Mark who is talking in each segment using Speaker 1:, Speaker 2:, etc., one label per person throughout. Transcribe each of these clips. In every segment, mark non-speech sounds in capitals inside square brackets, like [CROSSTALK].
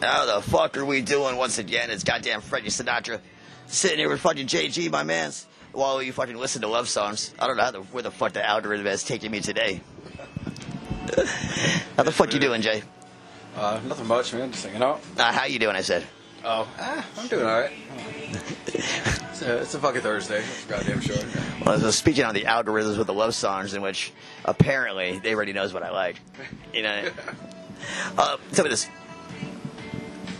Speaker 1: How the fuck are we doing once again? It's goddamn Freddie Sinatra sitting here with fucking JG, my man's, while you fucking listen to love songs. I don't know how the, where the fuck the algorithm is taking me today. [LAUGHS] how the fuck you doing, Jay?
Speaker 2: Uh, nothing much, man. Just hanging out.
Speaker 1: Uh, how you doing? I said.
Speaker 2: Oh, ah, I'm doing all [LAUGHS] right. it's, a, it's a fucking Thursday. That's goddamn sure.
Speaker 1: Well, so speaking on the algorithms with the love songs, in which apparently they already knows what I like. You know. uh, tell me this: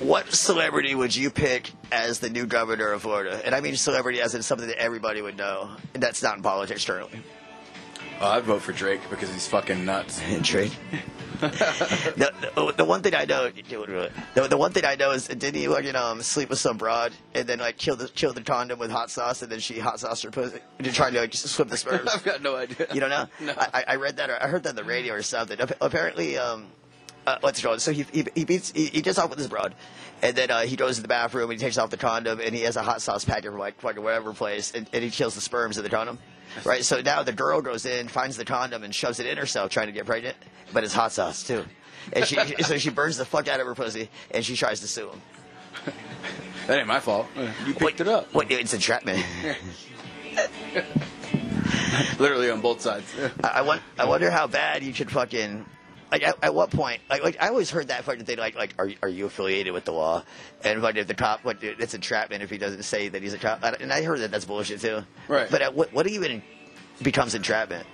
Speaker 1: What celebrity would you pick as the new governor of Florida? And I mean celebrity as in something that everybody would know. And that's not in politics currently.
Speaker 2: Uh, I'd vote for Drake because he's fucking nuts.
Speaker 1: Intrigue. [LAUGHS] the, the, the one thing I know, the, the one thing I know is didn't he like you know, um, sleep with some broad and then like kill the kill the condom with hot sauce and then she hot sauced her pussy to try to like swim the sperm.
Speaker 2: [LAUGHS] I've got no idea.
Speaker 1: You don't know?
Speaker 2: [LAUGHS] No.
Speaker 1: I, I- I read that or I heard that on the radio or something. Ap- Apparently, um, uh, what's it called? So he he, he beats he, he gets off with his broad, and then uh, he goes to the bathroom and he takes off the condom and he has a hot sauce packet from like fucking whatever place and, and he kills the sperms in the condom. Right, so now the girl goes in, finds the condom, and shoves it in herself, trying to get pregnant. But it's hot sauce too, and she [LAUGHS] so she burns the fuck out of her pussy, and she tries to sue him.
Speaker 2: That ain't my fault. You picked
Speaker 1: Wait,
Speaker 2: it up.
Speaker 1: Wait, it's entrapment.
Speaker 2: Literally on both sides.
Speaker 1: I, I, want, I wonder how bad you should fucking. Like, at, at what point? Like, like, I always heard that fucking thing. Like, like, are you- are you affiliated with the law? And like, if the cop, like, dude, it's entrapment if he doesn't say that he's a cop. And I heard that that's bullshit too.
Speaker 2: Right.
Speaker 1: But at what, what even becomes entrapment?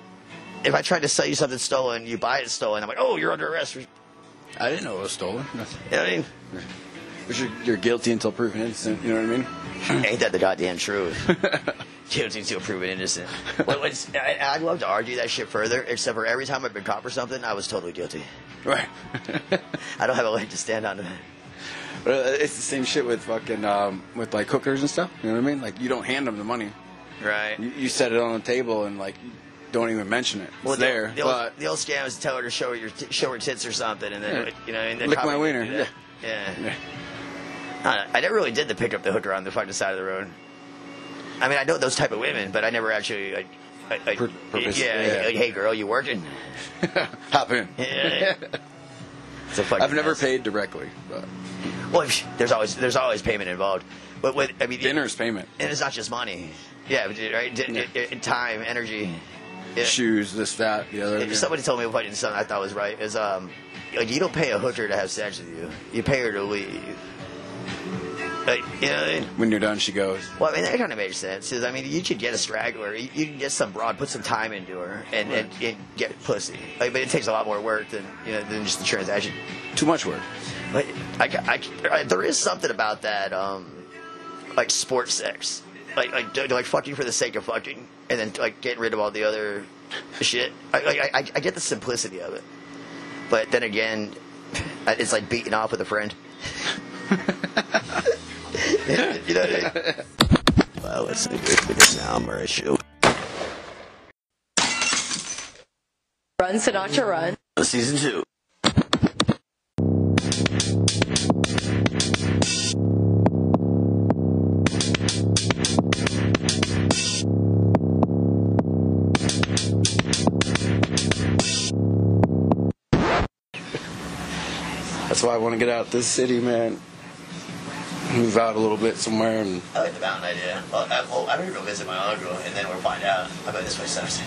Speaker 1: If I try to sell you something stolen, you buy it stolen. I'm like, oh, you're under arrest. For, you
Speaker 2: I didn't know it was stolen.
Speaker 1: know what I mean?
Speaker 2: But you're, you're guilty until proven innocent. You know what I mean?
Speaker 1: Ain't that the goddamn truth? Guilty until proven innocent. Well, it's, I, I'd love to argue that shit further, except for every time I've been caught for something, I was totally guilty.
Speaker 2: Right.
Speaker 1: I don't have a leg to stand on.
Speaker 2: [LAUGHS] But uh, it's the same shit with fucking um, with like hookers and stuff. You know what I mean? Like you don't hand them the money.
Speaker 1: Right.
Speaker 2: You, you set it on the table and like don't even mention it. It's
Speaker 1: Well, the-
Speaker 2: there,
Speaker 1: The,
Speaker 2: but
Speaker 1: old, the old scam is to tell her to show her your t- show her tits or something, and then
Speaker 2: Yeah.
Speaker 1: you know, and then
Speaker 2: Lick
Speaker 1: copy
Speaker 2: my
Speaker 1: it.
Speaker 2: wiener,
Speaker 1: Yeah. yeah. I, don't know. I never really did the pick up the hooker on the fucking side of the road. I mean, I know those type of women, but I never actually like. I, I,
Speaker 2: Pur- purpose-
Speaker 1: yeah,
Speaker 2: yeah.
Speaker 1: like, hey girl, you
Speaker 2: [LAUGHS]
Speaker 1: working?
Speaker 2: hop in.
Speaker 1: Yeah. It's a fucking
Speaker 2: I've never
Speaker 1: mess.
Speaker 2: paid directly, but
Speaker 1: Well, there's always there's always payment involved, but with I mean,
Speaker 2: dinner's payment.
Speaker 1: and it's not just money. Yeah, right. Di-
Speaker 2: Yeah.
Speaker 1: i- i- time, energy. Yeah.
Speaker 2: Shoes, this, that, the other.
Speaker 1: If Somebody told me a fucking something I thought was right. Is um, like you don't pay a hooker to have sex with you. You pay her to leave. Like, you know what I mean?
Speaker 2: when you're done, she goes.
Speaker 1: Well, I mean, that kind of makes sense. 'cause, I mean, you should get a straggler. You, you can get some broad, put some time into her, and, and, and get pussy. Like, but it takes a lot more work than you know than just the transaction.
Speaker 2: Too much work.
Speaker 1: But I, ca- I ca- I- there is something about that, um, like sports sex, like like d- like fucking for the sake of fucking, and then like getting rid of all the other shit. I like, I, I- I get the simplicity of it, but then again, [LAUGHS] it's like beating off with a friend. [LAUGHS] you know what I mean? Well, let's see if we can now, Mauricio.
Speaker 3: Run, Sinatra, run.
Speaker 1: Season two.
Speaker 2: That's why I want to get out of this city, man. Move out a little bit somewhere, and
Speaker 1: I like the mountain idea. Well, I, well, I'm gonna go visit my uncle, and then we'll find out. I bet this place sucks.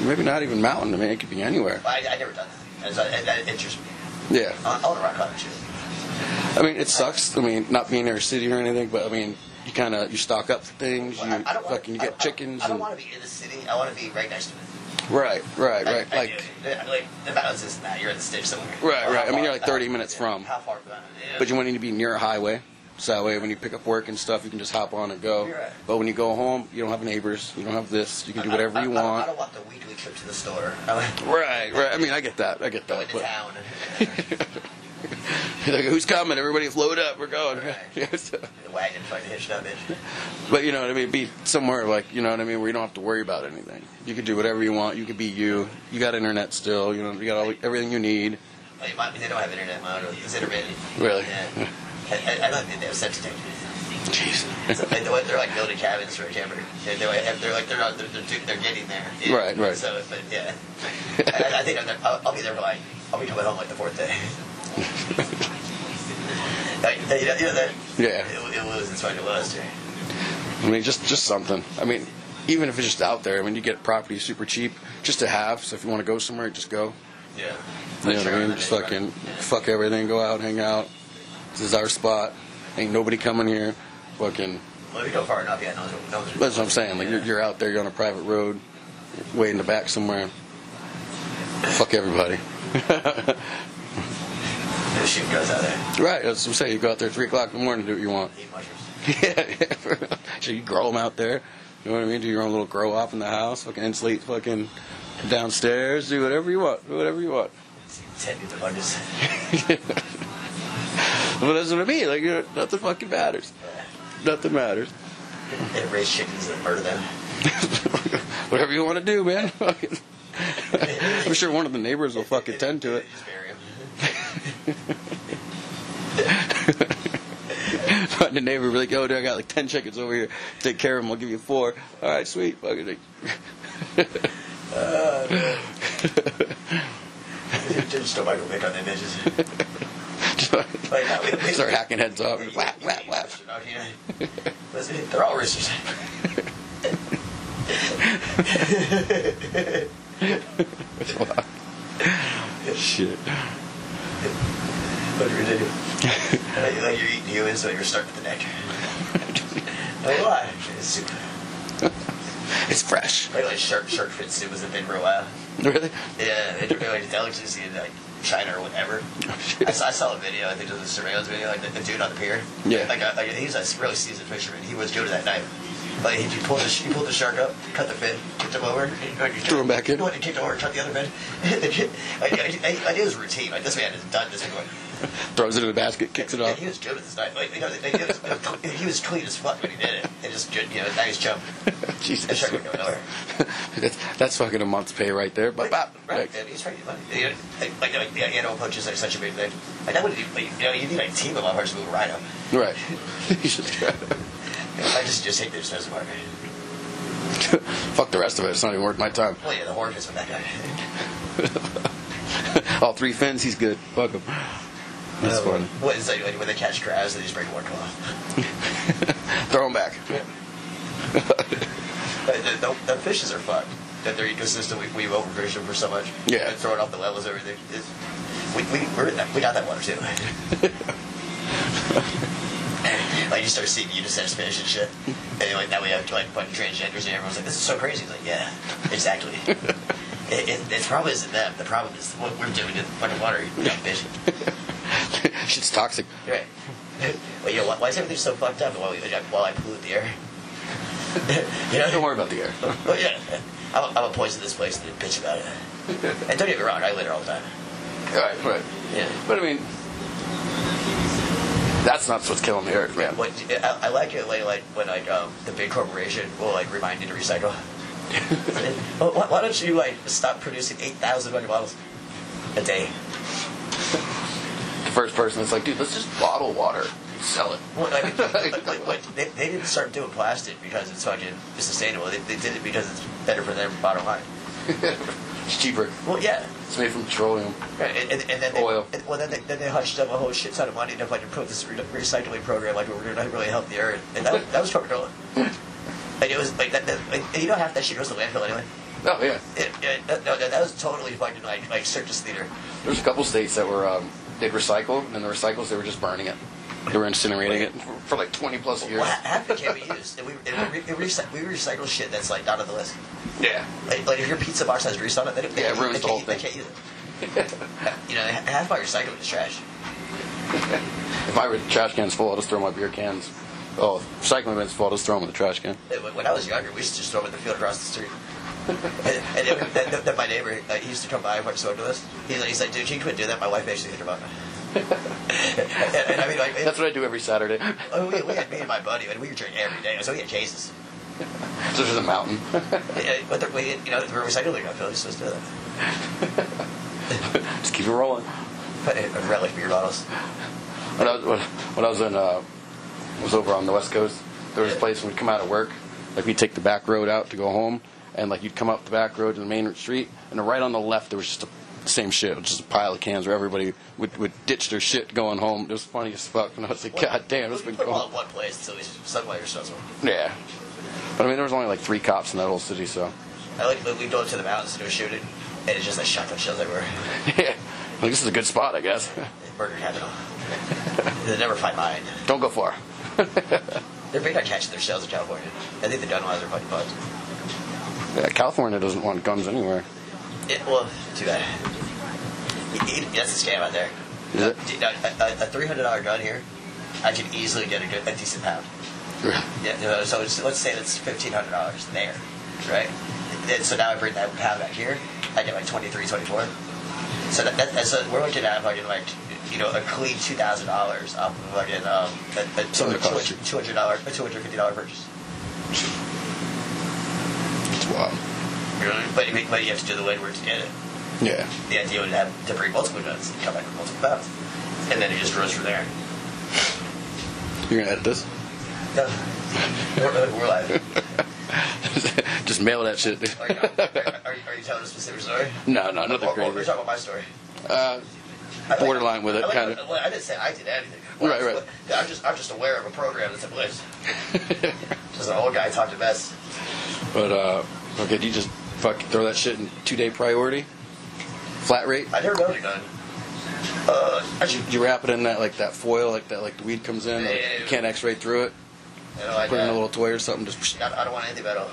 Speaker 2: maybe not even mountain. I mean, it could be anywhere.
Speaker 1: I, I never done that. And so that, that interests me.
Speaker 2: Yeah.
Speaker 1: I, I want to rock climbing too.
Speaker 2: I mean, it sucks. I mean, not being in a city or anything, but I mean, you kind of you stock up things. You
Speaker 1: Well, I, I don't wanna-
Speaker 2: fucking you
Speaker 1: I-
Speaker 2: get
Speaker 1: I-
Speaker 2: chickens.
Speaker 1: I, don't
Speaker 2: and,
Speaker 1: want to be in the city. I want to be right next to it.
Speaker 2: right, right,
Speaker 1: I-
Speaker 2: right.
Speaker 1: I,
Speaker 2: like,
Speaker 1: do. Yeah, like the balance is that you're in the stitch somewhere.
Speaker 2: Right,
Speaker 1: Or
Speaker 2: right.
Speaker 1: how
Speaker 2: I mean,
Speaker 1: far-
Speaker 2: you're like 30 minutes
Speaker 1: yeah,
Speaker 2: from.
Speaker 1: How far? From, yeah.
Speaker 2: but you want it to be near a highway, so that way when you pick up work and stuff, you can just hop on and go.
Speaker 1: You're right.
Speaker 2: But when you go home, you don't have neighbors. You don't have this. You can do
Speaker 1: I-
Speaker 2: whatever
Speaker 1: I,
Speaker 2: you
Speaker 1: I, I,
Speaker 2: want.
Speaker 1: don't want the weekly trip to the store. [LAUGHS] I want to
Speaker 2: Right, right. I mean, I get that. I get
Speaker 1: go
Speaker 2: that.
Speaker 1: into
Speaker 2: But
Speaker 1: town.
Speaker 2: You're like, who's coming? Everybody load up. We're going. [LAUGHS]
Speaker 1: Right. [LAUGHS]
Speaker 2: Yes.
Speaker 1: the wagon fucking hitched up, bitch.
Speaker 2: But you know what I mean? Be somewhere like, you know what I mean, where you don't have to worry about anything. You can do whatever you want. You can be you. You got internet still. You know, you got all, everything you need.
Speaker 1: Like, my, they don't have internet. My uncle is intermittent.
Speaker 2: Really?
Speaker 1: Yeah. I, I, I don't think they have such technology.
Speaker 2: Jeez.
Speaker 1: So they, they're, like, they're like building cabins for a camper. They're, they're, like, they're like they're not they're, they're, they're getting there. Yeah.
Speaker 2: Right, right.
Speaker 1: So, but yeah,
Speaker 2: [LAUGHS]
Speaker 1: I, I think I'm there, I'll, I'll be there for like I'll be coming home like the fourth day. Like, you know, you know that.
Speaker 2: [LAUGHS] Yeah.
Speaker 1: It, it was, and so it was. Jay.
Speaker 2: I mean, just just something. I mean, even if it's just out there. I mean, you get property super cheap just to have. So if you want to go somewhere, just go.
Speaker 1: Yeah.
Speaker 2: You know what I mean? Just fucking fuck everything. Go out, hang out. This is our spot. Ain't nobody coming here. Fucking.
Speaker 1: Well, if you go far enough, yeah, no, no,
Speaker 2: That's what I'm saying. Like you're, you're out there, you're on a private road, way in the back somewhere. Fuck everybody.
Speaker 1: The shoot goes out there.
Speaker 2: Right. That's what I'm saying. You go out there at three o'clock in the morning, do what you want. [LAUGHS]
Speaker 1: Eat mushrooms.
Speaker 2: yeah, yeah. [LAUGHS] for real. So you grow them out there. You know what I mean? Do your own little grow up in the house. Fucking insulate fucking downstairs. Do whatever you want. Do whatever you want.
Speaker 1: Ted do the bunches.
Speaker 2: But that's what I mean. Like, you know, nothing fucking matters. Nothing matters.
Speaker 1: They raise chickens and murder them.
Speaker 2: [LAUGHS] whatever you want to do, man. [LAUGHS] Fucking- I'm sure one of the neighbors will fucking tend to it. [LAUGHS]
Speaker 1: Just bury 'em.
Speaker 2: But the neighbor will be like, oh, dude, I got like 10 chickens over here. Take care of them. I'll give you four. All right, sweet. Fucking like,
Speaker 1: Just stole Michael Vick on them bitches. Like, no, we- we-
Speaker 2: start hacking heads off.
Speaker 1: we-
Speaker 2: Whack,
Speaker 1: we-
Speaker 2: whack, whack.
Speaker 1: out here. Listen, they're all racist.
Speaker 2: Shit.
Speaker 1: What are you do? like, like you're eating humans, so you're stuck with the neck. like why? It's soup.
Speaker 2: It's fresh. [LAUGHS]
Speaker 1: Like, like shark shark fin soup was a thing for a while.
Speaker 2: Really?
Speaker 1: Yeah, they took it like a delicacy in like China or whatever.
Speaker 2: Oh,
Speaker 1: I saw, I saw a video. I think it was a surveillance video. Like the, the dude on the pier.
Speaker 2: Yeah.
Speaker 1: Like, a, like he was a really seasoned fisherman. He was good at that knife. Like he, he pulled the he pulled the shark up, cut the fin, kicked him over, and-
Speaker 2: Threw him back in.
Speaker 1: Went and kicked him over, cut the other fin. [LAUGHS] like, I, I, I, it was routine. Like this man has done this before.
Speaker 2: Throws it in a basket, kicks it
Speaker 1: Yeah,
Speaker 2: off.
Speaker 1: he was good with his knife. Like, you know, they, they, it was, it was- he was clean as fuck when he did it. And just good, you know, nice jump. [LAUGHS] The
Speaker 2: Jesus.
Speaker 1: shark would go nowhere.
Speaker 2: [LAUGHS] that's, that's fucking a month's pay right there. Bop, bop.
Speaker 1: Right,
Speaker 2: Like,
Speaker 1: and he's trying to get money. You know, like, like, like, yeah, animal poachers are such a big thing. Like, that would be, like, you know, you need like, a team of motherfuckers to move a rhino.
Speaker 2: Right. [LAUGHS] You should-
Speaker 1: I just, just hate the expensive part.
Speaker 2: Fuck the rest of it. It's not even worth my time.
Speaker 1: Well, yeah, the horn is with that guy.
Speaker 2: All three fins, he's good. Fuck him. That's
Speaker 1: Um,
Speaker 2: fun.
Speaker 1: What is like, like, when they catch crabs, they just break one claw.
Speaker 2: Throw him back. [LAUGHS]
Speaker 1: But the, the, the fishes are fucked. That their ecosystem, we, we've overfished them for so much.
Speaker 2: Yeah.
Speaker 1: And throwing off the levels, everything. It's, we, we, we're in that, we got that water
Speaker 2: [LAUGHS]
Speaker 1: too. like you start seeing unisex fish and shit. And like, now we have like fucking transgenders and everyone's like, this is so crazy. It's like, yeah,
Speaker 2: [LAUGHS]
Speaker 1: exactly. it, it, it probably isn't them. The problem is what we're doing to the fucking water. We got fish.
Speaker 2: Shit's toxic.
Speaker 1: Right. Well, you know, why, why is everything so fucked up while, we, while I pollute the air? [LAUGHS] you know?
Speaker 2: Don't worry about the air.
Speaker 1: Well, yeah, I'm a, I'm a poison this place and a bitch
Speaker 2: [LAUGHS]
Speaker 1: about it. And don't get me wrong, I litter all the time.
Speaker 2: Right, right.
Speaker 1: Yeah.
Speaker 2: But I mean, that's not what's killing the earth, man.
Speaker 1: What, I, I like it like, like when like um, the big corporation will like remind you to
Speaker 2: [LAUGHS]
Speaker 1: recycle. Well, why, why don't you like stop producing eight thousand fucking bottles a day?
Speaker 2: The first person that's like, dude, let's just bottle water, sell it.
Speaker 1: Well,
Speaker 2: [LAUGHS]
Speaker 1: like, like, like, like, they, they didn't start doing plastic because it's fucking it's sustainable. They, they did it because it's better for their bottom line.
Speaker 2: It's cheaper.
Speaker 1: Well, yeah.
Speaker 2: It's made from petroleum.
Speaker 1: Right, and, and, and then they,
Speaker 2: Oil.
Speaker 1: And, well, then they, then they hushed up a whole shit ton of money to like improve this re- recycling program, like we were doing to really help the earth, and that, was- that was Coca-Cola. Like it was like that. that like, and you know half that shit goes to landfill anyway.
Speaker 2: Oh yeah.
Speaker 1: It, it, that, no, that, that was totally fucking like like circus theater.
Speaker 2: There's a couple states that were um, they'd recycle, and the recycles they were just burning it. They were incinerating it for, for like 20 plus years.
Speaker 1: Well, ha- half of it can't be used, and we and we, re- we, recy- we recycle shit that's like not on the list.
Speaker 2: Yeah.
Speaker 1: Like, like if your pizza box has grease on it, they, don't- they,
Speaker 2: Yeah, it ruins
Speaker 1: they
Speaker 2: the whole
Speaker 1: can't- They
Speaker 2: thing.
Speaker 1: can't use it. you know, ha- half my recycling is trash.
Speaker 2: If my trash can's full, I'll just throw my beer cans. Oh, if recycling bin's full, I'll just throw them in the trash can.
Speaker 1: When when I was younger, we used to just throw them in the field across the street. and and it, that, that, that my neighbor, like, he used to come by and watch smoke with us. He's like, he's like, dude, you couldn't do that. My wife actually hit her mom. and, and I mean, like,
Speaker 2: That's what I do every Saturday. [LAUGHS]
Speaker 1: oh, we, we had me and my buddy, and we would drink every day. So we had cases.
Speaker 2: So there's a mountain.
Speaker 1: And- But the, we, you know, the recycling I feel like supposed to do that.
Speaker 2: just keep it rolling.
Speaker 1: But it, relic beer bottles.
Speaker 2: When I was when, when I was in uh, was over on the west coast, there was a place when we'd come out of work, like we'd take the back road out to go home, and like you'd come up the back road to the main street, and right on the left there was just a same shit, just a pile of cans where everybody would, would ditch their shit going home. It was funny as fuck, and I was like, God damn, it's been
Speaker 1: Put them all
Speaker 2: going.
Speaker 1: in one place until these sunlighters starts working.
Speaker 2: Yeah, but I mean, there was only like three cops in that whole city, so [LAUGHS]
Speaker 1: I like that we go to the mountains to do a shooting, and it's just like shotgun shells everywhere.
Speaker 2: yeah, like, this is a good spot, I guess. [LAUGHS]
Speaker 1: Burger capital. they never find mine.
Speaker 2: Don't go far.
Speaker 1: They're big on catching their shells in California. I think the gun laws are fucking buzzed.
Speaker 2: Yeah, California doesn't want guns anywhere.
Speaker 1: It, well, too bad. It- it- That's a scam out there.
Speaker 2: Is it?
Speaker 1: Dude, no, a, a- a three hundred dollar gun here, I could easily get a, good, a decent pound. Yeah. You know, so it's, let's say that's fifteen hundred dollars there, right? And so now I bring that pound back here, I get like 23 24 So that, that, so we're looking at fucking like you know a clean two thousand dollars off of fucking um a, a
Speaker 2: Something that costs you.
Speaker 1: two hundred dollar a two hundred fifty dollar purchase.
Speaker 2: It's wild.
Speaker 1: Really? But, you- but you have to do the legwork to get it.
Speaker 2: Yeah.
Speaker 1: the idea would have to bring multiple guns and come back with multiple guns. And then it just grows from there.
Speaker 2: You're gonna edit this?
Speaker 1: No, [LAUGHS] we're, we're live.
Speaker 2: [LAUGHS] Just mail that shit. dude.
Speaker 1: Are you, are, are you, are you telling a specific story?
Speaker 2: No, no, nothing
Speaker 1: Or- or We're
Speaker 2: crazy.
Speaker 1: talking about my story.
Speaker 2: Uh,
Speaker 1: I like-
Speaker 2: Borderline with it,
Speaker 1: I like-
Speaker 2: kinda.
Speaker 1: Well, I didn't say I did anything.
Speaker 2: Right, right.
Speaker 1: I'm just, I'm just aware of a program that's in
Speaker 2: [LAUGHS]
Speaker 1: place. just an old guy talked a mess.
Speaker 2: but uh, okay, do you just fuck throw that shit in two day priority, flat rate?
Speaker 1: I never owned a gun. Uh, I should,
Speaker 2: You wrap it in that like that foil, like that like the weed comes in. Like, you can't X-ray through it.
Speaker 1: you know, I,
Speaker 2: Put it in a
Speaker 1: uh,
Speaker 2: little toy or something. Just
Speaker 1: I, I don't want anything metal.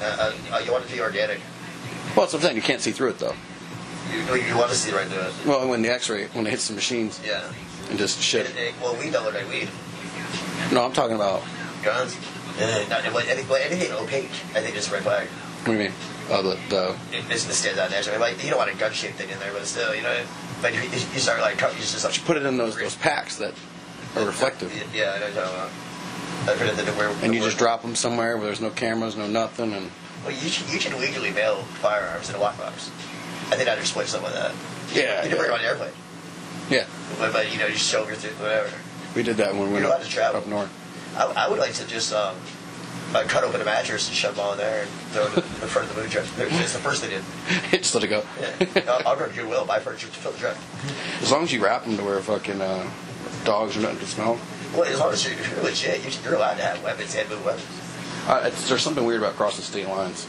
Speaker 1: Uh, uh, you want it to be organic.
Speaker 2: well, that's what I'm saying. You can't see through it though.
Speaker 1: You, you want to see right through it.
Speaker 2: Well, when the X-ray when it hits the machines
Speaker 1: Yeah.
Speaker 2: and just shit.
Speaker 1: Well, we don't look like weed.
Speaker 2: No, I'm talking about.
Speaker 1: guns. Uh, not, well, any, well, anything opaque, I think, is a red flag.
Speaker 2: What do you mean? Oh, the the
Speaker 1: It, it's the stands out there. So, I mean, like, you don't want a gun shaped thing in there, but still, you know. But you, you start like, you just like,
Speaker 2: put it in those those packs that are reflective,
Speaker 1: Yeah, I know what you're talking about. I forget the, where,
Speaker 2: and you
Speaker 1: where-
Speaker 2: just drop them somewhere where there's no cameras, no nothing, and
Speaker 1: Well, you can, you can legally mail firearms in a lockbox. I think I'd just split something like that.
Speaker 2: yeah,
Speaker 1: You can bring it on
Speaker 2: yeah,
Speaker 1: an airplane,
Speaker 2: yeah.
Speaker 1: but, but you know, you just show your through whatever.
Speaker 2: We did that when we
Speaker 1: You're
Speaker 2: went
Speaker 1: allowed to
Speaker 2: up,
Speaker 1: travel.
Speaker 2: up north.
Speaker 1: [LAUGHS] I, I would like to just um, uh, cut open a mattress and shove them all in there and throw it in front of the movie truck. It's the first they did.
Speaker 2: just let it go.
Speaker 1: Yeah. I'll, I'll go to Goodwill, buy furniture to fill the truck.
Speaker 2: [LAUGHS] As long as you wrap them to where fucking uh, dogs are nothing to smell.
Speaker 1: Well, as long as you're, you're legit, you're- you're allowed to have weapons, hand move weapons.
Speaker 2: Uh, it's, there's something weird about crossing state lines.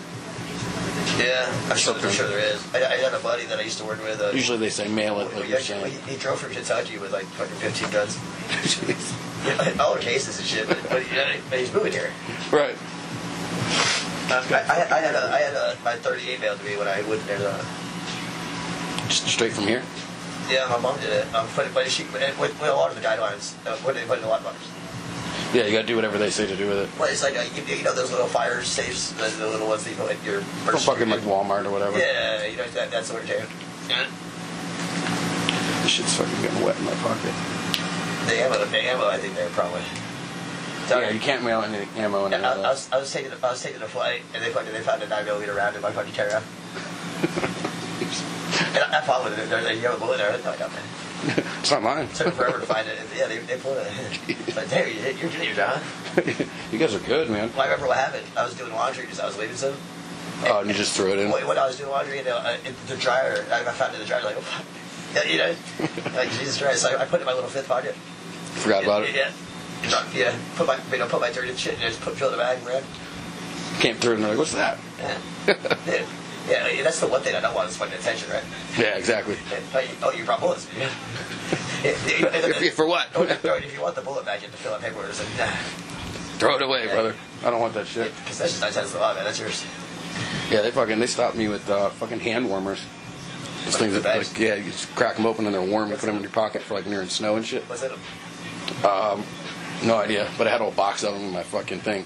Speaker 1: Yeah, I'm sure, I'm
Speaker 2: Something.
Speaker 1: sure there is. I, I had a buddy that I used to work with. Uh,
Speaker 2: Usually they say mail it, like
Speaker 1: he,
Speaker 2: you're
Speaker 1: actually, [LAUGHS]
Speaker 2: saying.
Speaker 1: he, he drove from Kentucky with like fucking 15 guns. Yeah, all the cases and shit, but, but, you know, but he's moving here.
Speaker 2: [LAUGHS] right.
Speaker 1: I, I, I had a, I had a, my 38 mailed to me when I went there. Uh,
Speaker 2: Just straight from here.
Speaker 1: yeah, my mom did it. Um, but, but she, with, with a lot of the guidelines, uh, what they put in the lockbox.
Speaker 2: Yeah, you gotta do whatever they say to do with it.
Speaker 1: Well, it's like, uh, you, you know, those little fire safes, the, the little ones that you put in your
Speaker 2: From
Speaker 1: purse.
Speaker 2: fucking like Walmart or whatever.
Speaker 1: Yeah, you know, that, that sort of thing.
Speaker 2: This shit's fucking getting wet in my pocket.
Speaker 1: The ammo, the ammo, I think they're probably.
Speaker 2: Yeah, you can't mail any ammo in
Speaker 1: I,
Speaker 2: any
Speaker 1: I,
Speaker 2: of that.
Speaker 1: was, I was taking a, I was taking a flight and they fucking they found a nine millimeter round in my fucking carry on. and I, I followed it. They're like, "You have a bullet there?" I thought, "No, man."
Speaker 2: It's not mine.
Speaker 1: Took forever to find it. And, yeah, they, they pulled it. [LAUGHS] but there, you, you're doing your job.
Speaker 2: [LAUGHS] you guys are good, man.
Speaker 1: Well, I remember what happened. I was doing laundry because I was leaving some.
Speaker 2: Oh, and you just threw it in.
Speaker 1: When, when I was doing laundry, you know, uh, in the dryer, I I found it in the dryer. Like, oh, fuck. Yeah, you
Speaker 2: [LAUGHS]
Speaker 1: know, like Jesus Christ. So I, I put it in my little fifth pocket.
Speaker 2: Forgot about it.
Speaker 1: Yeah. Yeah, put my you know, put my dirty shit and just put fill the bag and ran.
Speaker 2: Came through and they're like, what's that?
Speaker 1: Yeah. yeah, yeah, that's the one thing I don't want is fucking attention, right?
Speaker 2: Yeah, exactly.
Speaker 1: Yeah, Oh, you, oh, you brought bullets. [LAUGHS] Yeah.
Speaker 2: [LAUGHS] For what?
Speaker 1: Oh, no, no, if you want the bullet back, you have to fill out paperwork. It's like, nah,
Speaker 2: Throw it away, brother. I don't want that shit.
Speaker 1: because that's just nine times the law, man. That's yours.
Speaker 2: Yeah, they fucking they stopped me with uh, fucking hand warmers. Those things that like yeah, you just crack them open and they're warm. You put them in your pocket for like when you're in snow and shit.
Speaker 1: What's in 'em?
Speaker 2: No idea, but I had a whole box of them in my fucking thing.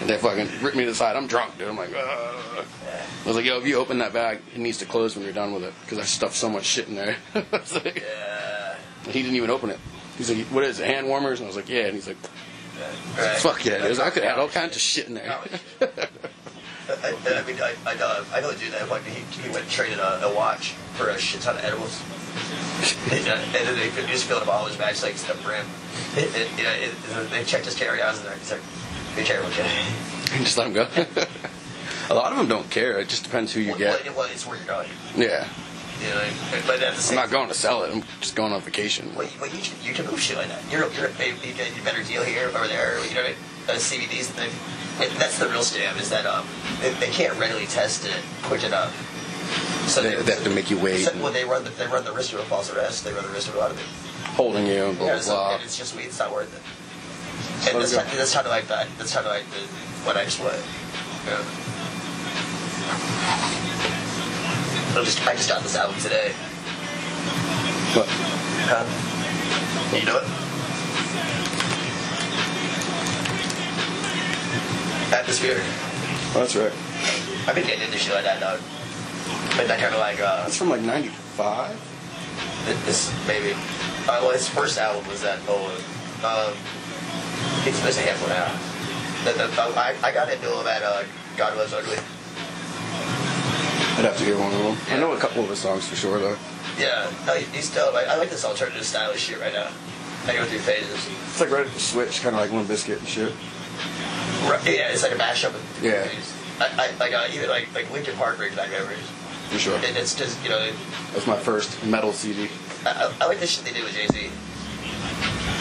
Speaker 2: And they fucking ripped me to the side. I'm drunk, dude. I'm like, Ugh. I was like, yo, if you open that bag, it needs to close when you're done with it because I stuffed so much shit in there. [LAUGHS] I was like, And He didn't even open it. He's like, what is it, hand warmers? And I was like, yeah. And he's like,
Speaker 1: Right.
Speaker 2: fuck yeah, dude.
Speaker 1: [LAUGHS]
Speaker 2: I could have had all kinds of shit in there.
Speaker 1: I, I I mean, I, I know, I know a dude that like, he, he went and traded a, a watch for a shit ton of edibles. [LAUGHS] and, uh, and then they he just filled up all his bags like stuff for him. And, and, you know, and- and they checked his carry-ons and they're he's like, be careful, kid.
Speaker 2: [LAUGHS] Just let them go. a lot of them don't care. It just depends who you
Speaker 1: Well,
Speaker 2: get.
Speaker 1: well, it's where you're going.
Speaker 2: Yeah.
Speaker 1: You know, like, but at the
Speaker 2: I'm
Speaker 1: same
Speaker 2: not going to sell it. I'm just going on vacation.
Speaker 1: Well, you, well, you, should- you can move oh, shit like that. You're, you're, you get a better deal here over there. You know, uh, CBDs. Thing. It, that's the real scam. Is that um, they, they can't readily test it quick enough. So
Speaker 2: They- they have to make you wait.
Speaker 1: So, well, they run the they run the risk of a false arrest. They run the risk of a lot of things.
Speaker 2: Holding you and blah
Speaker 1: Yeah,
Speaker 2: blah.
Speaker 1: it's,
Speaker 2: blah.
Speaker 1: it's just weed. It's not worth it. And
Speaker 2: Let it
Speaker 1: that's,
Speaker 2: go.
Speaker 1: kind, that's kind of like that. That's kind of like the, what I just want. Yeah. I just I just got this album today.
Speaker 2: But
Speaker 1: Huh? You know it? Atmosphere.
Speaker 2: that's right.
Speaker 1: I've been getting into shit like that, dog. But that kind of like uh,
Speaker 2: That's from like '95.
Speaker 1: Th- this maybe. Uh, well, his first album was that old. Um, he's supposed to handle now. The, the, uh, I, I got into him at uh, God Loves Ugly.
Speaker 2: I'd have to hear one of them. I
Speaker 1: Yeah.
Speaker 2: know a couple of his songs for sure though.
Speaker 1: Yeah, no, he- he's dope. I, I like this alternative style of shit right now. I go through phases.
Speaker 2: It's like right at the switch, kind of like One Biscuit and shit.
Speaker 1: Right, yeah, it's like a mashup. Of
Speaker 2: Yeah.
Speaker 1: I, I like uh, even like like Linkin Park brings back memories.
Speaker 2: For sure.
Speaker 1: It, it's just you know,
Speaker 2: That's my first metal CD.
Speaker 1: I, I, I like the shit they did with Jay Z. I,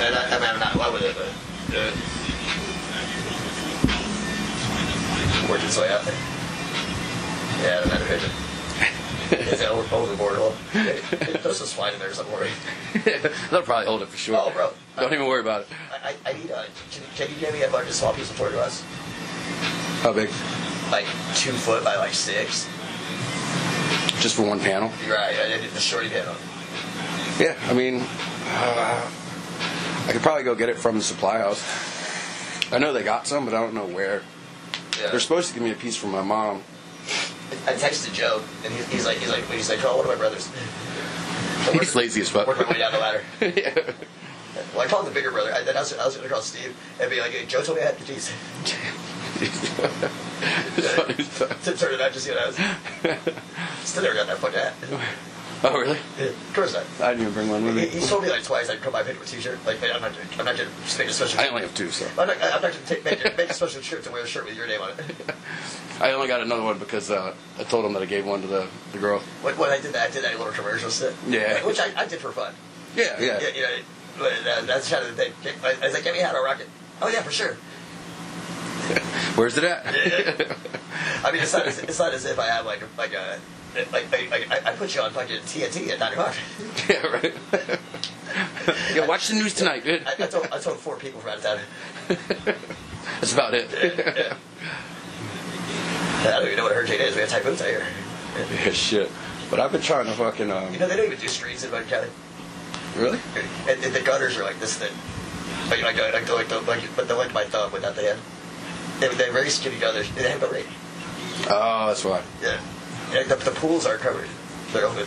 Speaker 1: I mean, I'm not in love with it, but uh, worked its way out there. Yeah, I don't have a vision. It's over, overboard. Well, There's some swine in there, so don't worry.
Speaker 2: [LAUGHS] They'll probably hold it for sure.
Speaker 1: Oh, bro.
Speaker 2: Don't even worry about it.
Speaker 1: I, I, I need a. Can, can you get me a large small piece of torture glass?
Speaker 2: How big?
Speaker 1: Like two foot by like six?
Speaker 2: Just for one panel?
Speaker 1: You're right, I did the shorty panel.
Speaker 2: Yeah, I mean, uh, I could probably go get it from the supply house. I know they got some, but I don't know where.
Speaker 1: Yeah.
Speaker 2: They're supposed to give me a piece from my mom.
Speaker 1: I texted Joe, and he, he's like, he's like, he's like, oh, one of my brothers. So
Speaker 2: He's lazy as fuck.
Speaker 1: Work my way down the ladder.
Speaker 2: yeah.
Speaker 1: Well, I called the bigger brother. I, then I was, I was going to call Steve and be like, hey, Joe told me I had the
Speaker 2: [LAUGHS]
Speaker 1: keys.
Speaker 2: It's funny as fuck.
Speaker 1: to turn it out, just, you know, I was, still never got that fucking hat.
Speaker 2: [LAUGHS] oh, really?
Speaker 1: of course not.
Speaker 2: I didn't even bring one with
Speaker 1: He, he
Speaker 2: me.
Speaker 1: told me like twice I'd come by pick up a t-shirt. Like, man, I'm not, I'm not going to make a special
Speaker 2: I only have two, so.
Speaker 1: [LAUGHS] I'm not, I'm not going to make, make a special shirt to wear a shirt with your name on it.
Speaker 2: I only got another one because uh, I told him that I gave one to the, the girl.
Speaker 1: When, when I did that, I did that little commercial set.
Speaker 2: Yeah.
Speaker 1: Which I, I did for fun.
Speaker 2: Yeah, yeah.
Speaker 1: Yeah, you know, but, uh, that's kind of the thing. I was like, get me a hat, I'll rock it. Oh, yeah, for sure.
Speaker 2: Where's it at?
Speaker 1: [LAUGHS]
Speaker 2: [LAUGHS]
Speaker 1: I mean, it's not, as, it's not as if I have like a- like a like, like, like I, I put you on fucking TNT at nine o'clock.
Speaker 2: yeah, right. [LAUGHS] yeah, watch the news tonight, dude.
Speaker 1: I, I told I told four people from out of town.
Speaker 2: That's about it.
Speaker 1: I don't even know what a hurricane is. We have typhoons out here.
Speaker 2: [LAUGHS] yeah, shit. But I've been trying to fucking um.
Speaker 1: You know they don't even do streets in Bucks County.
Speaker 2: Really?
Speaker 1: And, and the gutters are like this thin. Like like like like, the, like but they're like my thumb without the hand. They they're very skinny gutters. They have no rate.
Speaker 2: Oh, that's why.
Speaker 1: Yeah. Like the, the pools are covered. They're open.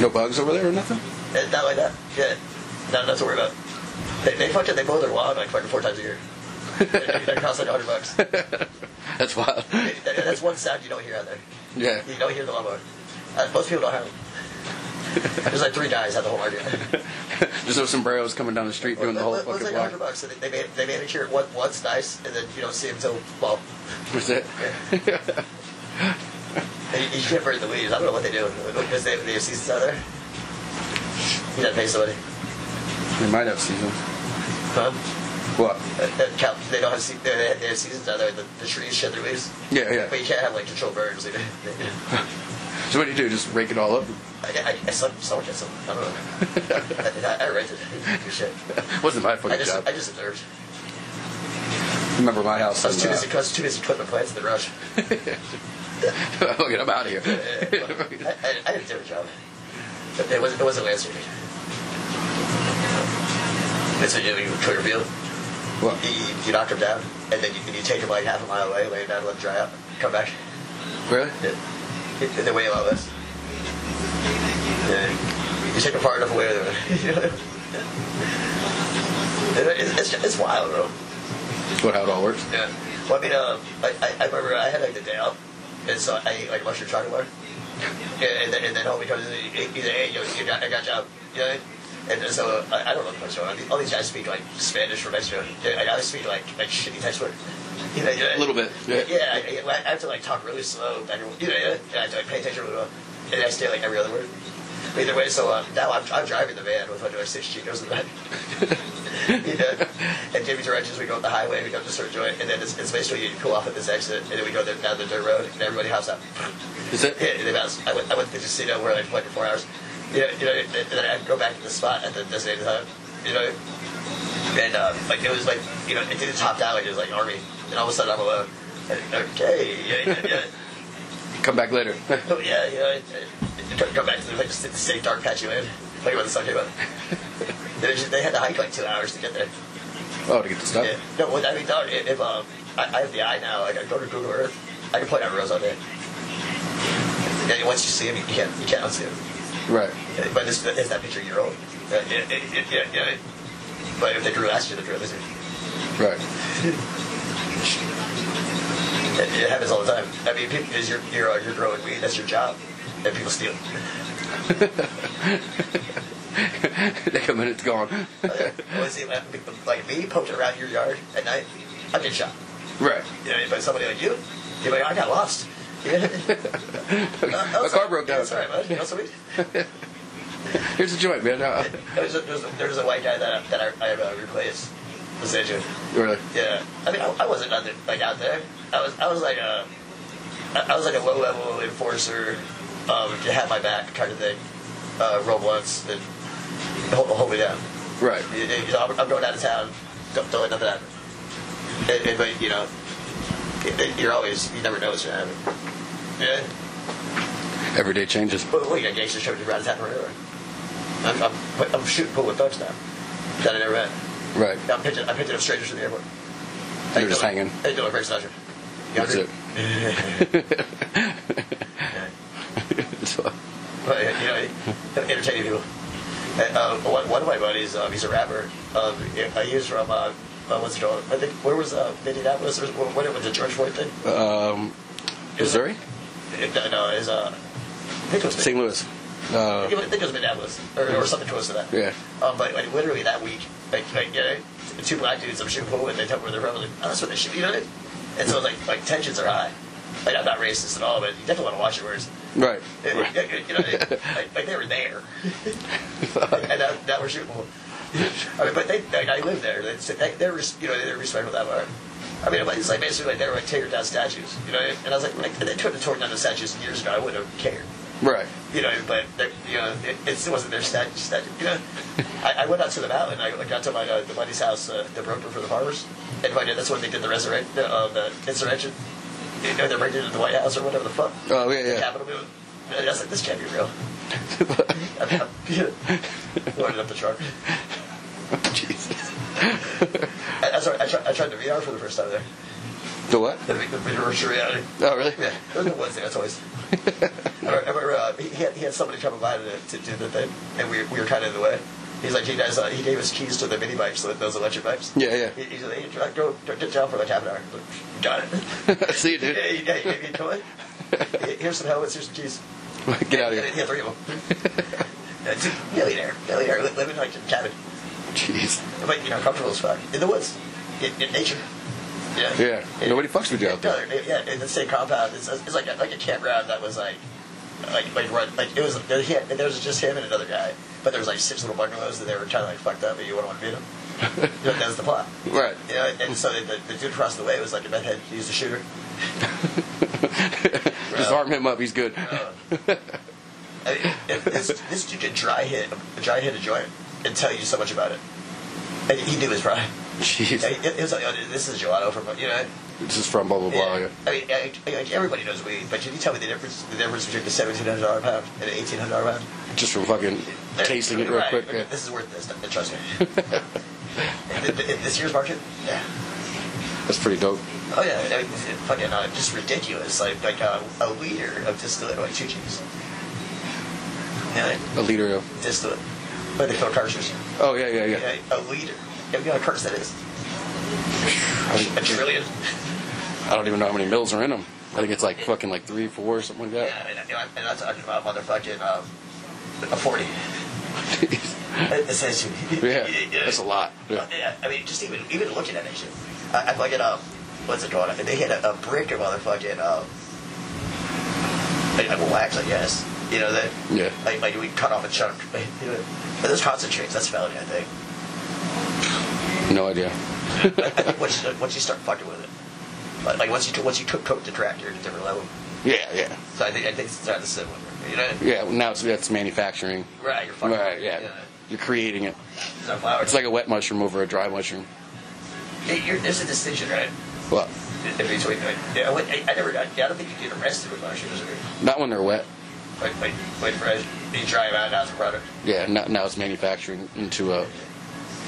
Speaker 2: No bugs over there or nothing?
Speaker 1: And not like that. Yeah. Not not to worry about. They they fucking they mow their lawn like fucking four times a year. That costs like hundred bucks.
Speaker 2: That's wild.
Speaker 1: That- That's one sound you don't hear out there.
Speaker 2: [LAUGHS] Yeah.
Speaker 1: You don't hear the lawnmower. Uh, most people don't have them. There's like three guys at the whole
Speaker 2: [LAUGHS]
Speaker 1: market.
Speaker 2: Just those sombreros coming down the street doing the whole
Speaker 1: It was
Speaker 2: fucking
Speaker 1: like hundred
Speaker 2: block.
Speaker 1: bucks. So they, they, man- they manicure it one, once nice, and then you don't see them till well.
Speaker 2: Was it?
Speaker 1: You, you can't burn the leaves. I don't know what they do because they, they have seasons out there. You gotta pay somebody.
Speaker 2: They might have seasons.
Speaker 1: Huh?
Speaker 2: What?
Speaker 1: Uh, uh, Cal- They don't have, se- they have- they have seasons out there. The, the trees shed their leaves,
Speaker 2: Yeah, yeah.
Speaker 1: but you can't have like controlled burns. Either. [LAUGHS]
Speaker 2: So what do you do? Just rake it all up? [LAUGHS]
Speaker 1: I, I, I some, someone gets them. I don't know. I, I, I rented it. Good shit.
Speaker 2: Wasn't my
Speaker 1: I
Speaker 2: fucking
Speaker 1: just,
Speaker 2: job.
Speaker 1: I just observed.
Speaker 2: Remember my house?
Speaker 1: I was
Speaker 2: and,
Speaker 1: too
Speaker 2: uh,
Speaker 1: busy. I was too busy putting the plants in the rush.
Speaker 2: [LAUGHS] Fuck it, I'm out of here.
Speaker 1: I, I, I did a different job. But It wasn't. It wasn't last year. That's what you do. You cut your field.
Speaker 2: what?
Speaker 1: You, you, you knock them down, and then you, you take them like half a mile away, lay them down, let them dry out, come back.
Speaker 2: Really?
Speaker 1: Yeah. And they weigh a lot less. Yeah. You take them far enough away. they're- [LAUGHS] It's, it's, it's wild, bro.
Speaker 2: What? How it all works?
Speaker 1: Yeah. Well, I mean, uh, I, I, I remember I had like the day off, and so I ate like mushroom chocolate bar. Yeah, and then, and then homie comes in and he- he's like, hey, yo, you got, I got job. You know? And then so I, I don't know much about it. All these guys speak like Spanish from Mexico. Yeah, I, I speak like, like shitty Texan. [LAUGHS] You know, you know,
Speaker 2: A little bit.
Speaker 1: Yeah,
Speaker 2: Yeah.
Speaker 1: yeah I, I- I have to like talk really slow. Back, and- you know, yeah, I have to like, pay attention really well. and I stay like every other word. But either way, so um, now I'm, I'm driving the van with my like six chicos in the back. you know, and Jimmy directions we go up the highway, we go to Sir Joint, and then it's, it's basically you pull off at this exit, and then we go the, down the dirt road, and everybody hops out.
Speaker 2: Is it?
Speaker 1: Yeah, and then I, was, I, went, I went to the casino where I played for four hours. You know, you know, and then I go back to the spot at the designated time. You know, and um, like it was like you know it didn't top down like it was like army, and all of a sudden I'm alone. And, okay, yeah, yeah, yeah.
Speaker 2: Come back later. [LAUGHS]
Speaker 1: Oh, yeah, yeah. It, it, it, come back to the, like, just the same dark patch you in. Like when the sun came up. they, were just, they had to hike like two hours to get there.
Speaker 2: oh, to get the stuff.
Speaker 1: Yeah. No, well, I mean, no, if, if um, I, I have the eye now, like, I go to Google Earth, I can point out rows on it. And once you see them, you can't, you can't unsee them.
Speaker 2: Right.
Speaker 1: But it's, it's that picture you're old. Yeah, Uh, yeah, yeah, yeah, yeah. But if they drew last year, they drew this year.
Speaker 2: Right. [LAUGHS]
Speaker 1: It, it happens all the time. I mean, people, is your, you're, uh, you're growing weed, that's your job. And people
Speaker 2: [LAUGHS]
Speaker 1: steal it.
Speaker 2: They come in, it's gone. [LAUGHS]
Speaker 1: was it like, like me poked around your yard at night? I'd get shot.
Speaker 2: Right.
Speaker 1: You know, but somebody like you, you're like, "Oh, I got
Speaker 2: [LAUGHS]
Speaker 1: lost. [LAUGHS] Yeah.
Speaker 2: My car broke down.
Speaker 1: Sorry, bud. You know something?
Speaker 2: Here's a joint, man. Uh,
Speaker 1: There was a, there was a, there was a white guy that, I- that I, I uh, replaced. Was that you?
Speaker 2: really?
Speaker 1: Yeah. I mean, I, I wasn't out there, like out there. I was I was like a I I was like a low level enforcer. Um, you had my back kind of thing. Uh, roll once and hold, hold me down.
Speaker 2: Right.
Speaker 1: You, you know, I'm, I'm going out of town. Don't, don't let nothing happen. And, and, but, you know, it- it- you're always, you never know what's going to happen. Yeah?
Speaker 2: Every day changes.
Speaker 1: But wait, I gangster showed you around town forever. I'm, I'm, but I'm shooting pool with thugs now that I never met.
Speaker 2: Right.
Speaker 1: Now, I'm picking, I'm picking up strangers in the airport.
Speaker 2: They're just hanging. [LAUGHS]
Speaker 1: Hey, doing Frank Sinatra. You
Speaker 2: That's
Speaker 1: hungry?
Speaker 2: it. So,
Speaker 1: But, you know, entertaining people. And, uh, one, one of my buddies, um, he's a rapper. Um, I he was from, uh, uh, what's it called? I think, where was uh, Minneapolis? Or what, what was the George Floyd thing?
Speaker 2: um, Missouri?
Speaker 1: It, no, no, it's uh, I think it was
Speaker 2: St. Louis. Uh,
Speaker 1: I think it was Minneapolis or, or something close to that.
Speaker 2: Yeah.
Speaker 1: Um, but like literally that week, like, like you know, two black dudes I'm shooting pool and they tell me where they're from. Like, oh, that's what they shoot, you know? And so like like tensions are high. Like I'm not racist at all, but you definitely want to watch your words.
Speaker 2: right.
Speaker 1: You know, like, like they were there, and that, that were shooting pool. I mean, but they like, I live there. They, they, they're res- you know they're respectful that part. I mean, it's like basically like they were like tearing down statues, you know. And I was like, like they could have torn down the statues years ago. I wouldn't have cared
Speaker 2: Right.
Speaker 1: you know, but they're- you know, it, it wasn't their stat, stat you know. I, I went out to the mountain. I got to my uh, the buddy's house, uh, the broker for the farmers, and my, that's when they did the resurrection, uh, the insurrection. You know, they're breaking into the White House or whatever the fuck.
Speaker 2: Oh, yeah,
Speaker 1: The
Speaker 2: [LAUGHS] yeah.
Speaker 1: Capitol movement. And I was like, this can't be real. [LAUGHS] I'm, I'm loaded up the truck.
Speaker 2: Jesus.
Speaker 1: I, I, sorry, I, tried, I tried the VR for the first time there.
Speaker 2: The what?
Speaker 1: The, the, the virtual reality.
Speaker 2: Oh, really?
Speaker 1: Yeah, it was a Wednesday. That's always. I remember uh, he, he had he had somebody come by to, to do the thing, and we, we were kind of in the way. He's like, he guys, uh, he gave us keys to the mini bikes, so those electric bikes.
Speaker 2: Yeah, yeah.
Speaker 1: He, he's like, hey, drive- go, go get down for like half an hour. I'm Like, Got it. [LAUGHS]
Speaker 2: [LAUGHS] See you, dude.
Speaker 1: yeah, he, yeah, he gave me a toy. He- Here's some helmets. Here's some keys.
Speaker 2: Get out of
Speaker 1: Yeah,
Speaker 2: here.
Speaker 1: yeah, three of them.
Speaker 2: [LAUGHS]
Speaker 1: Yeah, dude, millionaire, millionaire, li- living like in a cabin,
Speaker 2: Jeez.
Speaker 1: but you know, comfortable as fuck in the woods, in, in nature. Yeah.
Speaker 2: Yeah. Nobody fucks with you out
Speaker 1: No,
Speaker 2: there.
Speaker 1: they're- yeah, in the same compound. It's, it's like a, like a campground that was like, like like run like it was there, he had, there was just him and another guy, but there was like six little bungalows that they were kind of like fucked up, but you wouldn't want to
Speaker 2: [LAUGHS]
Speaker 1: beat them. you know, that was the plot.
Speaker 2: Right.
Speaker 1: You know, and so the, the, the dude across the way was like a bedhead. He was a shooter.
Speaker 2: [LAUGHS] Just arm him up. He's good.
Speaker 1: [LAUGHS]
Speaker 2: [LAUGHS]
Speaker 1: Uh, I mean, if this, this dude could dry hit dry hit a joint and tell you so much about it. And he knew his prime. Yeah,
Speaker 2: Jeez.
Speaker 1: It, it was like, oh, this is gelato from you know.
Speaker 2: This is from blah, blah, blah.
Speaker 1: Yeah. I mean, I, I, like, everybody knows weed, but can you tell me the difference? The difference between the seventeen hundred dollar pound and an eighteen hundred dollar pound?
Speaker 2: Just from fucking
Speaker 1: There-
Speaker 2: tasting it real
Speaker 1: right.
Speaker 2: quick. yeah.
Speaker 1: This is worth this. th-
Speaker 2: [LAUGHS]
Speaker 1: Trust me. in, th- in this year's market, yeah.
Speaker 2: That's pretty dope.
Speaker 1: Oh yeah, I mean, it's fucking uh, just ridiculous. Like like uh, a liter of distillate, like two cheese. Yeah,
Speaker 2: A liter of.
Speaker 1: distillate. But they call cartridges.
Speaker 2: Oh, yeah, yeah, yeah.
Speaker 1: Yeah, a liter. Yeah, you know how curse that is. A trillion.
Speaker 2: I don't even know how many mills are in them. I think it's like fucking like three, four, or something like that.
Speaker 1: Yeah, and, you know, and I'm talking about motherfucking um, a forty. Essentially.
Speaker 2: [LAUGHS] yeah. That's a lot. Yeah.
Speaker 1: Yeah, I mean, just even even looking at that shit, I, I fucking um, what's it called? They hit a, a brick of motherfucking um, like, like wax, I guess, You know that?
Speaker 2: Yeah.
Speaker 1: Like, like we cut off a chunk. You know, but those concentrates, that's felony, I
Speaker 2: [LAUGHS]
Speaker 1: think.
Speaker 2: No idea.
Speaker 1: I think once you, once you start fucking with it, like, like once you t- once you took coke to crack, you're at a different level.
Speaker 2: Yeah, yeah,
Speaker 1: So I think I think it's not the same one. You know?
Speaker 2: yeah. well, Now it's that's manufacturing.
Speaker 1: Right, you're fucking.
Speaker 2: Right. Yeah. You're creating it.
Speaker 1: It's not flowers.
Speaker 2: It's like a wet mushroom over a dry mushroom.
Speaker 1: Hey, you're, there's a distinction, right?
Speaker 2: Well,
Speaker 1: In between, like, yeah, I, went- I, I never, I, I don't think you get arrested with mushrooms. Or,
Speaker 2: not when they're wet.
Speaker 1: like, like, like fresh, you dry them out, now it's a product.
Speaker 2: Yeah. Now, now it's manufacturing into a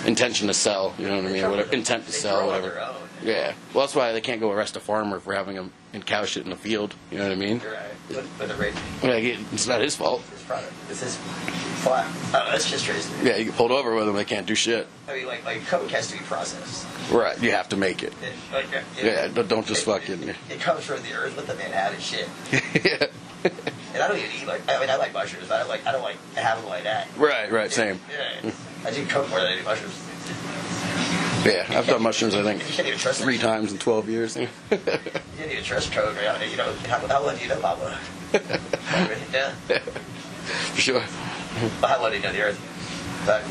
Speaker 2: intention to sell. You know what I mean? Whatever, intent to
Speaker 1: They
Speaker 2: sell.
Speaker 1: grow on
Speaker 2: Whatever.
Speaker 1: their own.
Speaker 2: Yeah. Well, that's why they can't go arrest a farmer for having him in cow shit in the field. You know what I mean?
Speaker 1: You're right. But, but the rate
Speaker 2: Like, it- it's not his fault.
Speaker 1: is product. It's his flat. Oh, that's just crazy.
Speaker 2: Yeah, you get pulled over with them. They can't do shit.
Speaker 1: I mean, like, like coke has to be processed.
Speaker 2: Right. You have to make it.
Speaker 1: It, like, it,
Speaker 2: Yeah. Don't don't just
Speaker 1: it-
Speaker 2: fucking.
Speaker 1: It, it comes from the earth with the Manhattan shit.
Speaker 2: [LAUGHS] yeah.
Speaker 1: And I don't even eat like. I mean, I like mushrooms. But I don't like. I don't like to have them like
Speaker 2: [LAUGHS]
Speaker 1: that.
Speaker 2: Right. Right. Same.
Speaker 1: Yeah. I do coke more than I do mushrooms.
Speaker 2: Yeah. I've done mushrooms. I
Speaker 1: You
Speaker 2: think
Speaker 1: can't even trust
Speaker 2: three times in 12 years.
Speaker 1: You can't even trust coke. Right? You know how, how well do you know
Speaker 2: [LAUGHS]
Speaker 1: Pablo? yeah.
Speaker 2: For sure.
Speaker 1: How well do you know the earth? But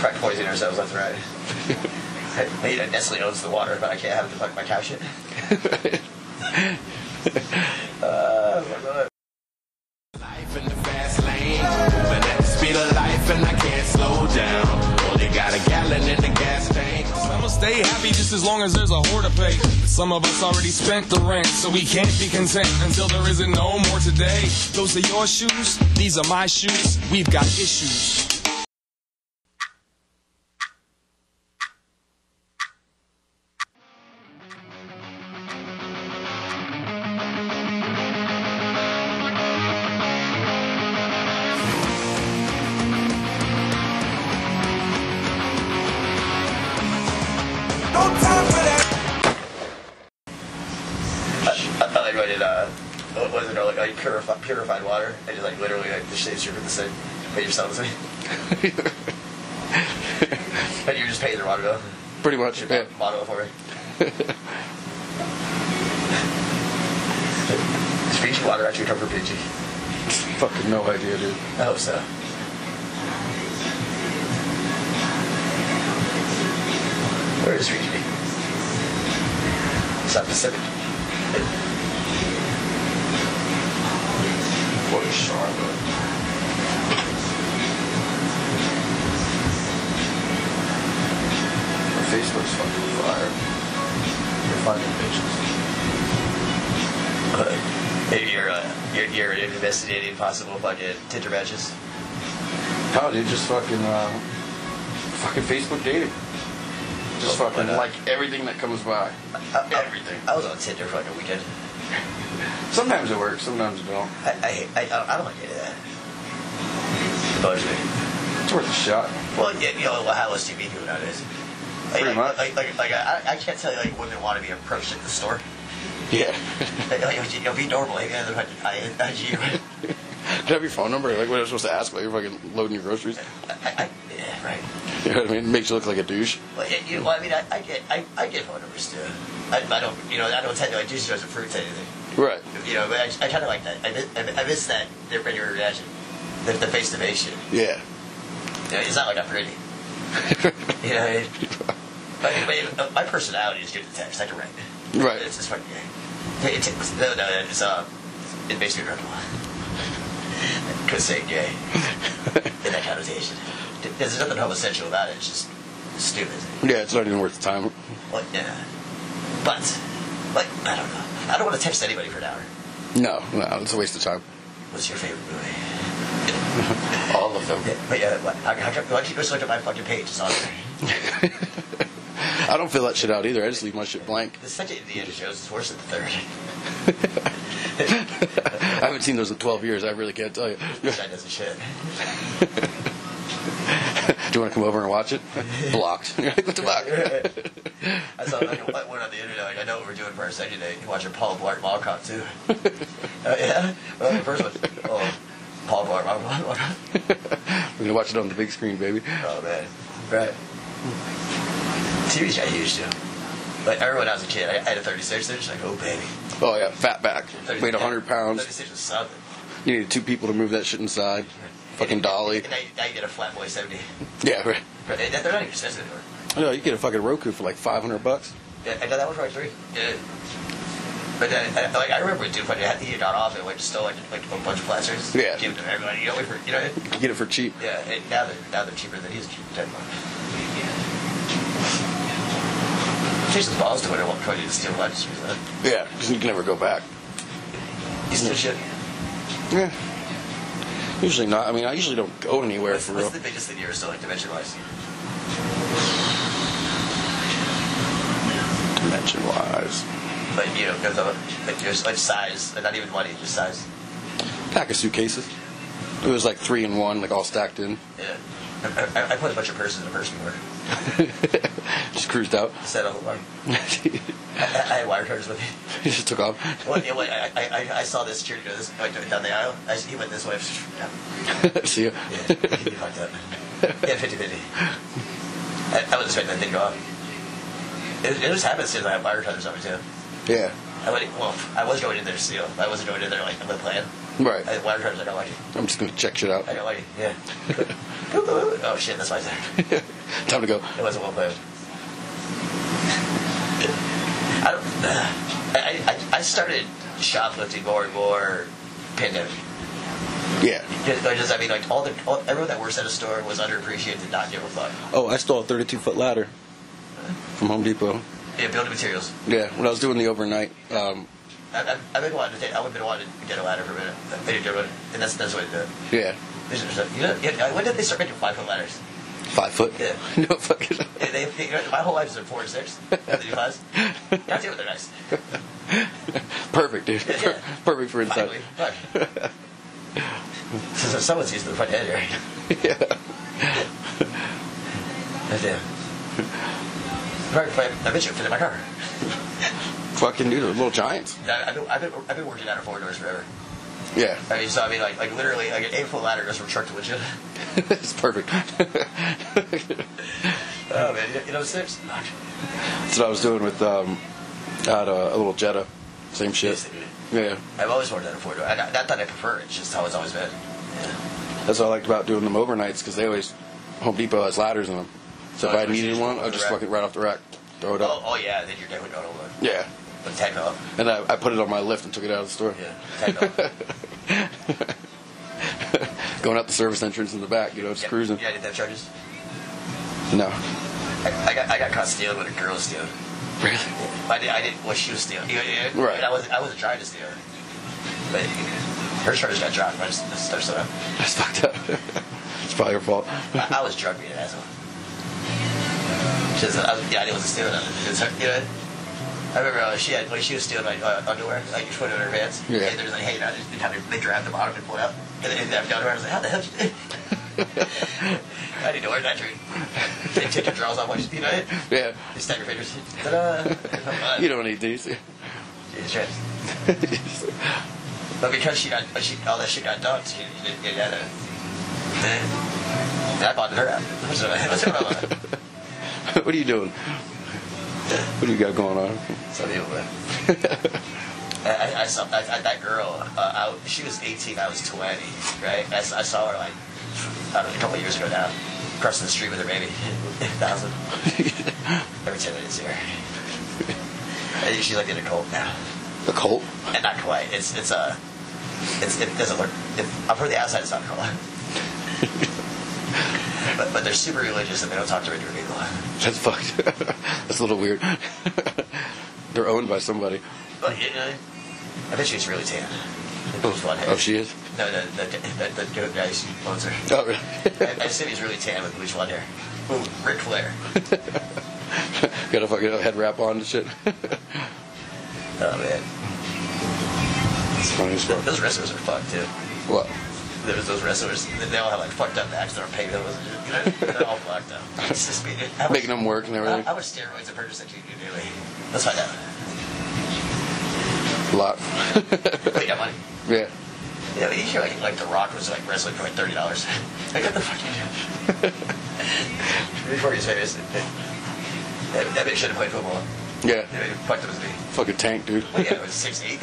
Speaker 1: probably poisoning ourselves left
Speaker 2: [LAUGHS]
Speaker 1: and right. you know, Nestle owns the water, but I can't have it to fuck my cow shit. uh, my God.
Speaker 4: Life in the fast lane, moving at the speed of life, and I can't slow down. Only got a gallon in the gas tank.
Speaker 5: I'ma stay happy just as long as there's a whore to pay. Some of us already spent the rent, so we can't be content until there isn't no more today. Those are your shoes, these are my shoes. We've got issues.
Speaker 4: No time for that.
Speaker 1: I thought I did, uh, what was it, like, like purifi- purified water? I just, like, literally, like, the shades you're the same, but you're selling the same. but you're just paying their water bill.
Speaker 2: Pretty much. Yeah.
Speaker 1: Bottle Water bill for me. Does Fiji water actually come from Fiji?
Speaker 2: Fucking no idea, dude.
Speaker 1: I hope so. Where is Fiji? South Pacific. What is Charlotte? My Facebook's fucking fire. You're finding bitches. [LAUGHS] you're, uh, you're, you're investigating possible fucking Tinder matches.
Speaker 2: How dude? Just fucking, uh, fucking Facebook dating. Just
Speaker 1: Well,
Speaker 2: fucking
Speaker 1: why not?
Speaker 2: like everything that comes by.
Speaker 1: I- I-
Speaker 2: Everything.
Speaker 1: Oh, I was on Tinder for like a weekend.
Speaker 2: Sometimes it works, sometimes it don't.
Speaker 1: I, I, I, I don't- I don't like any of that. It bothers me.
Speaker 2: It's worth a shot.
Speaker 1: Well, yeah, you know, well, how else do you meet people nowadays? Like,
Speaker 2: Pretty
Speaker 1: like,
Speaker 2: much.
Speaker 1: Like, like, like, I, I can't tell you, like, women want to be approached at the store.
Speaker 2: Yeah. [LAUGHS]
Speaker 1: Like, like, you know, be normal. Like, yeah, they're like, I, I, you.
Speaker 2: Do you have your phone number? Like, what am I supposed to ask? Like, you're fucking loading your groceries?
Speaker 1: I, I, yeah, right.
Speaker 2: You know what I mean? Makes you look like a douche.
Speaker 1: Well, yeah, you know, I mean, I, I get, I, I get phone numbers too. I, I don't, you know, I don't tend to, like, do shows of fruit to anything.
Speaker 2: Right.
Speaker 1: You know, but I, I kind of like that. I miss, I miss- I miss that, their regular reaction, the, the face-to-face shit.
Speaker 2: Yeah.
Speaker 1: You know, it's not like I'm pretty. you know, it, but, but my personality is good to text. I can write.
Speaker 2: Right.
Speaker 1: It's just fucking. It, it, it's- no, no, it's uh, it makes me uncomfortable. [LAUGHS] Because saying gay in that connotation, there's nothing homosexual about it. It's just stupid.
Speaker 2: Yeah, it's not even worth the time.
Speaker 1: Like, yeah. But, like, I don't know. I don't want to text anybody for an hour.
Speaker 2: No, no, it's a waste of time.
Speaker 1: What's your favorite movie?
Speaker 2: All of them.
Speaker 1: Yeah, but yeah, what, how, how, why don't you just look at my fucking page? It's on there.
Speaker 2: I don't fill that shit out either. I just leave my shit blank.
Speaker 1: The second Indiana Jones is worse than the third.
Speaker 2: I haven't seen those in 12 years. I really can't tell you. Do
Speaker 1: That doesn't
Speaker 2: [LAUGHS]
Speaker 1: shit.
Speaker 2: you want to come over and watch it? Blocked. [LAUGHS] You're like, what the fuck?
Speaker 1: I saw like, one on the internet. Like, I know what we're doing for our second date. You watch a Paul Blart Mall Cop
Speaker 2: [LAUGHS]
Speaker 1: too. Oh yeah. Well, the first one. Oh, Paul Blart Mall Mall Cop.
Speaker 2: We're gonna watch it on the big screen, baby.
Speaker 1: Oh man. Right. TV's got huge too. Like I remember when I was a kid, I, I had a 36 inch. Like, oh baby.
Speaker 2: Oh yeah, fat back,
Speaker 1: 30
Speaker 2: weighed 100 pounds.
Speaker 1: 36 was something.
Speaker 2: You needed two people to move that shit inside. Fucking dolly.
Speaker 1: And now, you- now you get a flat boy 70.
Speaker 2: Yeah, right.
Speaker 1: But they- They're not even expensive anymore.
Speaker 2: I know, you get a fucking Roku for like 500 bucks.
Speaker 1: Yeah, I know that was probably three. Yeah. But then, I, like, I remember dude, when I had the heat on off and like stole like, like a bunch of plasters.
Speaker 2: Yeah.
Speaker 1: Give them to everybody. You know, wait for you know.
Speaker 2: You get it for cheap.
Speaker 1: Yeah. And now they're now they're cheaper than he's cheap ten bucks. Chase the balls to what I want to steal lunch. He's like,
Speaker 2: Yeah, 'cause you can never go back.
Speaker 1: he's still shit.
Speaker 2: Yeah. Usually not. I mean, I usually don't go anywhere
Speaker 1: What's,
Speaker 2: for
Speaker 1: what's
Speaker 2: real.
Speaker 1: the biggest thing you ever stole like dimension wise?
Speaker 2: Dimension wise.
Speaker 1: Like you know, because of like just like size, like not even money, just size.
Speaker 2: Pack of suitcases. It was like three in one, like all stacked in. [LAUGHS]
Speaker 1: Yeah. I, I, I put a bunch of purses in a purse before.
Speaker 2: Just cruised out. [LAUGHS]
Speaker 1: Set up a alarm.
Speaker 2: Just
Speaker 1: "Oh, I, I had wire chargers with me.
Speaker 2: took off. [LAUGHS]
Speaker 1: Well, yeah, wait, I, I, I- I saw this security go this like, down the aisle. I, he went this way. Yeah,
Speaker 2: See ya.
Speaker 1: yeah, he fucked up. Yeah, 50 50. I, I was expecting that thing to go off. It, it just happens since I have wire cutters over, too.
Speaker 2: [LAUGHS] Yeah.
Speaker 1: I went, well, I was going in there to steal. I wasn't going in there like with a plan.
Speaker 2: Right.
Speaker 1: I, wire cutters, I got lucky.
Speaker 2: I'm just gonna check shit out.
Speaker 1: I got lucky, yeah. [LAUGHS] oh, shit, that's why it's there.
Speaker 2: Time to go.
Speaker 1: It wasn't well planned. I, don't, [SIGHS] I, I, I started shoplifting more and more pandemic.
Speaker 2: Yeah.
Speaker 1: Just, or just, I mean, like all the all, everyone that works at a store was underappreciated and not give a fuck.
Speaker 2: Oh, I stole a 32 foot ladder from Home Depot.
Speaker 1: Yeah, building materials.
Speaker 2: Yeah, when I was doing the overnight, um,
Speaker 1: I, I, I've been wanting to take. I've been wanting to get a ladder for a minute. They didn't do it, and that's that's what it did.
Speaker 2: yeah,
Speaker 1: These are just- You know, yeah, when did they start making five foot ladders? [LAUGHS]
Speaker 2: five foot.
Speaker 1: Yeah.
Speaker 2: [LAUGHS] no fucking.
Speaker 1: Yeah, they, they, you know, my whole life has been four and six. Now they do fives. That's it. They're nice.
Speaker 2: Perfect, dude.
Speaker 1: Yeah.
Speaker 2: [LAUGHS] Perfect for inside.
Speaker 1: Finally, fuck. so, so someone's using the front end right.
Speaker 2: Yeah.
Speaker 1: Right there. Right, right. I bet you it fit in my car.
Speaker 2: Fucking dude, they're little giants.
Speaker 1: I- I've been, I've been, I've been working out of four doors forever.
Speaker 2: Yeah, [LAUGHS]
Speaker 1: I mean, so I mean, like, like literally, like an eight foot ladder goes from truck to windshield.
Speaker 2: it's perfect. [LAUGHS]
Speaker 1: Oh man, you, you know six. Fuck.
Speaker 2: That's what I was doing with um, I had a, a little Jetta. Same
Speaker 1: Yes,
Speaker 2: shit.
Speaker 1: they do.
Speaker 2: Yeah,
Speaker 1: I've always worked out of four door. I, not not that I prefer it, it's just how it's always been.
Speaker 2: that's what I liked about doing them overnights because they always Home Depot has ladders in them. So if
Speaker 1: Oh,
Speaker 2: I
Speaker 1: you
Speaker 2: needed
Speaker 1: just off
Speaker 2: one, I'll
Speaker 1: the
Speaker 2: just
Speaker 1: rack.
Speaker 2: fuck it right off the rack, throw it
Speaker 1: Oh,
Speaker 2: up.
Speaker 1: oh yeah, then you're definitely going over.
Speaker 2: Yeah,
Speaker 1: But tag belt.
Speaker 2: and I, I put it on my lift and took it out of the store.
Speaker 1: Yeah, tag [LAUGHS] belt.
Speaker 2: Going out the service entrance in the back, you know, just
Speaker 1: Yeah,
Speaker 2: cruising.
Speaker 1: Yeah, I did that charges.
Speaker 2: No, [LAUGHS]
Speaker 1: I, I got I got caught stealing when a girl was stealing.
Speaker 2: really.
Speaker 1: I did I did what she was stealing. You know, yeah,
Speaker 2: Right.
Speaker 1: And I was I wasn't trying to steal. But her charges got dropped. I just I just started up.
Speaker 2: That's fucked up. [LAUGHS] it's probably your fault.
Speaker 1: I, I was drunk being an asshole. She was, I was, yeah, I wasn't stealing nothing. It was her, you know, I remember uh, she had, like, she was stealing my uh, underwear, like you put it in her pants.
Speaker 2: Yeah.
Speaker 1: And there's like, hey, you know, they, kind of, they grabbed the bottom and pulled out. And then they underwear. I was like, how the hell did you I didn't know where that [LAUGHS] dream. They took your drawers off, like, you know,
Speaker 2: Yeah.
Speaker 1: they snap your fingers. Ta-da! Come
Speaker 2: [LAUGHS] You
Speaker 1: on.
Speaker 2: don't need these.
Speaker 1: Jesus Christ. But because she got, she, all that shit got done, she, she didn't get out of it. And I bought her out. What's her, what's her
Speaker 2: what are you doing? What do you got going on?
Speaker 1: Some people.
Speaker 2: [LAUGHS]
Speaker 1: man. I, I- I saw I, I, that girl. Uh, I, she was 18. I was 20. Right. I, s- I saw her like I don't know, a couple years ago now, crossing the street with her baby. [LAUGHS]
Speaker 2: [LAUGHS]
Speaker 1: Thousand. Every ten minutes here. And she's like in a cult now,
Speaker 2: A cult?
Speaker 1: and not quite. It's it's a. Uh, it's, it doesn't look. It, I'm from the outside. It's not a
Speaker 2: [LAUGHS]
Speaker 1: cult. but but they're super religious and they don't talk to regular people.
Speaker 2: That's fucked. [LAUGHS] That's a little weird. [LAUGHS] They're owned by somebody.
Speaker 1: But you know, I bet she's really tan.
Speaker 2: Oh, she is?
Speaker 1: No, no, the the, the, the guy who owns her.
Speaker 2: Oh, really? [LAUGHS]
Speaker 1: I, I assume he's really tan with bleach blonde hair. Ooh, Ric Flair.
Speaker 2: got a fucking head wrap on and shit.
Speaker 1: Oh man,
Speaker 2: It's funny as fuck.
Speaker 1: those wrestlers are fucked too.
Speaker 2: What?
Speaker 1: There was those wrestlers. They they all have like fucked up backs. They're on painkillers. You know, they're all fucked up. It's just me. How much,
Speaker 2: Making them work and
Speaker 1: how,
Speaker 2: everything.
Speaker 1: how much steroids and purchase that you do daily? Let's find out.
Speaker 2: A lot. [LAUGHS]
Speaker 1: Wait, that money.
Speaker 2: Yeah.
Speaker 1: You know, you hear like, like The Rock was like wrestling for like thirty dollars. [LAUGHS] I got the fucking. Before he's famous, that, that bitch should have played football.
Speaker 2: Yeah.
Speaker 1: Yeah, he fucked up his knee.
Speaker 2: Fucking tank, dude. [LAUGHS]
Speaker 1: Well, yeah, it was six eight.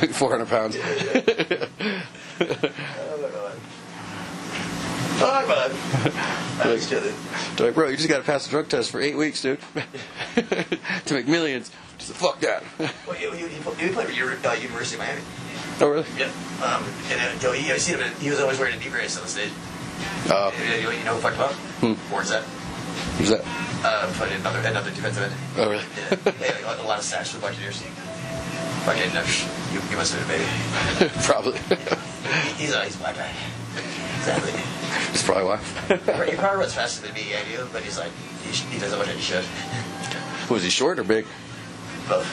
Speaker 2: Like 400 pounds.
Speaker 1: Oh, man. I'm just kidding.
Speaker 2: They're like, bro, you just got to pass the drug test for eight weeks, dude, [LAUGHS] to make millions. Just fuck that.
Speaker 1: Well, you, you, you played for Uri- uh, University of Miami.
Speaker 2: [LAUGHS] oh really?
Speaker 1: Yep. Um, and uh, you, you seen him, in- he was always wearing a knee brace on the stage.
Speaker 2: Oh,
Speaker 1: You know, you know who fucked him up? Warren's that.
Speaker 2: who's that?
Speaker 1: Uh, put another, another defensive end.
Speaker 2: Oh really? [LAUGHS]
Speaker 1: Yeah. yeah, a lot of sacks for the Buccaneers. Fucking, uh, you, you must have been a baby.
Speaker 2: probably. [LAUGHS]
Speaker 1: He- He's a, he's a black guy. Exactly.
Speaker 2: That's probably why. [LAUGHS]
Speaker 1: He probably runs faster than me, I do, but he's like, he, sh- he doesn't want to shit.
Speaker 2: Was he short or big?
Speaker 1: Both.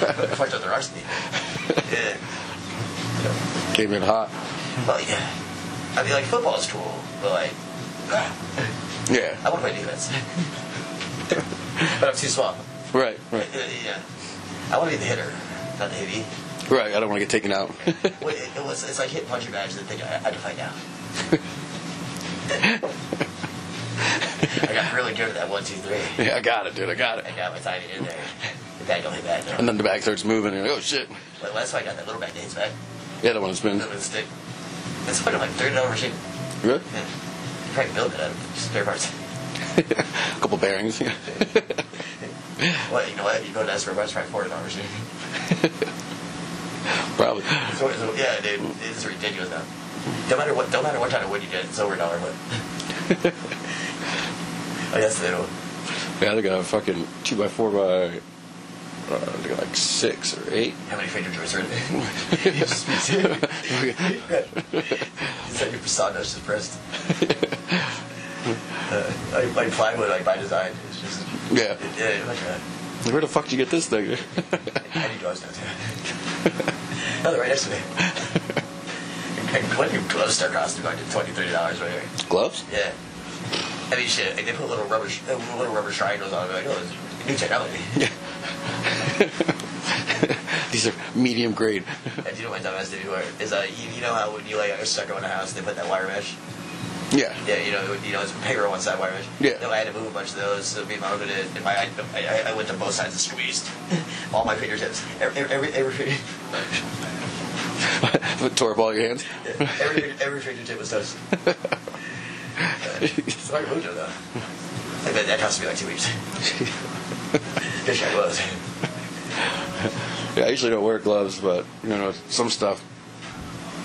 Speaker 1: but I fucked up the varsity. Yeah.
Speaker 2: Came in hot.
Speaker 1: Well, yeah. I mean, like, football's cool, but like, ah, I
Speaker 2: Yeah.
Speaker 1: want to play defense. [LAUGHS] but I'm too small.
Speaker 2: Right. Right.
Speaker 1: Yeah, Yeah. I want to be the hitter, not the hitty.
Speaker 2: Right. I don't want to get taken out. [LAUGHS]
Speaker 1: Well, it, it was, it's like hit punch your badge and think I, I can fight now. [LAUGHS] I got really good at that one, two, three.
Speaker 2: yeah, I got it, dude. I got it.
Speaker 1: I got my tiny in there. The bag don't hit back.
Speaker 2: And then the bag starts moving. And you're like, oh shit.
Speaker 1: But last time I got that little bag that hits back,
Speaker 2: Yeah, that one's been.
Speaker 1: that would stick. That's what I'm like, third over shit.
Speaker 2: Really?
Speaker 1: Probably build it out of spare parts. [LAUGHS]
Speaker 2: A couple bearings. [LAUGHS]
Speaker 1: Well, you know what? You go to that spare parts, probably forty dollars.
Speaker 2: probably.
Speaker 1: So, so, yeah, dude, it's ridiculous now. Don't matter what, don't matter what kind of wood you get, it's over a Oh, dollar wood. I guess they don't.
Speaker 2: Yeah, they got a fucking two by four by. Uh, they got like six or eight. [LAUGHS]
Speaker 1: How many finger joints are in there? [LAUGHS] you just be serious. [LAUGHS] It's like your sawdust is pressed. Uh, like, like plywood, like by design. It's just,
Speaker 2: Yeah.
Speaker 1: yeah, like a,
Speaker 2: Where the fuck did you get this thing? [LAUGHS]
Speaker 1: how do you gloves downstairs? no, they're right next to me. When your gloves start costing like $20, $30 right here.
Speaker 2: Gloves?
Speaker 1: Yeah. I mean, shit, like they put little rubber, sh- uh, little rubber triangles on it. Like, oh, it's new technology.
Speaker 2: These are medium grade.
Speaker 1: And do you know what my dumbass did before? Is uh, you, you know how when you like are stuck on a house, they put that wire mesh.
Speaker 2: Yeah.
Speaker 1: Yeah, you know, it would- you know, it's paper on one side, wire mesh.
Speaker 2: Yeah.
Speaker 1: No, I had to move a bunch of those. So me and my mom did it. And my, I, I, I went to both sides and squeezed [LAUGHS] all my fingertips. Every, every, every, finger-
Speaker 2: Tore up all your hands.
Speaker 1: every, finger- every fingertip was touched. It's like voodoo, though. I bet that cost me like two weeks. Bitch, I was.
Speaker 2: Yeah, I usually don't wear gloves, but you know, some stuff.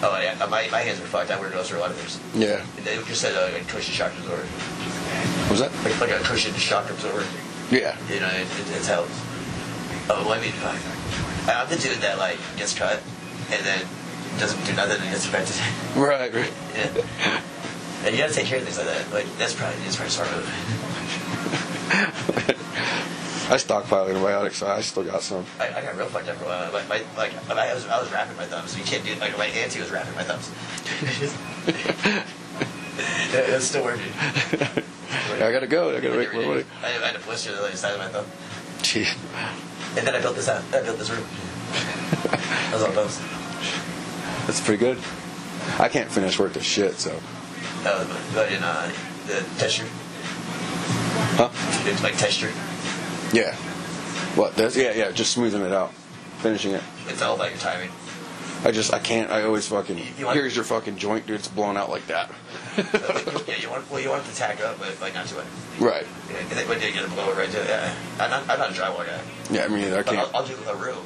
Speaker 1: Oh, yeah, my, my hands were fucked. I wear gloves for a lot of things.
Speaker 2: Yeah.
Speaker 1: They just said uh, like cushion shock absorber.
Speaker 2: Was that?
Speaker 1: Like, like a cushion shock absorber.
Speaker 2: Yeah.
Speaker 1: You know, it, it, it helps. Oh, well, I mean, like, I'm the dude that, like, gets cut and then doesn't do nothing and gets infected.
Speaker 2: Right. right.
Speaker 1: yeah. And you gotta take care of things like that. Like, that's probably, that's probably smart move.
Speaker 2: I stockpile antibiotics, so I still got some.
Speaker 1: I, I got real fucked up for a while. Like, my, like I, was, I was wrapping my thumbs. You can't do Like, my auntie was wrapping my [LAUGHS] thumbs. yeah, it's still working. [LAUGHS]
Speaker 2: I gotta go. I gotta make more money.
Speaker 1: I, I had a blister on the other side of my thumb.
Speaker 2: Gee.
Speaker 1: And then I built this out. I built this room. I was on thumbs.
Speaker 2: [LAUGHS] That's pretty good. I can't finish work this shit, so.
Speaker 1: That was but in uh, the texture.
Speaker 2: Huh?
Speaker 1: It's like texture.
Speaker 2: Yeah. What? That's, yeah, yeah, just smoothing it out. Finishing it.
Speaker 1: It's all about your timing. [LAUGHS]
Speaker 2: I just, I can't, I always fucking.
Speaker 1: you want-
Speaker 2: Here's your fucking joint, dude. It's blown out like that.
Speaker 1: yeah, you want well, you want it to tack up, but like not too much.
Speaker 2: [LAUGHS] Right.
Speaker 1: Yeah, and then when you get a blower right there, yeah. I'm not, I'm not a drywall guy,
Speaker 2: Yeah, I mean, I
Speaker 1: but
Speaker 2: can't.
Speaker 1: I'll, I'll do a room.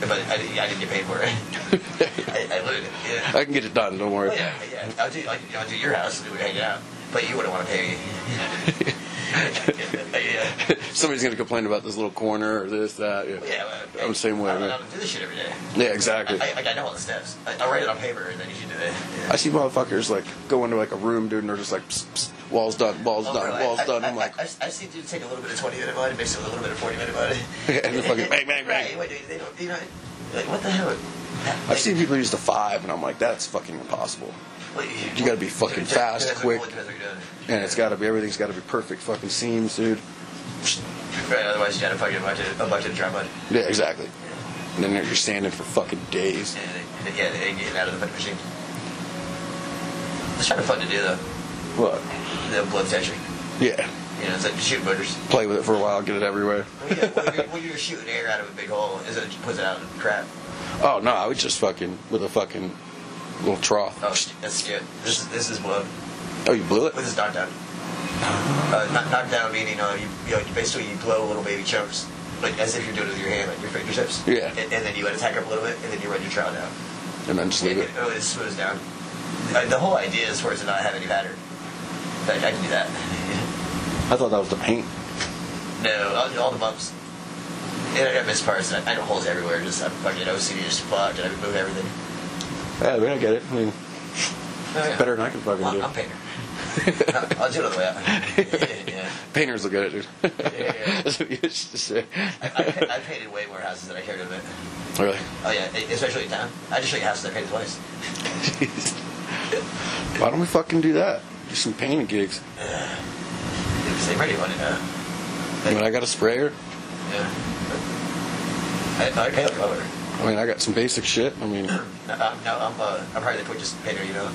Speaker 1: But I, didn't- I didn't get paid for
Speaker 2: [LAUGHS]
Speaker 1: it. I, I literally, yeah.
Speaker 2: I can get it done, don't worry.
Speaker 1: Well, yeah, yeah. I'll do like I'll do your house and we hang out, but you wouldn't want to pay me.
Speaker 2: [LAUGHS]
Speaker 1: [LAUGHS] yeah,
Speaker 2: Somebody's gonna complain about this little corner or this, that. Yeah.
Speaker 1: yeah. well,
Speaker 2: I'm the same way,
Speaker 1: I don't, I
Speaker 2: man.
Speaker 1: don't do this shit every day.
Speaker 2: Yeah, exactly.
Speaker 1: I, I, I know all the steps. I, I write it on paper and then you should do it.
Speaker 2: I see motherfuckers like go into like a room, dude, and they're just like, psst, psst, "Walls done, walls
Speaker 1: Oh,
Speaker 2: done,
Speaker 1: bro, I-
Speaker 2: walls
Speaker 1: I,
Speaker 2: done."
Speaker 1: I,
Speaker 2: I'm [LAUGHS] like,
Speaker 1: I, I, I see dudes take a little bit of 20 minute body, mix it with a little bit of 40 minute body.
Speaker 2: [LAUGHS] And the fucking bang, bang, bang.
Speaker 1: Right, wait, they don't, you know, like, what the hell?
Speaker 2: I've seen people use the five, and I'm like, "That's fucking impossible."
Speaker 1: Wait,
Speaker 2: You gotta be fucking
Speaker 1: depends
Speaker 2: fast,
Speaker 1: on-
Speaker 2: quick.
Speaker 1: depends on what you're doing.
Speaker 2: And it's got to be everything's got to be perfect, fucking seams, dude.
Speaker 1: Right, otherwise you gotta fucking bunch of, a bunch of dry mud.
Speaker 2: Yeah, exactly. And then you're standing for fucking days.
Speaker 1: And, and, yeah, and getting out of the fucking machine. It's kind of fun to do, though.
Speaker 2: What?
Speaker 1: The blood texturing.
Speaker 2: Yeah.
Speaker 1: You know, it's like shooting boogers.
Speaker 2: Play
Speaker 1: Oh,
Speaker 2: with it for a while, get it everywhere.
Speaker 1: Well, yeah, when, you're, when you're shooting air out of a big hole, it's- it puts it out in crap.
Speaker 2: Oh no, I was just fucking with a fucking little trough.
Speaker 1: Oh, sh- that's good. This is this is what
Speaker 2: Oh, you blew it.
Speaker 1: what is knockdown. Uh, knock, knockdown meaning uh, you, you know you basically you blow little baby chunks like as if you're doing it with your hand, like your fingertips.
Speaker 2: Yeah.
Speaker 1: And, and then you let it tack up a little bit, and then you run your trial down.
Speaker 2: And then just leave it.
Speaker 1: It, it, it smooths down. Uh, the whole idea is for it to not have any pattern. Like I can do that. [LAUGHS]
Speaker 2: I thought that was the paint.
Speaker 1: No, all, all the bumps. And I miss parts. and I, I know holes everywhere. Just I'm fucking OCD as fuck, and I move everything.
Speaker 2: Yeah, I mean, I get it. I mean, it's better than I can fucking
Speaker 1: I'm,
Speaker 2: do.
Speaker 1: I'm
Speaker 2: [LAUGHS]
Speaker 1: painter. I'll, I'll do it on the way out. yeah.
Speaker 2: Painters look good at it.
Speaker 1: yeah, yeah.
Speaker 2: [LAUGHS] That's what you used to say.
Speaker 1: I, I, pa- I painted way more houses than I care to admit.
Speaker 2: Really?
Speaker 1: Oh yeah, e- especially in town. I just show you houses I painted twice.
Speaker 2: Jeez. Why don't we fucking do that? Do some painting gigs.
Speaker 1: Because they really want it. Uh,
Speaker 2: I mean, I got a sprayer.
Speaker 1: yeah. I, I paint color.
Speaker 2: I mean, I got some basic shit. I mean,
Speaker 1: No, I'm, no, I'm, uh, I'm probably the quickest painter you know.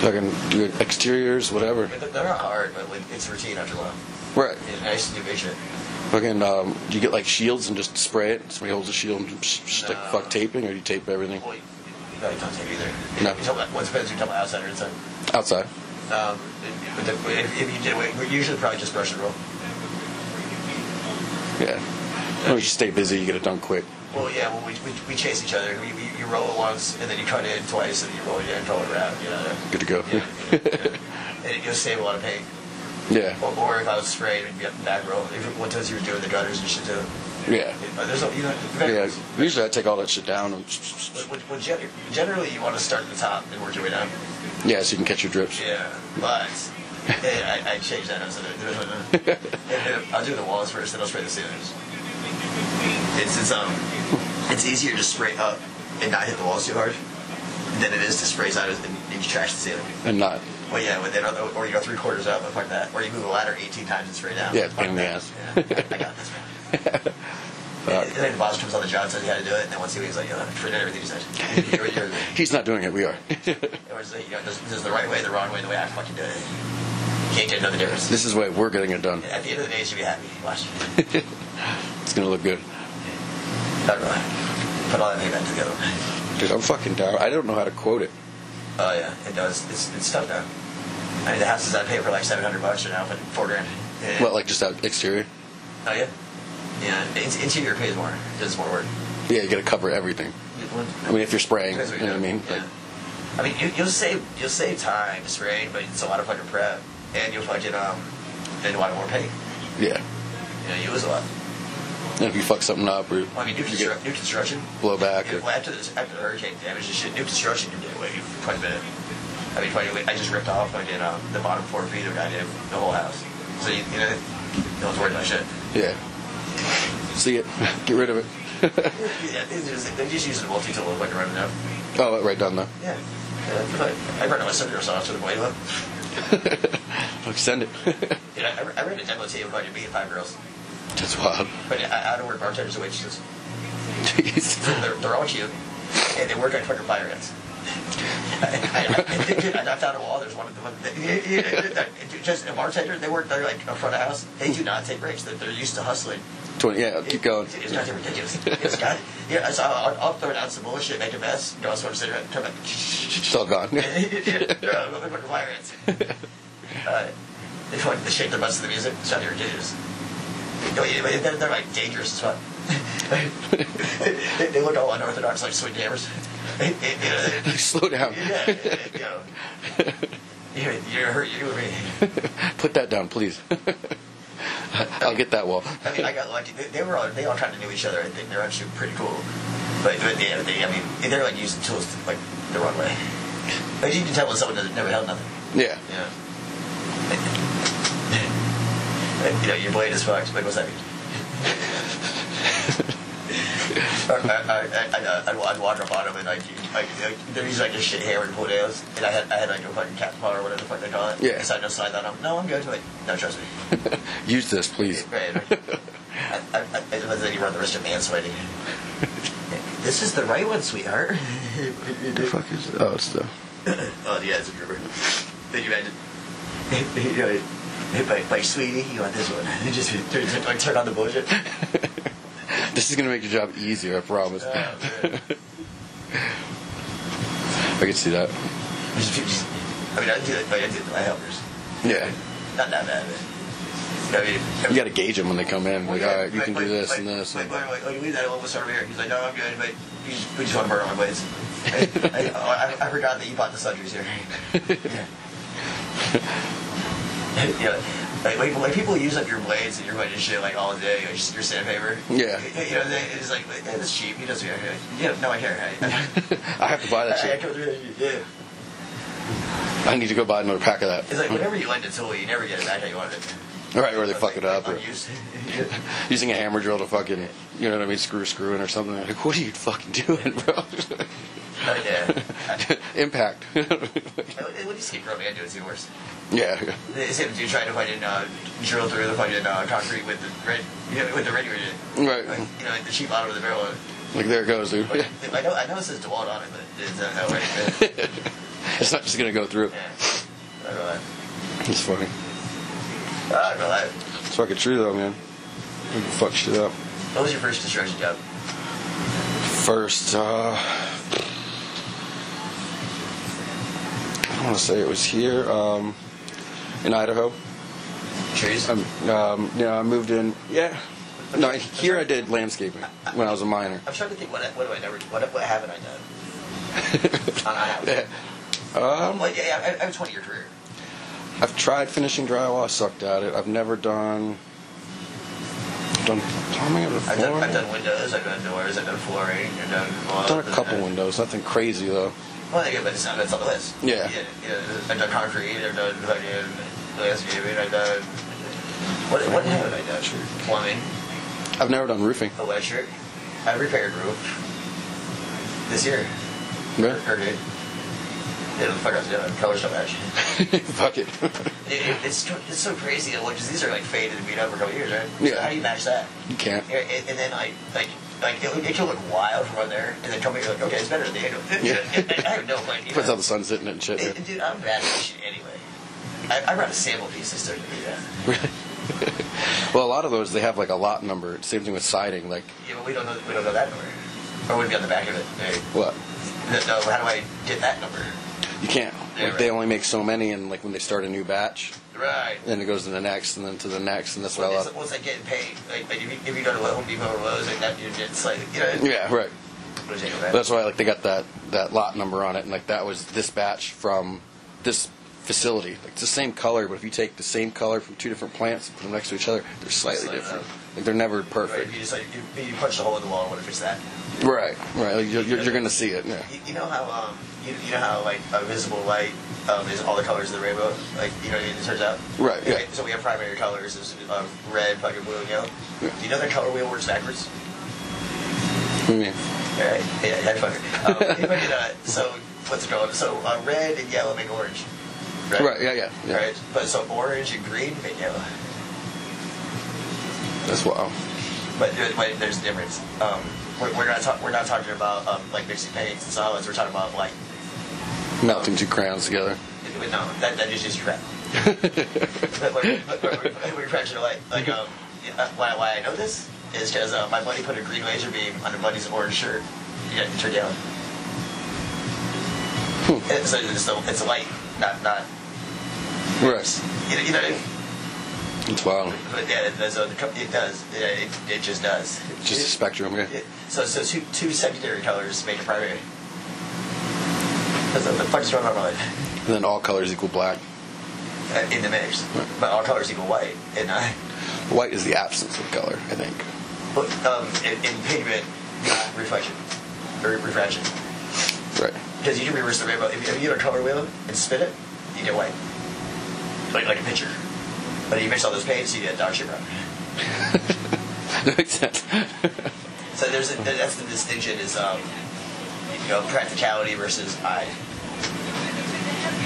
Speaker 2: fucking do exteriors, whatever.
Speaker 1: But they're- they're not hard, but like, it's routine after a while.
Speaker 2: Right.
Speaker 1: And I used to do big shit.
Speaker 2: Fucking, um, do you get like shields and just spray it? Somebody holds a shield and just stick
Speaker 1: No.
Speaker 2: fuck taping, or do you tape everything
Speaker 1: Well, you, no, you don't take either.
Speaker 2: No.
Speaker 1: You tell my, what's better, you tell my outsider it's like,
Speaker 2: outside?
Speaker 1: um, it- but the, if, if you did, we we usually probably just brush and roll.
Speaker 2: Yeah. Or you stay busy, you get it done quick.
Speaker 1: Well, yeah, well, we, we, we chase each other. We, we, you roll it once, and then you cut it in twice, and then you roll it in and roll it around, you know.
Speaker 2: Good to go.
Speaker 1: Yeah. And you'll save a lot of paint.
Speaker 2: [LAUGHS] Yeah.
Speaker 1: Or, or if I was sprayed, it'd be up and back roll. If, what times you were doing the gutters and shit, too.
Speaker 2: Yeah.
Speaker 1: But there's no, you know,
Speaker 2: Yeah. Usually I take all that shit down and
Speaker 1: Well, well, well, gen- generally, you want to start at the top and work your way down.
Speaker 2: yeah, so you can catch your drips.
Speaker 1: Yeah, but yeah, I, I changed that up. So there- there's one- and, and [LAUGHS] I'll do the walls first, then I'll spray the ceilings. It's it's um, it's easier to spray up and not hit the walls too hard than it is to spray side and, and you trash the ceiling.
Speaker 2: And not.
Speaker 1: Well, yeah, but then or you go three quarters up, fuck that. Or you move the ladder 18 times and spray down.
Speaker 2: Yeah, it's a
Speaker 1: Fuck
Speaker 2: pain in the
Speaker 1: that.
Speaker 2: ass.
Speaker 1: Yeah, I, I got this. Man.
Speaker 2: [LAUGHS]
Speaker 1: And then the boss comes on the job, says he had to do it, and then once he leaves, like, you know, forget everything he said. [LAUGHS] You're, you're,
Speaker 2: He's not doing it, we are.
Speaker 1: or is it, you know, there's, there's the right way, the wrong way, the way I fucking do it. Can't get another difference.
Speaker 2: this is the way we're getting it done.
Speaker 1: At the end of the day, you should be happy. Watch.
Speaker 2: It's gonna look good.
Speaker 1: [LAUGHS] Not really. Put all that hate back together.
Speaker 2: Dude, I'm fucking down. I don't know how to quote it.
Speaker 1: Oh yeah, it does. It's it's tough though. I mean, the houses I pay for like seven hundred bucks are now but four grand. Yeah.
Speaker 2: What, like just that exterior?
Speaker 1: Oh yeah. Yeah, it's, interior pays more. Does more work.
Speaker 2: Yeah, you gotta cover everything. I mean, if you're spraying,
Speaker 1: Depends
Speaker 2: you
Speaker 1: what
Speaker 2: know what I
Speaker 1: doing.
Speaker 2: mean? Like,
Speaker 1: Yeah. I mean, you, you'll save you'll save time spraying, but it's a lot of fucking prep, and you'll fucking um, and a lot more paint.
Speaker 2: yeah.
Speaker 1: You know, you lose a lot.
Speaker 2: And if you fuck something up or
Speaker 1: Well, I mean, new,
Speaker 2: you get
Speaker 1: constru- new construction,
Speaker 2: blowback
Speaker 1: Yeah,
Speaker 2: or
Speaker 1: well, after, this, after the hurricane damage and shit, new construction can get away for quite a bit. I mean, quite a bit. I just ripped off like, in, um, the bottom four feet of goddamn the whole house. So, you, you know, no one's worried about shit.
Speaker 2: yeah. See it. Get rid of it.
Speaker 1: Yeah, they just, they just use the multi tool to like run it up.
Speaker 2: Oh, right down though.
Speaker 1: Yeah. yeah I ran my cinder sauce to the boiler.
Speaker 2: Fuck, send [LAUGHS] it.
Speaker 1: You know, I, I ran a demo team of like me and five girls.
Speaker 2: That's wild.
Speaker 1: But uh, I, I don't work bartenders and waitresses.
Speaker 2: Jeez.
Speaker 1: They're, they're all cute. And they work on fucking fire ants. [LAUGHS] I, I, I knocked out a wall. There's one of them. they- you- you- Just a bartender. They work. They're like in front of house. They do not take breaks. They're, they're used to hustling.
Speaker 2: Twenty. Yeah, keep going.
Speaker 1: It's not ridiculous. It's got. Yeah, so I'll, I'll throw down some bullshit, make a mess, go smoke a cigarette, come back.
Speaker 2: It's all gone. [LAUGHS]
Speaker 1: They're fucking fire ants. Uh, They fucking they shake their butts to the music. It's not ridiculous. No, yeah, but They're, they're like dangerous as fuck. they, they look all unorthodox, like swing hammers.
Speaker 2: Slow down.
Speaker 1: Yeah, you know. You're, you're hurt. You and me.
Speaker 2: Put that down, please. [LAUGHS] I'll get that wall.
Speaker 1: I mean, I got lucky. They, they were all they all kind of knew each other. I think they're actually pretty cool. But, but yeah, they, I mean, they're like using tools to, like the wrong way. But you can tell when someone doesn't never held nothing.
Speaker 2: Yeah.
Speaker 1: Yeah. you know, your blade is fucked. Like, what's that mean? I, I, I, I, I'd, I'd walk up on him and I'd, I'd, I'd they're using like a shit hammer and pull nails. And I had, I had like a fucking cat paw or whatever the fuck they call it.
Speaker 2: Yeah.
Speaker 1: So I just slide that on him. No, I'm good. Like, no, trust me.
Speaker 2: Use this, please.
Speaker 1: Right. I, I, I, and then you run the risk of mansplaining. this is the right one, sweetheart.
Speaker 2: The fuck is? Oh, it's the.
Speaker 1: Oh, yeah, it's a river. Then you imagine. you [LAUGHS] Oh, know, hey, my, my sweetie, you want this one? And just turn, turn, like, turn on the bullshit.
Speaker 2: This is gonna make your job easier, I promise. I could see that.
Speaker 1: Just, just, I mean, I do it. I do it to my helpers.
Speaker 2: Yeah.
Speaker 1: Not that bad. But, I mean,
Speaker 2: You gotta gauge them when they come in. Like, all right, you can do this
Speaker 1: like,
Speaker 2: and this.
Speaker 1: Like,
Speaker 2: And
Speaker 1: like, like, like, leave that Elvis over here. He's like, no, I'm good, but you just, we just want to burn all my
Speaker 2: [LAUGHS]
Speaker 1: blades. I, uh, I, I, I forgot that you bought the sundries here. [LAUGHS] yeah. Like, like, like people use up your blades and your blade and shit like all day, like just your sandpaper.
Speaker 2: Yeah.
Speaker 1: You know, they, it's like eh, it's cheap. He doesn't care. Yeah, no, I care. [LAUGHS] I,
Speaker 2: [LAUGHS] I have to buy that
Speaker 1: I, I
Speaker 2: shit.
Speaker 1: come through and you- yeah.
Speaker 2: I need to go buy another pack of that.
Speaker 1: It's like whenever you lend a tool, you never get it back how you wanted it.
Speaker 2: All right, or they fuck it up,
Speaker 1: [LAUGHS]
Speaker 2: or
Speaker 1: Unused.
Speaker 2: using a hammer drill to fucking, you know what I mean, screw screwing or something. Like, what are you fucking doing, bro?
Speaker 1: But, [LAUGHS] yeah.
Speaker 2: [LAUGHS] Impact. [LAUGHS]
Speaker 1: What do you see, grown man do? It's even worse.
Speaker 2: yeah.
Speaker 1: It's him dude trying to fucking uh, drill through the fucking uh, concrete with the red, you know, with the regular, like,
Speaker 2: Right.
Speaker 1: you know, like the cheap bottom of the barrel.
Speaker 2: Like there it goes, dude.
Speaker 1: Like, I know, I know it says DeWalt on it, but it's not that way. But,
Speaker 2: [LAUGHS] it's not just gonna go through.
Speaker 1: yeah. I don't know.
Speaker 2: It's funny.
Speaker 1: I don't know.
Speaker 2: It's fucking true though, man. You can fuck shit up.
Speaker 1: What was your first construction job?
Speaker 2: First, uh, I want to say it was here um, in Idaho.
Speaker 1: Trees.
Speaker 2: Um, um, yeah, I moved in. Yeah. No, here I did landscaping when I was a minor. [LAUGHS]
Speaker 1: I'm trying to think. What, what do I never? What, what haven't I done? I haven't.
Speaker 2: Yeah. Um,
Speaker 1: Well, yeah, yeah, I, I have a 20 year career.
Speaker 2: I've tried finishing drywall. I sucked at it. I've never done done plumbing or
Speaker 1: I've done, I've
Speaker 2: flooring.
Speaker 1: done windows, I've done doors, I've done flooring, I've done.
Speaker 2: I've done a couple windows. Nothing crazy though.
Speaker 1: Well, yeah, but it's not, that's on the list.
Speaker 2: Yeah.
Speaker 1: yeah, I've done concrete, I've done fucking landscaping, I've done. What, what haven't I done? Plumbing,
Speaker 2: I've never done roofing. [LAUGHS]
Speaker 1: electric. I repaired roof. This year.
Speaker 2: Yeah.
Speaker 1: Or did. Yeah, the fuck I was doing, color stuff actually.
Speaker 2: Fuck it. [LAUGHS]
Speaker 1: It, it, it's, it's so crazy, though, because these are like faded and beat up for a couple years, right?
Speaker 2: Yeah.
Speaker 1: So how do you match that?
Speaker 2: you can't.
Speaker 1: Yeah, and, and then I like like it, it could look wild from there, and then come here like, okay, it's better than the handle.
Speaker 2: Yeah.
Speaker 1: [LAUGHS] I have no idea.
Speaker 2: Depends how the sun's hitting it
Speaker 1: [LAUGHS]
Speaker 2: and shit.
Speaker 1: It-
Speaker 2: Yeah.
Speaker 1: dude, I'm bad at this shit anyway. I, I brought a sample piece this Thursday. Yeah.
Speaker 2: Well, a lot of those they have like a lot number. Same thing with siding. Like
Speaker 1: yeah, but we don't know we don't know that number, or we'd be on the back of it. Hey,
Speaker 2: what?
Speaker 1: no, no, how do I get that number?
Speaker 2: You can't. Like
Speaker 1: Yeah, right.
Speaker 2: they only make so many, and like when they start a new batch,
Speaker 1: Right.
Speaker 2: then it goes to the next, and then to the next, and that's what I
Speaker 1: Once,
Speaker 2: love.
Speaker 1: once I get paid, like, like if, you, if you go to Home Depot or Lowe's, like that, dude, it's like you know.
Speaker 2: Yeah, right.
Speaker 1: I'm gonna take it back.
Speaker 2: That's why like they got that that lot number on it, and like that was this batch from this facility. Like it's the same color, but if you take the same color from two different plants and put them next to each other, they're slightly
Speaker 1: Slightly
Speaker 2: different. Like they're never
Speaker 1: Right, if
Speaker 2: perfect.
Speaker 1: you just like you, you punch a hole in the wall and want to fix that.
Speaker 2: Right, right. Like, you're, you're, you're gonna see it. Yeah.
Speaker 1: You, you know how um, you, you know how like a visible light um, is all the colors of the rainbow. Like you know, it turns out.
Speaker 2: Right, yeah.
Speaker 1: Okay, So we have primary colors: is um, red, fucking blue, and yellow.
Speaker 2: Yeah.
Speaker 1: Do you know that color wheel works backwards?
Speaker 2: I mean,
Speaker 1: All right. Yeah, yeah, fucker. Um, if I did, uh, so what's it called? So uh, red and yellow make orange. Right.
Speaker 2: Right. Yeah. Yeah. yeah.
Speaker 1: All right. But so orange and green make yellow.
Speaker 2: That's wow.
Speaker 1: But there- wait, there's a difference. Um, we're, we're not talk- we're not talking about um, like mixing paints and solids. We're talking about like
Speaker 2: Melting two crayons together.
Speaker 1: But no, that, that is just crap. but like, but, but, but we're practicing like, like um, uh, why, why I know this is because uh, my buddy put a green laser beam on a buddy's orange shirt. Yeah, it turned yellow. It's a, it's a, it's a light, not, not,
Speaker 2: Right.
Speaker 1: you know, you know
Speaker 2: It's wild.
Speaker 1: but yeah, it, so the, co- it does, it, it, it just does.
Speaker 2: Just a spectrum. Yeah.
Speaker 1: It- so, so two, two secondary colors make a primary. That's what the fuck's wrong with my life.
Speaker 2: And then all colors equal black.
Speaker 1: Uh, in the mix, but all colors equal white, and I.
Speaker 2: White is the absence of color. I think.
Speaker 1: But um, in, in pigment, not reflection or refraction.
Speaker 2: Right. [LAUGHS]
Speaker 1: Because you can reverse the rainbow. If you, if you get a color wheel and spin it, you get white. Like like a picture. But if you mix all those paints, you get dog shit brown.
Speaker 2: that makes sense. [LAUGHS]
Speaker 1: So there's a, that's the distinction is um, you know practicality versus I.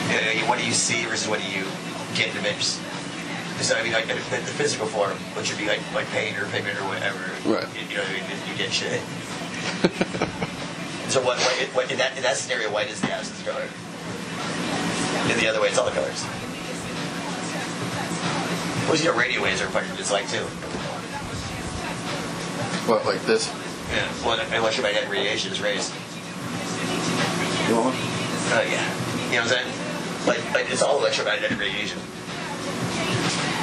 Speaker 1: You know, what do you see versus what do you get in the mix? So I mean, like the, the physical form, which would be like like paint or pigment or whatever.
Speaker 2: Right.
Speaker 1: You, you know, what I mean? you, you get shit. so what, what, what in that in that scenario, white is the absence of color. In the other way, it's all the colors. Well, you know, radio waves are fucking just like too.
Speaker 2: fuck like this.
Speaker 1: Yeah. Well, unless your magnetic radiation is raised. Oh yeah. You know what I'm saying? Like, like it's all electromagnetic radiation.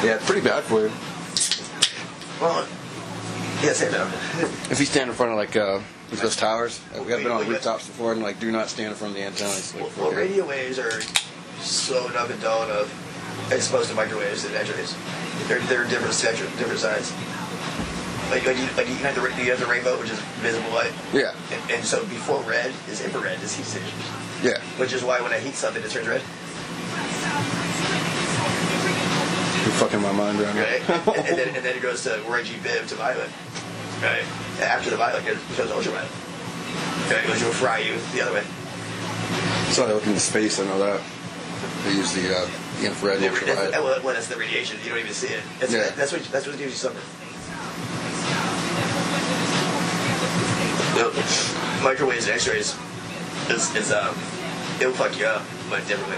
Speaker 2: Yeah, it's pretty bad for you.
Speaker 1: Well, yeah, same though.
Speaker 2: If you stand in front of like uh, those towers, like, we have been on rooftops before, and like, do not stand in front of the antennas. Like,
Speaker 1: Well, well, radio waves are slowed up and dulled up as opposed to microwaves and X-rays. They're they're different spectrum, different sides. Like, like, you, like you have the ra- you have the rainbow, which is visible light,
Speaker 2: Yeah,
Speaker 1: and, and so before red is infrared, is heat signature,
Speaker 2: yeah.
Speaker 1: which is why when I heat something, it turns red.
Speaker 2: You're fucking my mind right
Speaker 1: right?
Speaker 2: now.
Speaker 1: and, and then, and then it goes to RGB Biv to violet, right? And after the violet, it goes ultraviolet. Okay, which will fry you the other way.
Speaker 2: so I look into space. I know that they use the, uh, the infrared
Speaker 1: That's-
Speaker 2: ultraviolet.
Speaker 1: that- [LAUGHS] well, well, that's the radiation. You don't even see it. That's,
Speaker 2: Yeah.
Speaker 1: that's what that's what gives you summer. No, microwaves and X-rays is, is um, it'll fuck you up, but differently.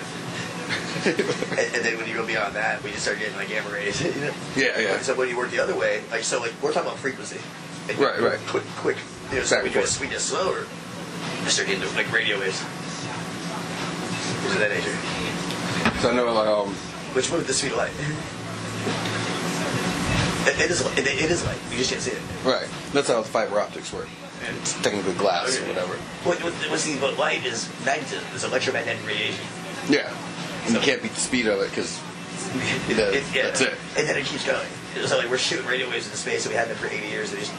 Speaker 1: and, and then when you go beyond that, we just start getting like gamma rays. [LAUGHS] You know?
Speaker 2: Yeah, yeah.
Speaker 1: So when you work the other way, like so, like we're talking about frequency. Like,
Speaker 2: Right, right.
Speaker 1: Quick, quick. You know,
Speaker 2: Back
Speaker 1: so we
Speaker 2: and
Speaker 1: go
Speaker 2: forth.
Speaker 1: we get slower. We start getting like radio waves. Things of that nature.
Speaker 2: So I know like um,
Speaker 1: Which one would this be like? It, it is. It, it is like you just can't see it.
Speaker 2: right. That's how fiber optics work. It's technically glass or whatever.
Speaker 1: What, what, what's the what light is magnetism. It's electromagnetic radiation.
Speaker 2: Yeah. And you can't beat the speed of it because
Speaker 1: [LAUGHS]
Speaker 2: that's it. [LAUGHS]
Speaker 1: And then it keeps going. So like we're shooting radio waves into space that we haven't for 80 years. And it's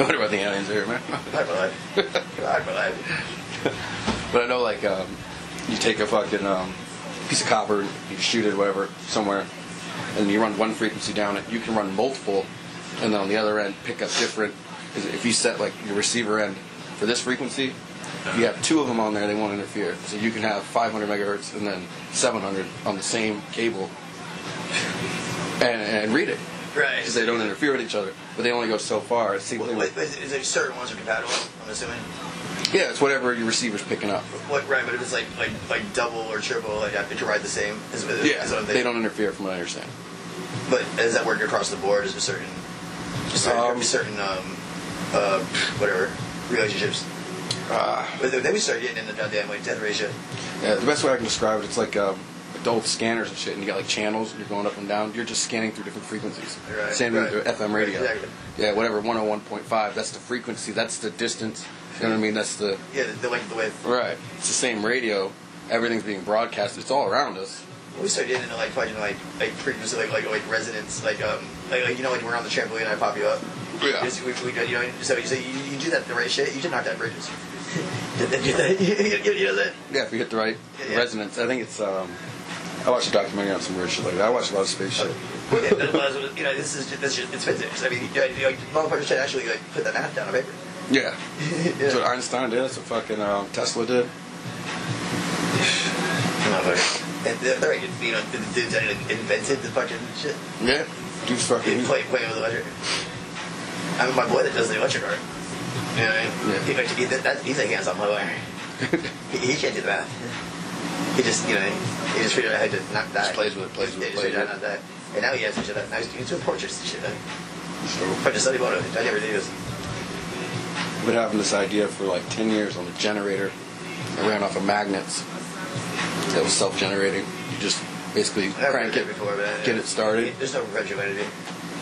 Speaker 2: What about the aliens here, man? [LAUGHS]
Speaker 1: God, my life. God, my life.
Speaker 2: But I know, like, um, you take a fucking um, piece of copper, you shoot it, whatever, somewhere, and you run one frequency down it. You can run multiple, and then on the other end, pick up different. 'cause if you set like your receiver end for this frequency, you have two of them on there, they won't interfere. So you can have 500 megahertz and then 700 on the same cable, and, and read it
Speaker 1: Right.
Speaker 2: because they don't interfere with each other. But they only go so far. It's the same
Speaker 1: Wait,
Speaker 2: thing
Speaker 1: wait,
Speaker 2: with-
Speaker 1: wait, is there certain ones are compatible? I'm assuming.
Speaker 2: yeah, it's whatever your receiver's picking up.
Speaker 1: What right? But if it's like like like double or triple, like I could ride the same. Is, is,
Speaker 2: Yeah,
Speaker 1: is what
Speaker 2: they don't interfere, from what I understand.
Speaker 1: But does that work across the board? Is there certain, certain,
Speaker 2: Um,
Speaker 1: certain um, uh, whatever relationships? but then then we start getting into goddamn like death ratio.
Speaker 2: Yeah, the best way I can describe it, it's like um, adult scanners and shit, and you got like channels, and you're going up and down. You're just scanning through different frequencies.
Speaker 1: Right,
Speaker 2: Same
Speaker 1: right.
Speaker 2: with the FM radio.
Speaker 1: Exactly.
Speaker 2: Yeah, whatever, 101.5. That's the frequency. That's the distance. You know what I mean? That's the
Speaker 1: Yeah, the, the like the way
Speaker 2: right. It's the same radio. Everything's being broadcast. It's all around us.
Speaker 1: we start getting into like fucking like like frequency like like like resonance like um like, like you know like we're on the trampoline and I pop you up.
Speaker 2: Yeah.
Speaker 1: Yes, we, we, you know, so you, so you, you do that the right shit. You should knock down bridges. you, you, you know that.
Speaker 2: Yeah, if you hit the right
Speaker 1: Yeah.
Speaker 2: resonance, I think it's. Um, I watched a documentary on some weird shit like that. I watched a lot of space shit.
Speaker 1: Yeah, that was- you know, this is just, this is just, it's physics. I mean, you know, you know, motherfuckers should actually like put that math down on paper.
Speaker 2: Yeah, that's what
Speaker 1: Yeah.
Speaker 2: Einstein did. That's what fucking um, Tesla did.
Speaker 1: And they're, they're like, you know, the dudes that like, invented the fucking shit.
Speaker 2: Yeah, dude's fucking.
Speaker 1: They play, play with electric. I mean, my boy that does the electric art. You know what I mean?
Speaker 2: Yeah.
Speaker 1: He, like, he, that, that, he's a hands-on player. he, he can't do the math. He just, you know, he just figured out how to not die.
Speaker 2: plays with it, plays with
Speaker 1: He
Speaker 2: it,
Speaker 1: just
Speaker 2: plays
Speaker 1: figured out
Speaker 2: with
Speaker 1: not die. And now he has to shit up. Now he's he's doing portraits and shit.
Speaker 2: [LAUGHS] So-
Speaker 1: Fucking study photo. I never do this.
Speaker 2: been having this idea for like 10 years on the generator. I ran off of magnets that was self-generating. You just basically
Speaker 1: I've
Speaker 2: crank
Speaker 1: heard
Speaker 2: it,
Speaker 1: that before, but I-
Speaker 2: get it started.
Speaker 1: There's no regimented.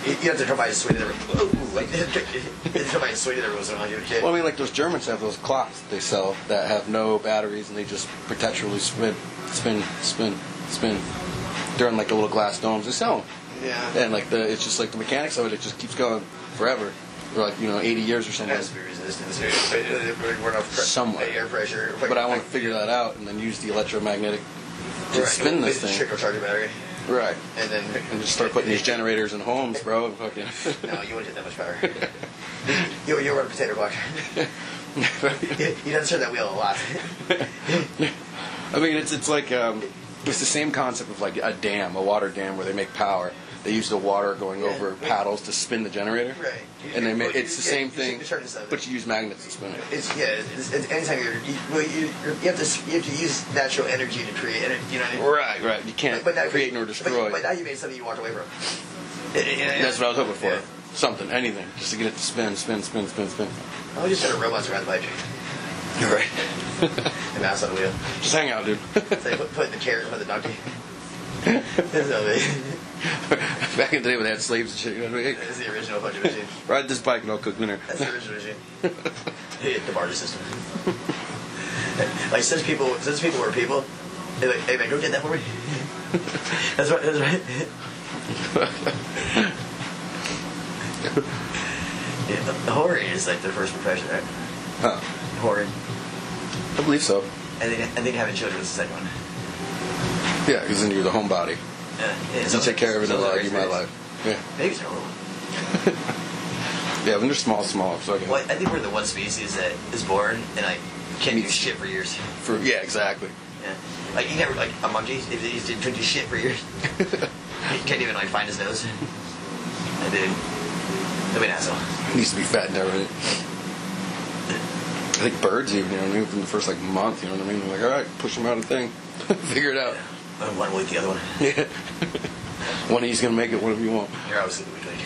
Speaker 1: You you have to come by and swing to the room. Ooh, like, [LAUGHS] you have to come by and swing to the room. So I'm like, okay.
Speaker 2: Well, I mean, like those Germans have those clocks they sell that have no batteries and they just perpetually spin, spin, spin, spin. They're in like the little glass domes. They sell 'em.
Speaker 1: yeah.
Speaker 2: And like the, it's just like the mechanics of it. It just keeps going forever. For like you know 80 years or
Speaker 1: It
Speaker 2: something.
Speaker 1: has to be resistance. We're not pre-
Speaker 2: Somewhat.
Speaker 1: air pressure.
Speaker 2: But I want to figure that out and then use the electromagnetic to spin this thing.
Speaker 1: Trickle charge your battery,
Speaker 2: Right.
Speaker 1: and then
Speaker 2: [LAUGHS] and just start
Speaker 1: [LAUGHS]
Speaker 2: putting these generators in homes, bro. [LAUGHS] and Fucking.
Speaker 1: No, you wouldn't get that much
Speaker 2: [LAUGHS]
Speaker 1: power. you you run a potato block. [LAUGHS] you you don't turn that wheel a lot. [LAUGHS]
Speaker 2: I mean, it's it's like um, it's the same concept of like a dam, a water dam, where they make power. They use the water going
Speaker 1: Yeah.
Speaker 2: over paddles to spin the generator.
Speaker 1: Right.
Speaker 2: And they make
Speaker 1: Well, you-
Speaker 2: it's the
Speaker 1: yeah,
Speaker 2: same
Speaker 1: you see
Speaker 2: thing,
Speaker 1: the sharpness of it.
Speaker 2: but you use magnets to spin it.
Speaker 1: It's yeah. It's, it's, anytime you're you, well, you, you're, you have to s- you have to use natural energy to create. ener- You know what I mean?
Speaker 2: Right, right. You can't
Speaker 1: But now,
Speaker 2: create nor destroy.
Speaker 1: But, but now you made something you walked away from. Yeah, yeah, yeah.
Speaker 2: That's what I was hoping for.
Speaker 1: Yeah.
Speaker 2: something, anything, just to get it to spin, spin, spin, spin, spin.
Speaker 1: Oh, we just had a robots around the bike train. [LAUGHS] Right. the mouse on the wheel.
Speaker 2: Just hang out, dude. [LAUGHS]
Speaker 1: It's like put, put the carrot in front of the donkey. [LAUGHS] That's how they-
Speaker 2: Back in the day when they had slaves and shit, you know what I mean? Hey,
Speaker 1: That's the original punch machine.
Speaker 2: Ride this bike and I'll cook dinner.
Speaker 1: That's the original [LAUGHS] machine. Yeah, the barter system. [LAUGHS] like since people, since people were people, they're like, hey man, go get that for me. [LAUGHS] that's right. That's right. [LAUGHS] yeah, the, the whoring is like the first profession, right?
Speaker 2: Huh.
Speaker 1: Whoring,
Speaker 2: I believe so.
Speaker 1: and then and then having children is the second one.
Speaker 2: Yeah, because then you're the homebody.
Speaker 1: Yeah, yeah,
Speaker 2: You take care of it and
Speaker 1: so-
Speaker 2: I'll give my life. Yeah.
Speaker 1: Babies are horrible.
Speaker 2: Yeah, when they're small, small. So I can,
Speaker 1: Well, I think we're the one species that is born and like can't do
Speaker 2: Meets-
Speaker 1: shit for years.
Speaker 2: For, yeah, exactly.
Speaker 1: Yeah. Like you never like a monkey if he didn't do shit for
Speaker 2: [LAUGHS]
Speaker 1: years. he can't even like find his nose. I did. I mean asshole.
Speaker 2: needs to be fattened out, right? I think birds even, you know what I mean? Within the first like month, you know what I mean? They're like, all right, push them out of the thing, [LAUGHS] figure it out.
Speaker 1: Uh, One will eat the other one.
Speaker 2: Yeah. one of you's gonna make it, whatever you want.
Speaker 1: You're obviously the weak link.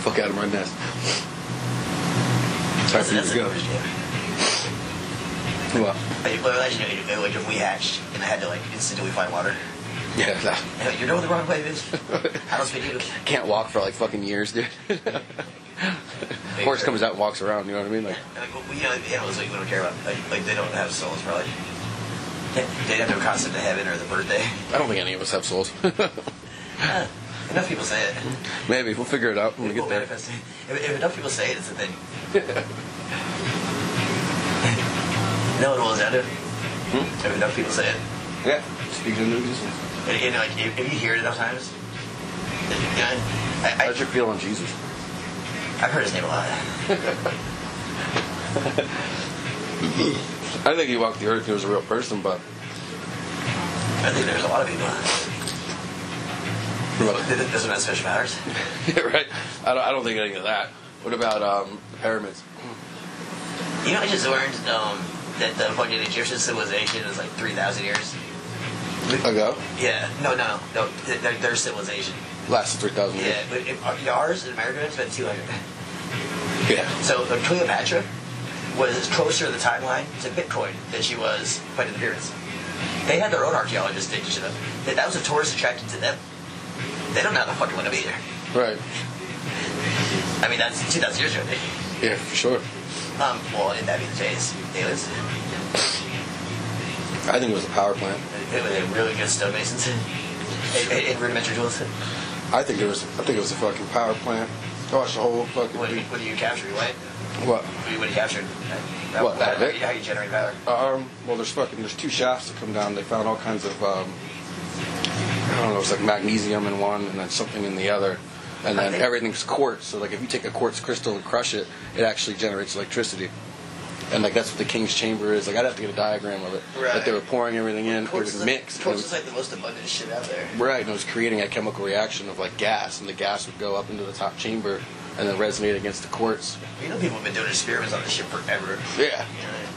Speaker 2: Fuck out of my nest. Time
Speaker 1: That's,
Speaker 2: for you
Speaker 1: that's
Speaker 2: to
Speaker 1: a
Speaker 2: go.
Speaker 1: garbage game.
Speaker 2: Well,
Speaker 1: Like, well, as you know, you know, like if we hatched and I had to like instantly find water.
Speaker 2: yeah, [LAUGHS] nah.
Speaker 1: And, like, you're going the wrong way,
Speaker 2: [LAUGHS]
Speaker 1: bitch. I don't speak English.
Speaker 2: can't walk for like fucking years, dude. [LAUGHS] Horse comes out and walks around, you know what I mean? Like,
Speaker 1: And, Like, well, you know, like, animals like we uh, don't care about. Like, like they don't have souls, probably. They have no concept of heaven or the birthday.
Speaker 2: I don't think any of us have souls. [LAUGHS]
Speaker 1: Enough people say it.
Speaker 2: Maybe we'll figure it out when we
Speaker 1: We'll
Speaker 2: get there.
Speaker 1: manifest it. If, if enough people say it, it's a [LAUGHS] thing. no one will down to. If enough people say it,
Speaker 2: Yeah, speaking of new existence.
Speaker 1: and, you know, like, if, if you hear it enough times, you know, I, I,
Speaker 2: How's your feel on Jesus?
Speaker 1: I've heard his name a lot.
Speaker 2: I think he walked the earth. He was a real person, but [LAUGHS]
Speaker 1: I think there's a lot of people.
Speaker 2: What?
Speaker 1: Th- th- This one has special powers.
Speaker 2: Yeah, right. I don't, I don't think any of that. What about um, the pyramids?
Speaker 1: You know, I just learned um, that the fucking Egyptian civilization is like 3,000 years.
Speaker 2: Ago,
Speaker 1: Yeah, no, no, no, no. th- Their, their civilization.
Speaker 2: lasted three thousand
Speaker 1: Yeah, but if, uh, ours in America has been 200.
Speaker 2: years. Yeah.
Speaker 1: So uh, Cleopatra was closer to the timeline to Bitcoin than she was fighting the pyramids. They had their own archaeologists digging shit up. That that was a tourist attraction to them. They don't know how the fuck it went up either.
Speaker 2: Right.
Speaker 1: I mean, that's 2,000 years ago.
Speaker 2: Yeah, for sure.
Speaker 1: Um, well, in that be the case, aliens,
Speaker 2: I think it was a power plant.
Speaker 1: they were they were really good stonemasons and, and, and rudimentary tools.
Speaker 2: I think it was. I think it was a fucking power plant. Gosh, the whole fucking
Speaker 1: What, do you- what do you capture? What?
Speaker 2: what?
Speaker 1: What do you, what do you capture?
Speaker 2: What,
Speaker 1: How,
Speaker 2: out of it?
Speaker 1: how you generate power?
Speaker 2: Um. Well, there's fucking. There's two shafts that come down. They found all kinds of. Um, I don't know. It's like magnesium in one, and then something in the other, and then
Speaker 1: think-
Speaker 2: everything's quartz. So like, if you take a quartz crystal and crush it, it actually generates electricity. And like that's what the king's chamber is. Like I'd have to get a diagram of it. Like they
Speaker 1: Right.
Speaker 2: were pouring everything in, it
Speaker 1: Torches
Speaker 2: was
Speaker 1: is
Speaker 2: mixed.
Speaker 1: like, torch is like the most abundant shit out there.
Speaker 2: Right, and it was creating a chemical reaction of like gas, and the gas would go up into the top chamber and then resonate against the quartz.
Speaker 1: You know, people have been doing experiments on this shit forever.
Speaker 2: Yeah.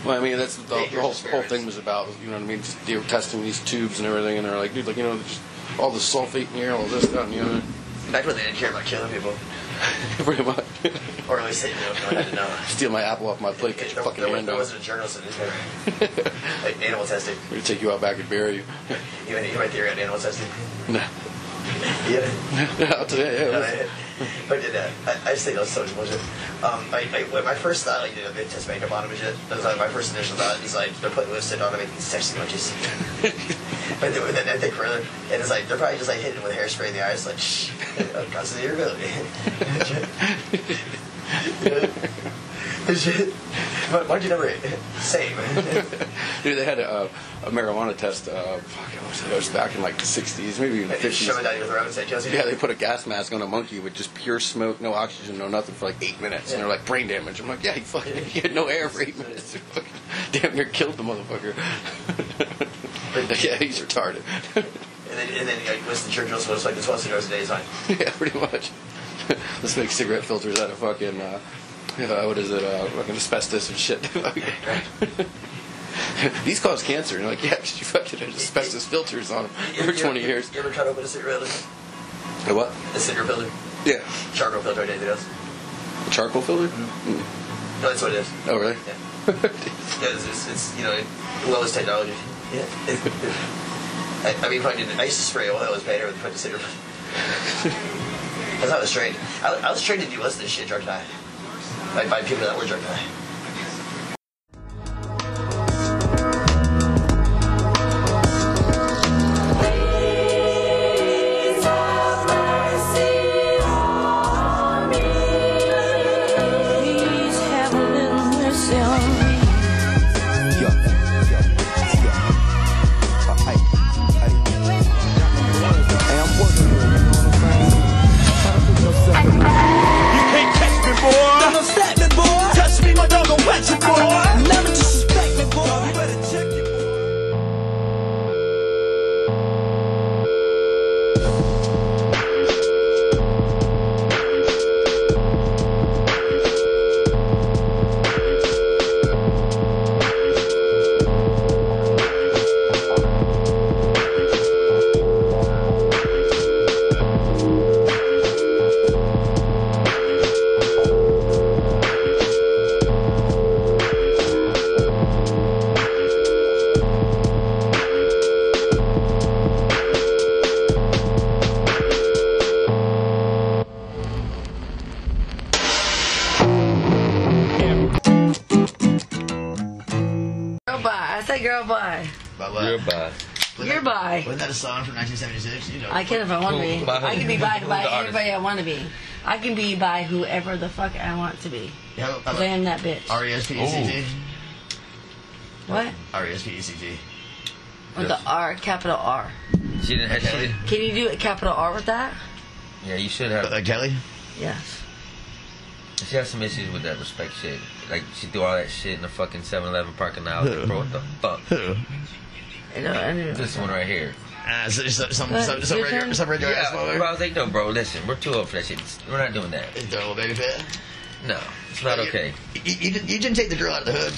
Speaker 2: Well, I mean, that's what the,
Speaker 1: Eight
Speaker 2: the whole,
Speaker 1: years
Speaker 2: whole
Speaker 1: experience.
Speaker 2: thing was about. You know what I mean? Just, they were testing these tubes and everything, and they're like, dude, like, you know, just all the sulfate in here, all this, that, and the other.
Speaker 1: Back when they didn't care about killing people.
Speaker 2: [LAUGHS] Pretty much.
Speaker 1: Or at least they didn't know. I didn't know.
Speaker 2: Steal my apple off my plate, get
Speaker 1: It,
Speaker 2: your
Speaker 1: there,
Speaker 2: [LAUGHS] fucking
Speaker 1: there, was,
Speaker 2: hand
Speaker 1: there
Speaker 2: off.
Speaker 1: wasn't a journalist in this paper.
Speaker 2: [LAUGHS]
Speaker 1: like animal testing.
Speaker 2: We're gonna take you out back and bury you. [LAUGHS]
Speaker 1: You know, you know my theory on animal testing?
Speaker 2: no.
Speaker 1: Yeah.
Speaker 2: I'll tell you, yeah, it
Speaker 1: No,
Speaker 2: was-
Speaker 1: I- but uh, I, I just think that was so much bullshit. Um, I, I, when my first thought, like, you know, they test makeup on him and shit. That was like my first initial thought. He's like, they're putting lipstick on to make these sexy munchies. [LAUGHS] but then, then I think further, and it's like, they're probably just like hitting with hairspray in the eyes, like, shh, oh, because of the [LAUGHS] irritability. [LAUGHS] But why'd you number eight? Same. [LAUGHS]
Speaker 2: Dude, they had a, uh, a marijuana test. Uh, fuck, it was, it was back in like the 60s, maybe even the
Speaker 1: Just shove it
Speaker 2: 50s.
Speaker 1: down your throat and say, Josie.
Speaker 2: [LAUGHS] Yeah, they put a gas mask on a monkey with just pure smoke, no oxygen, no nothing for like eight minutes, and they're like brain damage. I'm like, yeah, he fucking [LAUGHS] he had no air for eight minutes. [LAUGHS] He fucking damn near killed the motherfucker. [LAUGHS] yeah, he's retarded. [LAUGHS]
Speaker 1: And then, and then like, Winston Churchill's was like, the 12 cigars a day is fine.
Speaker 2: yeah, pretty much. [LAUGHS] Let's make cigarette filters out of fucking uh, uh, what is it? Uh, fucking asbestos and shit. [LAUGHS] These cause cancer. And you're like, yeah, 'cause you fucking had asbestos filters on them for
Speaker 1: You ever-
Speaker 2: 20 years.
Speaker 1: You ever try to open a cigarette?
Speaker 2: What?
Speaker 1: A cigarette builder?
Speaker 2: Yeah.
Speaker 1: Charcoal filter, I did those.
Speaker 2: Charcoal filter?
Speaker 1: No, that's what it is.
Speaker 2: Oh, really?
Speaker 1: Yeah. yeah it's, it's, it's, you know, it, well, it's technology. Yeah. [LAUGHS] I, I mean, if I, did, I used to spray oil that was painted with put cigarette. That's how I was trained. I, I was trained to do less of this shit, drunk die. By, by people that were drunk die.
Speaker 6: Yo, yo, yo, Uh, hey, hey. Hey, I'm working here, you know what I'm saying? Trying to put myself in the
Speaker 7: Can't catch me, boy.
Speaker 6: Don't upset me, boy.
Speaker 7: Touch me, my dog will wet you, boy.
Speaker 6: Never disrespect me, boy. You better check your
Speaker 3: Girl bye. I say girl bye.
Speaker 1: By what?
Speaker 3: You're bye.
Speaker 1: Wasn't that a song from 1976? You know.
Speaker 3: I can if I want to be.
Speaker 2: By who?
Speaker 3: I can be by,
Speaker 2: Who's
Speaker 3: by
Speaker 2: the artist?
Speaker 3: everybody I want to be. I can be by whoever the fuck I want to be.
Speaker 1: How about- how
Speaker 3: 'Cause I
Speaker 1: about
Speaker 3: am that bitch.
Speaker 1: E R.E.S.P.E.C.T.?
Speaker 3: What?
Speaker 1: E R.E.S.P.E.C.T.
Speaker 3: With the R, capital R.
Speaker 8: She didn't have she did
Speaker 3: Can you do a capital R with that?
Speaker 8: Yeah, you should have.
Speaker 1: Like Uh, Kelly?
Speaker 3: Yes.
Speaker 8: She has some issues with that respect shit. Like, she threw all that shit in the fucking 7 Eleven parking lot. I was Like, bro, what the
Speaker 1: [LAUGHS]
Speaker 8: fuck?
Speaker 1: Who?
Speaker 3: I know, I know.
Speaker 8: This one right here.
Speaker 1: Uh, so, so, some,
Speaker 3: Uh,
Speaker 1: some, some
Speaker 3: your
Speaker 1: regular,
Speaker 3: turn.
Speaker 1: some regular ass
Speaker 8: Yeah, but I
Speaker 1: mother.
Speaker 8: was like, no, bro, listen, we're too old for that shit. We're not doing that.
Speaker 1: Is there a little baby pit?
Speaker 8: No, it's not okay.
Speaker 1: You, you, didn't- you didn't take the girl out of the hood.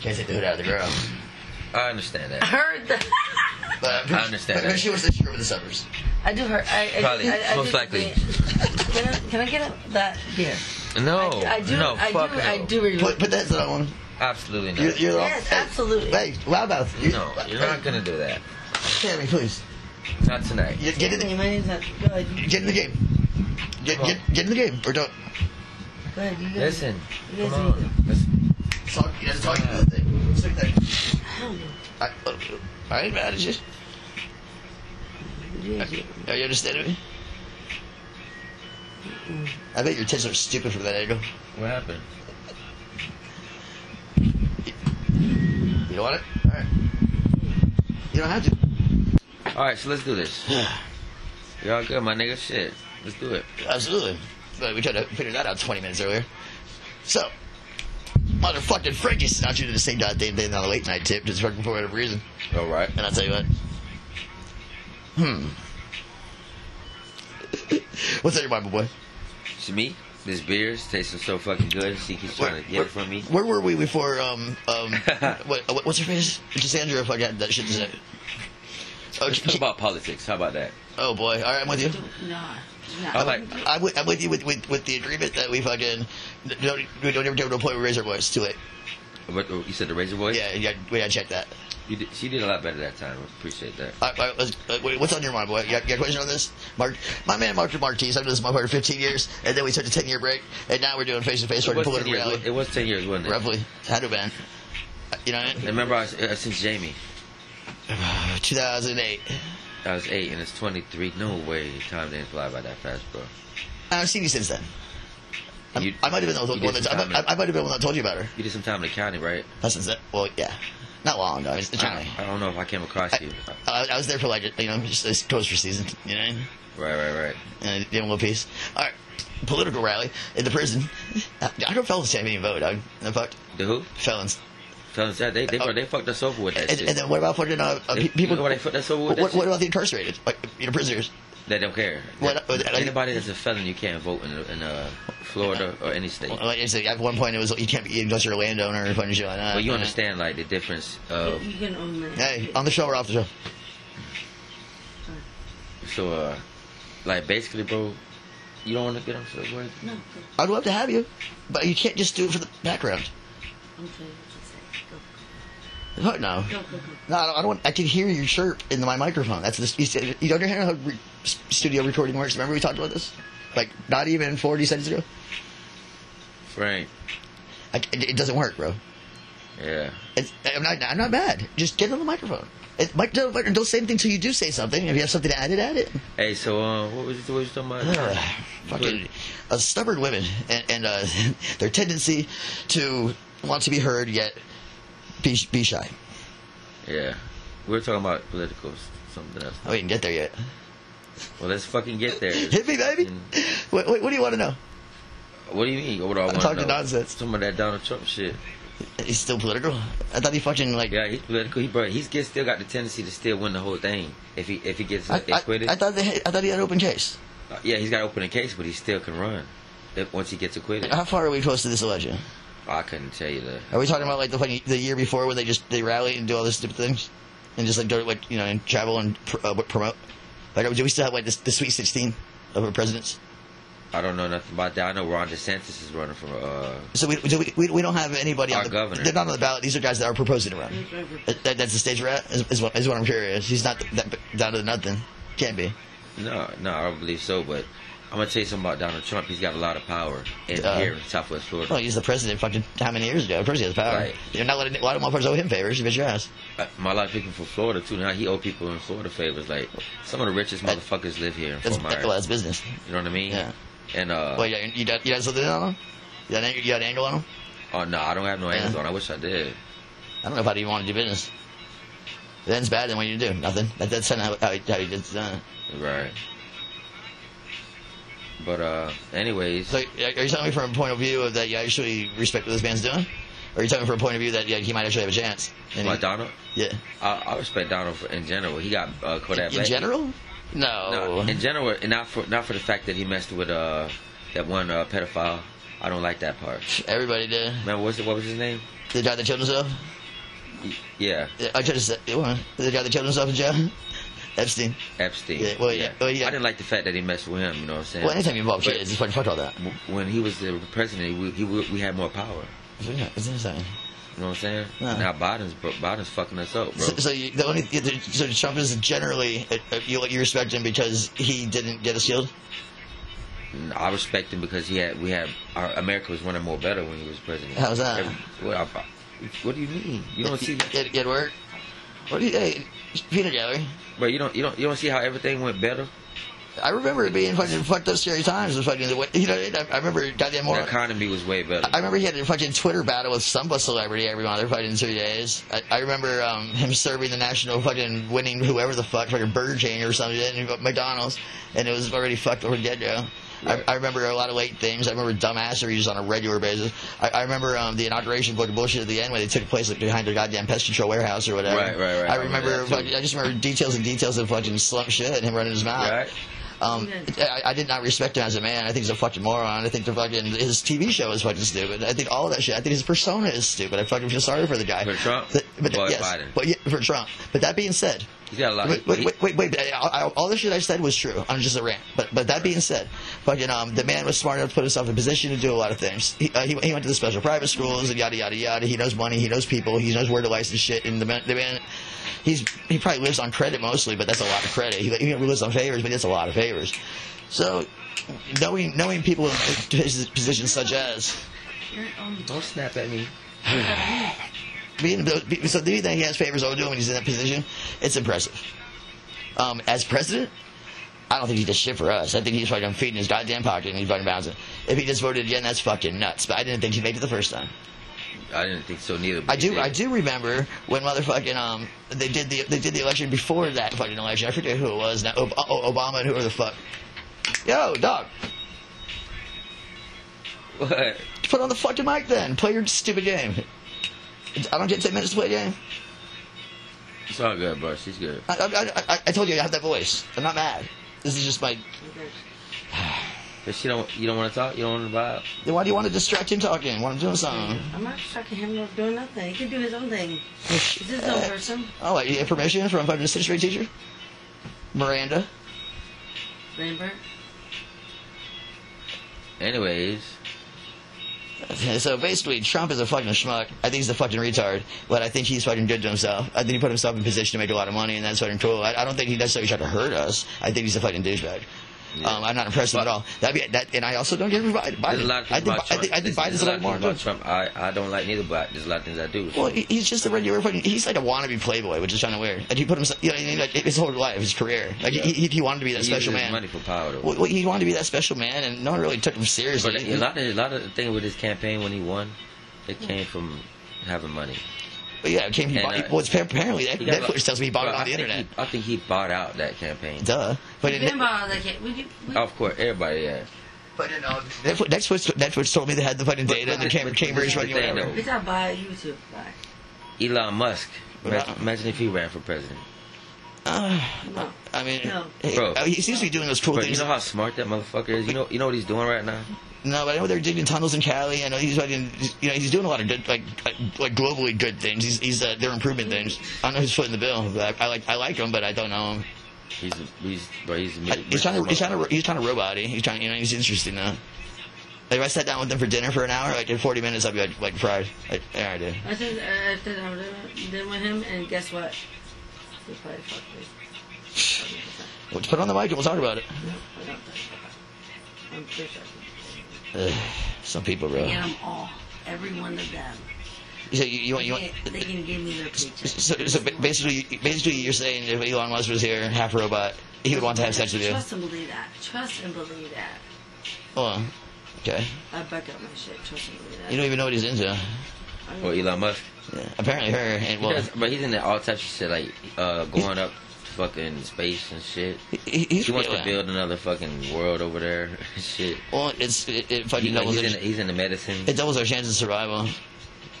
Speaker 1: Can't take the hood out of the girl.
Speaker 8: I understand
Speaker 1: [LAUGHS]
Speaker 3: I
Speaker 8: that.
Speaker 3: heard that.
Speaker 1: But
Speaker 8: I understand
Speaker 1: But
Speaker 8: that.
Speaker 1: she was the over the suburbs.
Speaker 3: I do heard. I, I,
Speaker 8: Probably.
Speaker 3: I, I,
Speaker 8: Most
Speaker 3: do-
Speaker 8: likely.
Speaker 3: Can I, can I get a, that beer?
Speaker 8: No,
Speaker 3: I, I do.
Speaker 8: no,
Speaker 3: I
Speaker 8: fuck
Speaker 3: do.
Speaker 8: no.
Speaker 3: I do. Really,
Speaker 1: Put, put that on one.
Speaker 8: Absolutely not.
Speaker 1: You're, you're the
Speaker 3: Yes,
Speaker 1: hey,
Speaker 3: absolutely.
Speaker 1: Hey, loudmouth. You,
Speaker 8: no, you're not gonna do that.
Speaker 1: Tammy, please.
Speaker 8: Not tonight.
Speaker 1: You- Get in,
Speaker 3: Hey,
Speaker 1: the,
Speaker 3: my name's not good.
Speaker 1: get in the game. Get, get, get in the game, or don't.
Speaker 3: Good. You guys,
Speaker 8: Listen,
Speaker 3: You
Speaker 8: come
Speaker 3: guys
Speaker 8: on. Listen.
Speaker 1: Talk, you guys talking about that thing. Stick that. I, look, I ain't mad at you. Okay. Are you understanding me? I bet your tits are stupid from that angle.
Speaker 8: What happened?
Speaker 1: You don't want it? Alright. You don't have to.
Speaker 8: All right, so let's do this. Y'all good, my nigga? Shit, let's do it.
Speaker 1: [SIGHS] Absolutely. But we tried to figure that out 20 minutes earlier. So, motherfucking Frankie Sinatra did the same goddamn thing on the late night tip, just fucking for whatever reason.
Speaker 8: All right.
Speaker 1: And I'll tell you what. Hmm. [LAUGHS] What's on your mind, my boy?
Speaker 8: To me, this beer's tasting so fucking good. She keeps trying to get it from me.
Speaker 1: Where were we before? Um,
Speaker 8: [LAUGHS]
Speaker 1: um, what, what, what's her face? Cassandra forgot that shit to say. Oh,
Speaker 8: Let's talk
Speaker 1: she,
Speaker 8: about politics. How about that?
Speaker 1: oh boy! All right, I'm with you.
Speaker 3: No.
Speaker 8: I like.
Speaker 1: I'm with, I'm with you with, with, with the agreement that we fucking don't we don't ever get to a point where we raise our voice. Too late.
Speaker 8: What, oh, you said the razor voice.
Speaker 1: Yeah, yeah, we gotta check that.
Speaker 8: You did, she did a lot better that time. I appreciate that.
Speaker 1: All right, all right, let's, uh, wait, what's on your mind, boy? You got, you got a question on this? Mark, my man, Mark Martinez. I've done this motherfucker for 15 years, and then we took a 10 year break, and now we're doing face to face
Speaker 8: It was,
Speaker 1: political
Speaker 8: 10 years,
Speaker 1: reality.
Speaker 8: it was ten years, wasn't it?
Speaker 1: Roughly, had to been. You know, what
Speaker 8: And
Speaker 1: I mean?
Speaker 8: remember, I, was- uh, since Jamie, [SIGHS]
Speaker 1: 2008.
Speaker 8: I was eight, and it's twenty-three. No way, time didn't fly by that fast, bro.
Speaker 1: I've seen you since then. I'm-
Speaker 8: You-
Speaker 1: I might have been the
Speaker 8: you
Speaker 1: one
Speaker 8: did
Speaker 1: that I,
Speaker 8: some
Speaker 1: might- I might have been the one that told you about her.
Speaker 8: You did some time in the county, right?
Speaker 1: That's since then. Well, yeah, not long though. I mean, it's
Speaker 8: I,
Speaker 1: generally.
Speaker 8: I don't know if I came across you.
Speaker 1: I, I was there for like you know just this coaster season. You know,
Speaker 8: Right, right, right.
Speaker 1: and I did a little piece. All right, political rally in the prison. I I know felons can't even vote. I the fuck
Speaker 8: The who?
Speaker 1: felons.
Speaker 8: Tell us that they they, they fucked us over with that
Speaker 1: Uh, And,
Speaker 8: shit.
Speaker 1: and then what about fucking uh, uh,
Speaker 8: They-
Speaker 1: pe- people?
Speaker 8: you know what I thought that's what we were-
Speaker 1: what,
Speaker 8: that's
Speaker 1: what
Speaker 8: it.
Speaker 1: about the incarcerated, like you know, prisoners?
Speaker 8: They don't care.
Speaker 1: Well,
Speaker 8: That-
Speaker 1: that- that-
Speaker 8: anybody that's a felon, you can't vote in, in uh, Florida or any state.
Speaker 1: Well, Like I said, at one point it was you can't be unless you're a landowner or fucking shit like that.
Speaker 8: But you
Speaker 1: know?
Speaker 8: understand like the difference of
Speaker 3: You can own it.
Speaker 1: Hey, on the show or off the show?
Speaker 8: so uh, like basically, bro. You don't want to get on Silk Road?
Speaker 3: No, go.
Speaker 1: I'd love to have you, but you can't just do it for the background.
Speaker 3: I'm telling you what
Speaker 1: What now?
Speaker 3: you said. Go, go, go, go.
Speaker 1: No, I don't, I don't want. I can hear you chirp in my microphone. That's this. You, said- you don't understand how re- s- studio recording works. Remember we talked about this? Like not even 40 seconds ago.
Speaker 8: Frank.
Speaker 1: I, it, it doesn't work, bro.
Speaker 8: Yeah.
Speaker 1: It's, I'm not. I'm not mad. Just get on the microphone. It, mic, don't, don't say anything until you do say something. If you have something to add, it add it.
Speaker 8: Hey, so uh, what was you, what was you talking about?
Speaker 1: Ugh, [SIGHS] fucking uh, stubborn women and, and uh, [LAUGHS] their tendency to want to be heard yet be, be shy.
Speaker 8: yeah. We were talking about political s- something else.
Speaker 1: I didn't get there yet.
Speaker 8: Well, let's fucking get there.
Speaker 1: Hit me, baby. What, what, what do you want to know?
Speaker 8: What do you mean? What do I want
Speaker 1: talking
Speaker 8: to know?
Speaker 1: nonsense.
Speaker 8: Some of that Donald Trump shit.
Speaker 1: He's still political. I thought he fucking like.
Speaker 8: Yeah, he's political. He, bro, he's get, still got the tendency to still win the whole thing if he if he gets
Speaker 1: I, I,
Speaker 8: acquitted.
Speaker 1: I thought they had, I thought he had an open case.
Speaker 8: Uh, yeah, he's got to open a case, but he still can run if, once he gets acquitted.
Speaker 1: How far are we close to this election?
Speaker 8: I couldn't tell you that.
Speaker 1: Are we talking about like the fucking, the year before when they just they rally and do all these stupid things and just like go like you know and travel and pr- uh, what, promote? Like, do we still have like this the Sweet Sixteen of our presidents?
Speaker 8: I don't know nothing about that. I know Ron DeSantis is running for. Uh,
Speaker 1: So we, do we, we, we don't have anybody
Speaker 8: Our
Speaker 1: on the
Speaker 8: governor.
Speaker 1: They're not on the ballot. These are guys that are proposing to run. That, that's the stage we're at. Is, is, what, is what I'm curious. He's not that b- down to nothing. Can't be.
Speaker 8: no, no, I don't believe so. But I'm gonna tell you something about Donald Trump. He's got a lot of power in
Speaker 1: Uh,
Speaker 8: here in Southwest Florida.
Speaker 1: Well, he's the president. Fucking how many years ago? Of course he has power.
Speaker 8: Right.
Speaker 1: You're not letting a lot of motherfuckers owe him favors. You bet your ass.
Speaker 8: Uh, My lot of people from Florida too. Now he owe people in Florida favors. Like some of the richest motherfuckers live here in
Speaker 1: That's
Speaker 8: Fort Myers.
Speaker 1: well, that's business.
Speaker 8: You know what I mean?
Speaker 1: Yeah.
Speaker 8: And uh,
Speaker 1: Well, you got, you got you got something on him? You got, an- you got an angle on him?
Speaker 8: oh no, I don't have no Amazon. I wish I did.
Speaker 1: I don't know if I'd even want to do business. If it ends bad, then what do you do? Nothing. That, that's not how, how, he- how he gets done.
Speaker 8: Right. But uh, anyways,
Speaker 1: So, are you telling me from a point of view of that you actually respect what this man's doing? Or are you telling me from a point of view that yeah, he might actually have a chance? And
Speaker 8: like
Speaker 1: he-
Speaker 8: Donald,
Speaker 1: Yeah.
Speaker 8: I, I respect Donald for, in general. He got uh, Kodak
Speaker 1: in
Speaker 8: Black.
Speaker 1: general? Oh. No.
Speaker 8: No, in general, and not for not for the fact that he messed with uh that one uh, pedophile. I don't like that part.
Speaker 1: Everybody did.
Speaker 8: Remember what's it, what was his name?
Speaker 1: The guy that killed himself?
Speaker 8: Y- Yeah,
Speaker 1: Yeah, I just said, what? The guy that killed himself in jail? [LAUGHS] Epstein.
Speaker 8: Epstein.
Speaker 1: Yeah, well, yeah, well, yeah.
Speaker 8: I didn't like the fact that he messed with him. You know what I'm saying?
Speaker 1: Well, anytime you involve
Speaker 8: But-
Speaker 1: kids, it's fucking fuck all that.
Speaker 8: W- When he was the president, we, he, we we had more power.
Speaker 1: Yeah, it's insane.
Speaker 8: You know what I'm saying?
Speaker 1: Yeah.
Speaker 8: Now Biden's bro, Biden's fucking us up, bro.
Speaker 1: So, so you, the only so Trump is generally uh, you you respect him because he didn't get a shield.
Speaker 8: And I respect him because he had we had our, America was running more better when he was president.
Speaker 1: How's that?
Speaker 8: Every- What, I- what do you mean? You don't see that,
Speaker 1: It, it worked. What do you? Hey, peanut gallery.
Speaker 8: bro? You don't you don't you don't see how everything went better?
Speaker 1: I remember it being fucking fucked up scary times. and Fucking, you know, I- I remember goddamn
Speaker 8: The
Speaker 1: more.
Speaker 8: economy was way better.
Speaker 1: I remember he had a fucking Twitter battle with some celebrity every month, or fucking two days. I, I remember um, him serving the national fucking winning whoever the fuck, fucking Burger King or something, and McDonald's, and it was already fucked over dead go. I,
Speaker 8: Right.
Speaker 1: I remember a lot of late things. I remember dumbasseries on a regular basis. I, I remember um, the inauguration fucking bullshit at the end where they took place like, behind their goddamn pest control warehouse or whatever.
Speaker 8: Right, right, right.
Speaker 1: I
Speaker 8: I remember
Speaker 1: remember,
Speaker 8: that, too.
Speaker 1: fucking, I just remember details and details of fucking slump shit and him running his mouth.
Speaker 8: Right.
Speaker 1: Um, I, I did not respect him as a man. I think he's a fucking moron. I think the fucking his TV show is fucking stupid. I think all of that shit. I think his persona is stupid. I fucking feel sorry for the guy.
Speaker 8: For Trump?
Speaker 1: Th- but,
Speaker 8: Or
Speaker 1: yes,
Speaker 8: Biden?
Speaker 1: but yeah, for Trump. But that being said,
Speaker 8: He's got a lot.
Speaker 1: wait,
Speaker 8: he-
Speaker 1: wait, wait, wait, wait. I, I, all the shit I said was true. I'm just a rant. But but that being said, fucking um, the man was smart enough to put himself in a position to do a lot of things. He, uh, he, he went to the special private schools and yada yada yada. He knows money. He knows people. He knows where to license shit. And the man, the man, he's he probably lives on credit mostly, but that's a lot of credit. He, he lives on favors, but it's a lot of favors. So knowing knowing people in positions such as
Speaker 3: You're on the
Speaker 8: Don't snap at me.
Speaker 1: Being, be- so do you think he has favors owed to him when he's in that position? It's impressive. Um, as president, I don't think he did shit for us. I think he's fucking feeding his goddamn pocket and he's fucking bouncing. If he just voted again, that's fucking nuts. But I didn't think he made it the first time.
Speaker 8: I didn't think so neither. but
Speaker 1: I
Speaker 8: he
Speaker 1: do.
Speaker 8: did.
Speaker 1: I do remember when motherfucking um they did the they did the election before that fucking election. I forget who it was now. Ob- oh, Obama and whoever the fuck. Yo, dog,
Speaker 8: [LAUGHS] What?
Speaker 1: put on the fucking mic then. Play your stupid game. I don't get ten minutes to play a game.
Speaker 8: It's all good, bro. She's good.
Speaker 1: I, I, I, I told you I have that voice. I'm not mad. This is just my.
Speaker 8: But she don't. You don't want to talk. You don't want to
Speaker 1: Then why do you want to distract him talking? Why don't you doing something?
Speaker 3: I'm not distracting him from doing nothing. He can do his own thing. He's his own person.
Speaker 1: Oh, wait, you get permission from a fucking sixth grade teacher? Miranda?
Speaker 3: Remember?
Speaker 8: Anyways,
Speaker 1: Okay, so basically, Trump is a fucking schmuck. I think he's a fucking retard, but I think he's fucking good to himself. I think he put himself in position to make a lot of money, and that's fucking cool. I, I don't think he necessarily tried to hurt us. I think he's a fucking douchebag. Um, I'm not impressed with him at all. That'd be, that, and I also don't give a Biden.
Speaker 8: there's a lot of
Speaker 1: I think,
Speaker 8: things about
Speaker 1: I
Speaker 8: Trump.
Speaker 1: think, I think
Speaker 8: There's-
Speaker 1: Biden's
Speaker 8: there's
Speaker 1: a
Speaker 8: lot
Speaker 1: lot
Speaker 8: of
Speaker 1: more.
Speaker 8: things about Trump. I, I don't like neither, but there's a lot of things I do.
Speaker 1: Well, he- he's just a regular fucking. He's like a wannabe playboy, which is kind of weird. And he put himself, you know, what I mean? like his whole life, his career. Like he, he, he wanted to be that
Speaker 8: He uses
Speaker 1: special
Speaker 8: his
Speaker 1: man.
Speaker 8: money for power, though.
Speaker 1: Well, well, he wanted to be that special man, and no one really took him seriously.
Speaker 8: But a lot of a lot of the thing with his campaign when he won, it came from having money.
Speaker 1: But yeah, it came. He
Speaker 8: And,
Speaker 1: bought,
Speaker 8: uh,
Speaker 1: well, it's apparently that
Speaker 8: He got a
Speaker 1: Netflix
Speaker 8: lot-
Speaker 1: tells me he bought
Speaker 8: Well,
Speaker 1: it
Speaker 8: I
Speaker 1: on the
Speaker 8: think
Speaker 1: internet.
Speaker 8: he- I think he bought out that campaign.
Speaker 1: Duh. But
Speaker 3: We've
Speaker 1: it, Oh.
Speaker 3: been by all that cat. We, do- we,
Speaker 8: Of course, everybody. Yeah.
Speaker 1: But you know, Netflix, Netflix, Netflix told me they had the fucking data and the
Speaker 8: but-
Speaker 1: Cam-
Speaker 8: but-
Speaker 1: Cambridge
Speaker 8: but-
Speaker 1: running
Speaker 8: but they
Speaker 1: whatever.
Speaker 8: know.
Speaker 3: bitch, I buy YouTube. Bye.
Speaker 8: Elon Musk.
Speaker 1: But
Speaker 8: Imagine,
Speaker 1: I-
Speaker 8: imagine if he ran for president.
Speaker 3: No.
Speaker 1: I mean,
Speaker 3: No.
Speaker 1: he-
Speaker 8: Bro.
Speaker 1: I mean, he seems to be doing those cool
Speaker 8: But you
Speaker 1: things.
Speaker 8: know how smart that motherfucker is. You know, you know what he's doing right now.
Speaker 1: no, but I know they're digging tunnels in Cali. I know he's fucking, you know, he's doing a lot of good, like, like, like globally good things. He's, he's uh, they're improving things. I don't know who's footing the bill. But I, I like, I like him, but I don't know him.
Speaker 8: He's he's bro, he's
Speaker 1: I, he's trying to, he's trying to, he's trying to robot. eh? He's trying, you know, he's interesting though. Like if I sat down with him for dinner for an hour, like in 40 minutes, I'd be like, like fried. Like, yeah, I do.
Speaker 3: I said, uh, I said I'm done- done with him, and guess what? He probably fucked me.
Speaker 1: Well, put it on the mic and we'll talk about it.
Speaker 3: I don't think. I'm pretty
Speaker 1: Uh.
Speaker 3: sure.
Speaker 1: Ugh, some people, bro.
Speaker 3: Get them all. Every one of them.
Speaker 1: You, you, you, want-
Speaker 3: They
Speaker 1: you, want-
Speaker 3: can, they can give me their paycheck.
Speaker 1: So, so ba- basically, basically, you're saying if Elon Musk was here, half robot, he would want to have sex with [LAUGHS] you.
Speaker 3: Trust and believe that. Trust and believe that.
Speaker 1: Oh, okay.
Speaker 3: I back up my shit. Trust and believe that.
Speaker 1: You don't even know what he's into.
Speaker 8: Well, Oh, Elon Musk.
Speaker 1: Apparently, her and
Speaker 8: He
Speaker 1: well,
Speaker 8: does, but he's into all types of shit, like uh, going up to fucking space and shit.
Speaker 1: he, he- he's
Speaker 8: He wants to
Speaker 1: yeah.
Speaker 8: build another fucking world over there. [LAUGHS] and shit.
Speaker 1: Well, it's it, it
Speaker 8: He,
Speaker 1: fucking
Speaker 8: like,
Speaker 1: doubles
Speaker 8: he's,
Speaker 1: our,
Speaker 8: in, he's into medicine.
Speaker 1: it doubles our chances of survival.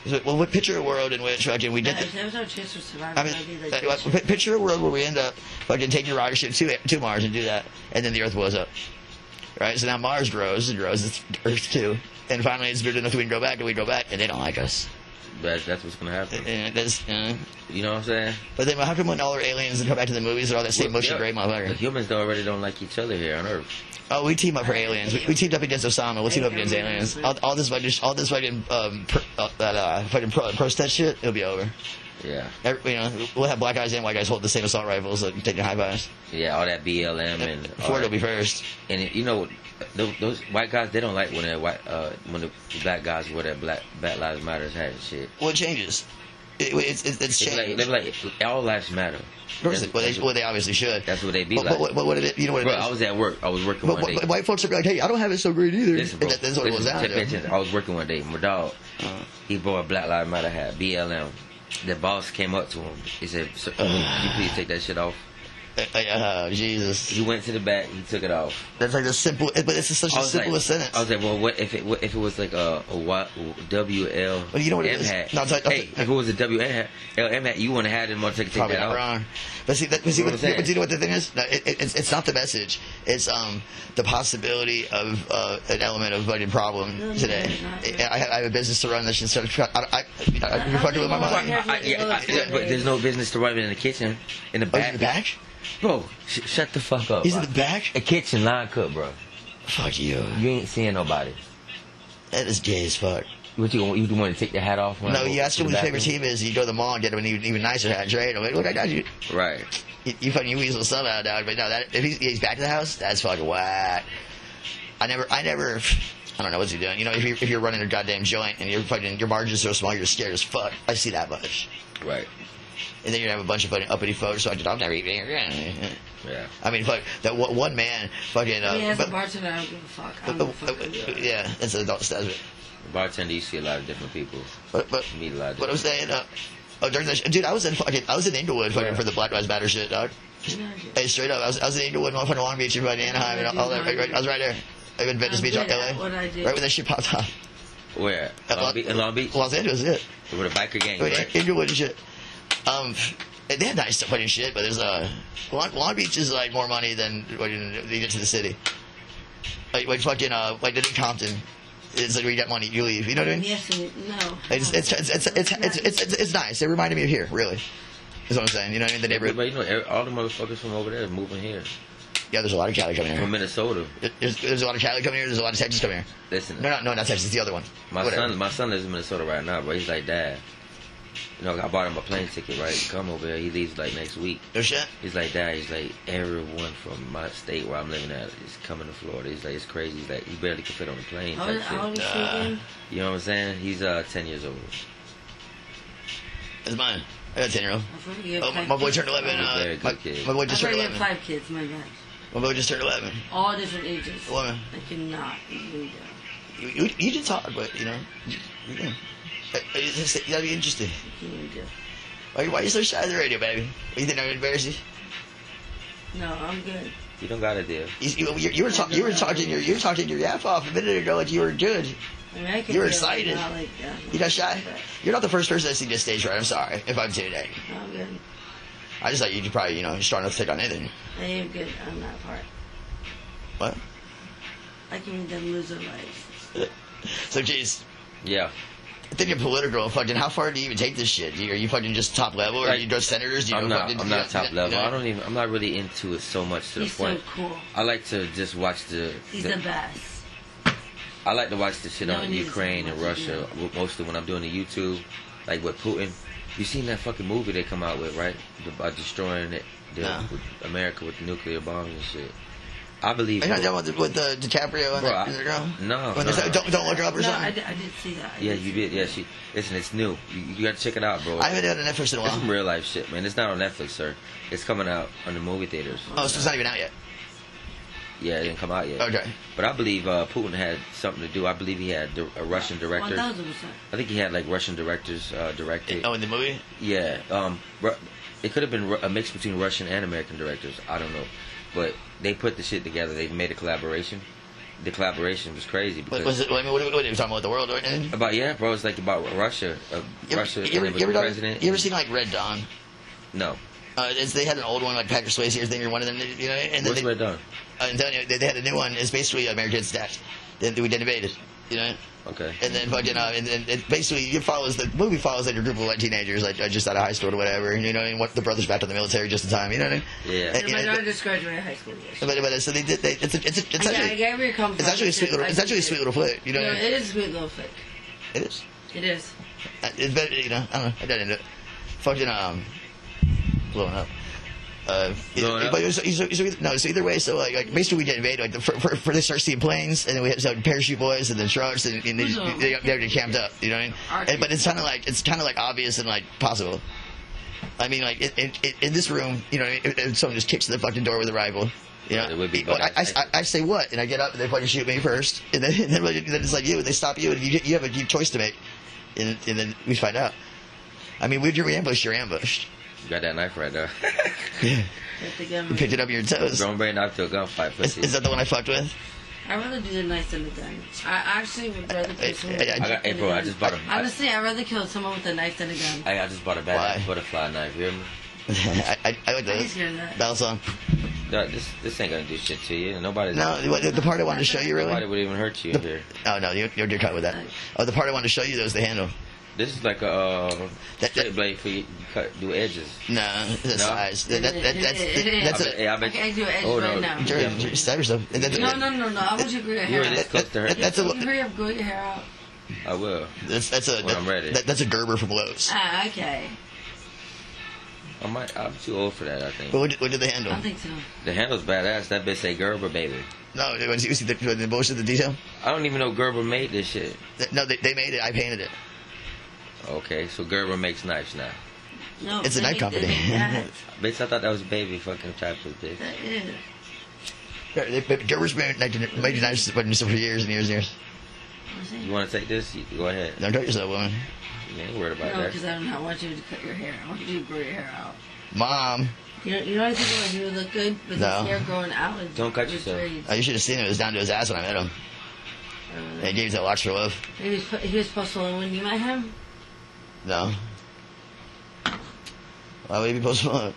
Speaker 1: So, Well, what picture a world in which fucking we
Speaker 3: Yeah,
Speaker 1: get.
Speaker 3: if
Speaker 1: The,
Speaker 3: there was no chance for survival,
Speaker 1: I
Speaker 3: I
Speaker 1: mean,
Speaker 3: would be
Speaker 1: uh,
Speaker 3: like,
Speaker 1: well,
Speaker 3: bitch,
Speaker 1: pi- picture a world where we end up fucking taking a rocket ship to to Mars and do that, and then the Earth blows up. Right. So now Mars grows and grows. It's Earth too, and finally it's big enough we can go back and we go back, and they don't like us.
Speaker 8: That's, that's what's gonna happen.
Speaker 1: And that's. Uh,
Speaker 8: You know what I'm saying?
Speaker 1: But then how come when all our aliens come back to the movies, they're all that same motion
Speaker 8: Yeah.
Speaker 1: gray
Speaker 8: The
Speaker 1: motherfucker?
Speaker 8: humans don't already don't like each other here on Earth.
Speaker 1: Oh, we team up for aliens. We, we teamed up against Osama. We'll team up against aliens. All, all this fucking, all this fucking, um, pr uh, that uh, fucking pro, protest shit, it'll be over.
Speaker 8: Yeah,
Speaker 1: Every, you know, we'll have black guys and white guys hold the same assault rifles and taking high fives.
Speaker 8: yeah. All that BLM and uh, all
Speaker 1: Ford will
Speaker 8: that.
Speaker 1: be first.
Speaker 8: and it- you know those, those white guys they don't like when the white uh, when the black guys wear that black Black Lives Matters hat and shit.
Speaker 1: Well, it changes. It, it's it's it's
Speaker 8: They be
Speaker 1: changed.
Speaker 8: like, they be like all lives matter.
Speaker 1: Of course it- well, they, well, they obviously should.
Speaker 8: That's what they be
Speaker 1: but,
Speaker 8: like.
Speaker 1: But, what- but what it is, you know what
Speaker 8: Bro,
Speaker 1: it is?
Speaker 8: I was at work. I was working
Speaker 1: but,
Speaker 8: one day.
Speaker 1: but white folks are like, hey, I don't have it so great either.
Speaker 8: Listen, bro.
Speaker 1: And that- that's what it was
Speaker 8: Listen,
Speaker 1: down
Speaker 8: check that
Speaker 1: to.
Speaker 8: shit. I was working one day. My dog, he bought a Black Lives Matter hat, BLM. The boss came up to him. He said, Sir, "Can
Speaker 1: [SIGHS]
Speaker 8: you please take that shit off?"
Speaker 1: Like, oh, Jesus.
Speaker 8: He went to the back. He took it off.
Speaker 1: That's like the simple, but it's such
Speaker 8: I
Speaker 1: a
Speaker 8: was
Speaker 1: simple
Speaker 8: like,
Speaker 1: sentence.
Speaker 8: I was like, "Well, what if it what, if it was like a, a wa- WL
Speaker 1: Well, you know what it
Speaker 8: M
Speaker 1: is?
Speaker 8: hat?
Speaker 1: No, I'm sorry- I'm
Speaker 8: hey,
Speaker 1: sorry-
Speaker 8: if it was a WL hat, LM hat, you wouldn't have had it. Motherfucker, take
Speaker 1: probably
Speaker 8: that
Speaker 1: not
Speaker 8: off."
Speaker 1: wrong. But see, that, but see,
Speaker 8: You
Speaker 1: but,
Speaker 8: know what
Speaker 1: but
Speaker 8: I'm saying?
Speaker 1: you know what the thing is? No, it, it, it's, it's not the message. It's um the possibility of uh, an element of fucking problem today. I, I have- I have a business to run that should start. I, I, I, you're fucking with my
Speaker 8: Fuck,
Speaker 1: money.
Speaker 8: I- I- yeah, I- yeah, but there's no business to run in the kitchen, in the
Speaker 1: Oh, he's in
Speaker 8: back,
Speaker 1: the back?
Speaker 8: bro. Sh- shut the fuck up.
Speaker 1: He's in
Speaker 8: bro.
Speaker 1: the back?
Speaker 8: A kitchen line cook, bro.
Speaker 1: Fuck you.
Speaker 8: You ain't seeing nobody.
Speaker 1: That is gay as fuck.
Speaker 8: What you want? You want to take the hat off? when I
Speaker 1: No,
Speaker 8: go
Speaker 1: you ask
Speaker 8: to
Speaker 1: him
Speaker 8: the
Speaker 1: what his favorite
Speaker 8: bathroom?
Speaker 1: team is, and you go to the mall and get him an even, even nicer hat, trade him. Like, Look, I got you.
Speaker 8: Right.
Speaker 1: you, you fucking weasel somehow, dog. But no, that if he's, he's back to the house, that's fucking whack. I never, I never, I don't know what's he doing. You know, if you're, if you're running a goddamn joint and your fucking your margins are so small, you're scared as fuck. I see that much.
Speaker 8: Right.
Speaker 1: And then you have a bunch of fucking uppity folks. So I am never eating again.
Speaker 8: Yeah.
Speaker 1: I mean, fuck that one, one man, fucking. Uh,
Speaker 3: yeah, as
Speaker 1: but-
Speaker 3: a bartender, I don't give a fuck. I
Speaker 1: but-
Speaker 3: don't
Speaker 1: but-
Speaker 3: fuck with you.
Speaker 1: but- yeah, that's an adult statement.
Speaker 8: Bartender, you see a lot of different people.
Speaker 1: But, but
Speaker 8: Meet a lot of
Speaker 1: what I'm
Speaker 8: different.
Speaker 1: saying, uh, oh, during that, sh- dude, I was in fucking, I was in Inglewood fucking for the Black Lives Matter shit, dog. Hey, straight up, I was, I was in Inglewood, North Carolina, Long Beach, and fucking Anaheim, and all that. Right, right, I was right there. I was in Venice
Speaker 3: I
Speaker 1: Beach,
Speaker 3: bet
Speaker 1: LA.
Speaker 3: that's what I
Speaker 1: Right
Speaker 3: did.
Speaker 1: when that shit popped off.
Speaker 8: Where?
Speaker 1: At
Speaker 8: Long
Speaker 1: Lo-
Speaker 8: Beach, in Long Beach?
Speaker 1: Los Angeles, yeah.
Speaker 8: With a biker gang,
Speaker 1: Right.
Speaker 8: right?
Speaker 1: Inglewood and shit. Um, and they had nice fucking shit, but there's uh, Long, Long Beach is like more money than what you they get to the city. Like, like fucking uh, like in Compton, it's like we get money, you leave. You know what I mean?
Speaker 3: Yes and no.
Speaker 1: It's it's it's it's it's it's, it's, it's, it's nice. It reminded me of here, really. Is what I'm saying. You know what I mean? The
Speaker 8: But
Speaker 1: neighborhood.
Speaker 8: you know, every- all the motherfuckers from over there is moving here.
Speaker 1: Yeah, there's a lot of Cali coming
Speaker 8: From
Speaker 1: here.
Speaker 8: Minnesota.
Speaker 1: There's, there's a lot of Cali coming here. There's a lot of Texas coming here.
Speaker 8: Listen,
Speaker 1: No, no, no, not Texas. The other one.
Speaker 8: my
Speaker 1: Whatever.
Speaker 8: son, my son lives in Minnesota right now, bro. He's like, Dad, you know, I bought him a plane ticket, right? He Come over here. He leaves like next week.
Speaker 1: No shit.
Speaker 8: He's like, Dad, he's like, everyone from my state where I'm living at is coming to Florida. He's like, it's crazy. He's like, he barely can fit on the plane.
Speaker 3: How
Speaker 8: type
Speaker 3: old- how
Speaker 8: shit.
Speaker 3: old is she again?
Speaker 8: You know what I'm saying? He's uh 10 years old.
Speaker 1: It's mine. I got a ten year old.
Speaker 3: I thought you had
Speaker 1: Oh, my,
Speaker 3: five
Speaker 1: my boy
Speaker 3: kids.
Speaker 1: turned eleven.
Speaker 8: He's a
Speaker 1: Uh,
Speaker 8: very
Speaker 1: my,
Speaker 8: good kid.
Speaker 1: my boy
Speaker 3: I
Speaker 1: just
Speaker 3: thought
Speaker 1: turned
Speaker 3: you had
Speaker 1: eleven.
Speaker 3: five kids, my gosh.
Speaker 1: My boy just turned eleven.
Speaker 3: All different ages.
Speaker 1: Woman.
Speaker 3: I cannot even do
Speaker 1: You, you, you just hard, but you know, you, you can. Uh, uh, it's- it's- That'd be interesting.
Speaker 3: Even do.
Speaker 1: Why, why you so shy at the radio, baby? What, you think I'm gonna embarrass you?
Speaker 3: No, I'm good.
Speaker 8: You don't got to deal.
Speaker 1: You, you, you, you were talking, you were talking your, you were talking your yap off a minute ago, like you were good.
Speaker 3: I mean, I can
Speaker 1: You're
Speaker 3: do it,
Speaker 1: excited.
Speaker 3: but Not like that.
Speaker 1: You got shy.
Speaker 3: But
Speaker 1: You're not the first person I see this stage right. I'm sorry if I'm intimidating.
Speaker 3: I'm good.
Speaker 1: I just thought you could probably, you know, you're starting to take on anything.
Speaker 3: I am good on that part.
Speaker 1: What? [LAUGHS]
Speaker 3: I can make them lose their lives.
Speaker 1: So, jeez,
Speaker 8: Yeah.
Speaker 1: then you're political. Fucking, how far do you even take this shit? You- Are you fucking just top level, or
Speaker 8: Like,
Speaker 1: you go senators? Do you
Speaker 8: I'm
Speaker 1: know
Speaker 8: not.
Speaker 1: fucking-
Speaker 8: I'm
Speaker 1: you
Speaker 8: not
Speaker 1: know-
Speaker 8: top
Speaker 1: you know-
Speaker 8: level. I don't even. I'm not really into it so much to the
Speaker 3: He's so
Speaker 8: point.
Speaker 3: cool.
Speaker 8: I like to just watch the.
Speaker 3: He's
Speaker 8: the-
Speaker 3: the best.
Speaker 8: I like to watch the shit
Speaker 3: No
Speaker 8: on
Speaker 3: one needs
Speaker 8: Ukraine
Speaker 3: to
Speaker 8: and
Speaker 3: watch it,
Speaker 8: Russia w- mostly when I'm doing the YouTube, like with Putin. You seen that fucking movie they come out with, right? The- About destroying it, the,
Speaker 1: No.
Speaker 8: with America with the nuclear bombs and shit. I believe.
Speaker 1: Are you not done with, the- with the DiCaprio and
Speaker 8: Bro,
Speaker 1: the,
Speaker 8: I-
Speaker 1: and the girl?
Speaker 8: no,
Speaker 1: When they
Speaker 8: no,
Speaker 1: say,
Speaker 8: no.
Speaker 1: Don't, don't look her up or
Speaker 3: No, I,
Speaker 1: something.
Speaker 3: did, I did see that. I
Speaker 8: yeah,
Speaker 3: see
Speaker 8: you did.
Speaker 3: that.
Speaker 8: Yeah, she. Listen, it's new. You, you gotta check it out, bro.
Speaker 1: I, haven't done a Netflix in a
Speaker 8: It's [LAUGHS] some
Speaker 1: while.
Speaker 8: real life shit, man. It's not on Netflix, sir. It's coming out on the movie theaters.
Speaker 1: Oh, so it's not even out yet.
Speaker 8: Yeah, it didn't come out yet.
Speaker 1: Okay.
Speaker 8: But I believe uh, Putin had something to do. I believe he had di- a Russian
Speaker 3: One
Speaker 8: director.
Speaker 3: thousand percent.
Speaker 8: I think he had like Russian directors uh, directed.
Speaker 1: Oh, in the movie?
Speaker 8: Yeah, um, Ru- it could have been Ru- a mix between Russian and American directors. I don't know, but they put the shit together. They made a collaboration. The collaboration was crazy
Speaker 1: What
Speaker 8: because
Speaker 1: was it? I mean, what, what, what are you talking about? The world or anything?
Speaker 8: about yeah, bro. It's like about Russia, uh,
Speaker 1: You ever,
Speaker 8: Russia,
Speaker 1: you, ever,
Speaker 8: and
Speaker 1: you, ever
Speaker 8: the
Speaker 1: done-
Speaker 8: president.
Speaker 1: you ever seen like Red Dawn?
Speaker 8: no,
Speaker 1: Uh, it's, they had an old one like Patrick Swayze or thing or one of them. You know, and then
Speaker 8: what's
Speaker 1: they, uh,
Speaker 8: Red Dawn?
Speaker 1: I'm telling you, they, they had a new one. It's basically America's Dad. Then we did debate it, you know.
Speaker 8: Okay,
Speaker 1: And then fucking, uh, and then it basically it follows the movie follows like a group of like teenagers, like uh, just out of high school or whatever. You know, and what the brothers back to the military just in time. You know what I mean?
Speaker 8: Yeah.
Speaker 1: And, you
Speaker 3: my
Speaker 1: know,
Speaker 3: daughter just graduated high school. Yes.
Speaker 1: but, but so they did. They, it's a, it's, a, it's
Speaker 3: I, get- I
Speaker 1: actually
Speaker 3: get where you're coming from.
Speaker 1: it's actually a
Speaker 3: I
Speaker 1: sweet little
Speaker 3: get
Speaker 1: it's actually a
Speaker 3: it.
Speaker 1: sweet little flick. You know,
Speaker 3: No,
Speaker 1: what I mean?
Speaker 3: it is a sweet little flick.
Speaker 1: it is.
Speaker 3: It is.
Speaker 1: Uh, It's better, you know. I don't know. I got into it. Fucking um, blowing up. Uh,
Speaker 8: Blowing
Speaker 1: it-
Speaker 8: up?
Speaker 1: But it was, so, so either, no, so either way, so like, like basically we get invaded. Like the, for, for, for they start seeing planes, and then we have so parachute boys, and then trucks, and, and they,
Speaker 3: Who's on?
Speaker 1: they, they already camped up. You know what I mean?
Speaker 3: Archie.
Speaker 1: And, but it's kind of like it's kind of like obvious and like possible. I mean, like it, it, it, in this room, you know, what I mean? If- if someone just kicks the fucking door with a rifle. You know,
Speaker 8: It would be
Speaker 1: Well, I, I,
Speaker 8: bad.
Speaker 1: I, I say what, and I get up, and they fucking shoot me first, and then, [LAUGHS] and then, like, then it's like you, and they stop you, and you, you have a you have a choice to make, and, and then we find out. I mean, when you're ambushed, you're ambushed.
Speaker 8: you got that knife right
Speaker 1: [LAUGHS]
Speaker 8: there.
Speaker 3: That's the gun.
Speaker 1: You picked it up with your toes.
Speaker 8: Don't bring it up to a
Speaker 1: [LAUGHS]
Speaker 8: gunfight,
Speaker 1: Is,
Speaker 8: pussy.
Speaker 1: is that the one I fucked with? [LAUGHS]
Speaker 3: I'd rather do the knife than the gun. I actually would rather
Speaker 1: I-
Speaker 3: kill someone.
Speaker 1: I-
Speaker 3: with a
Speaker 1: I-
Speaker 8: I
Speaker 3: knife
Speaker 8: got, hey,
Speaker 3: than a
Speaker 8: bro, I
Speaker 3: gun.
Speaker 8: just bought a. I,
Speaker 3: Honestly, I'd rather kill someone with a knife than a gun.
Speaker 8: I just bought a
Speaker 1: Why?
Speaker 8: bad butterfly knife. You hear me?
Speaker 1: I, I, I like
Speaker 3: I just hear
Speaker 1: the
Speaker 3: that.
Speaker 1: battle song.
Speaker 8: No, this this ain't gonna do shit to you. Nobody's
Speaker 1: No, what- the part I wanted to show you
Speaker 8: nobody
Speaker 1: really.
Speaker 8: would even hurt you in here.
Speaker 1: Oh no, you're, you're cut with that. Oh, the part I wanted to show you though is the handle.
Speaker 8: This is like a uh,
Speaker 1: That-
Speaker 8: straight blade for you, you cut do edges.
Speaker 1: No, the size. That, that, that, that's that's
Speaker 8: [LAUGHS] I bet,
Speaker 1: a.
Speaker 8: hey, I bet,
Speaker 3: I can do edge
Speaker 8: oh,
Speaker 3: right
Speaker 8: no.
Speaker 3: now.
Speaker 1: You're, you're stab yourself. And that's-
Speaker 3: No, no, no, no. I want you to grow your
Speaker 8: You
Speaker 3: hair
Speaker 8: were this
Speaker 3: out.
Speaker 8: close to her.
Speaker 1: That- that's a
Speaker 3: You hurry up, grow your hair out.
Speaker 8: I will.
Speaker 1: that's that's a
Speaker 8: When I'm ready.
Speaker 1: that, that's a Gerber from Lowe's.
Speaker 3: Ah, okay.
Speaker 8: I might. I'm too old for that. I think
Speaker 1: But what, did- what did the
Speaker 3: I
Speaker 1: handle?
Speaker 3: don't think so.
Speaker 8: the handle's badass. That bitch say Gerber baby.
Speaker 1: No, it was, you see the, the most of the detail.
Speaker 8: I don't even know Gerber made this shit.
Speaker 1: Th- No, they, they made it. I painted it.
Speaker 8: Okay, so Gerber makes knives now.
Speaker 3: No,
Speaker 1: It's a
Speaker 3: they
Speaker 1: knife
Speaker 3: make-
Speaker 1: company.
Speaker 3: they make that.
Speaker 8: Bitch, I thought that was baby fucking chapters,
Speaker 1: [LAUGHS]
Speaker 8: bitch.
Speaker 3: That is.
Speaker 1: They- they- Gerber's been making making knives for years and years and years.
Speaker 3: What's
Speaker 8: You
Speaker 3: it?
Speaker 8: want to take this? You, go ahead.
Speaker 1: Don't hurt yourself, woman.
Speaker 8: You ain't worried about
Speaker 3: No, because I
Speaker 8: that.
Speaker 3: do not want you to cut your hair. I want you to grow your hair out.
Speaker 1: Mom,
Speaker 3: You know, you know what I think about you would look good with
Speaker 1: No.
Speaker 3: his hair growing out. It's
Speaker 8: Don't cut
Speaker 3: it's
Speaker 8: yourself.
Speaker 3: great.
Speaker 1: oh, you should have seen him. It was down to his ass when I met him. And he gave us that watch for love.
Speaker 3: He was, he was supposed to when you met him.
Speaker 1: No. Why would he be post Malone?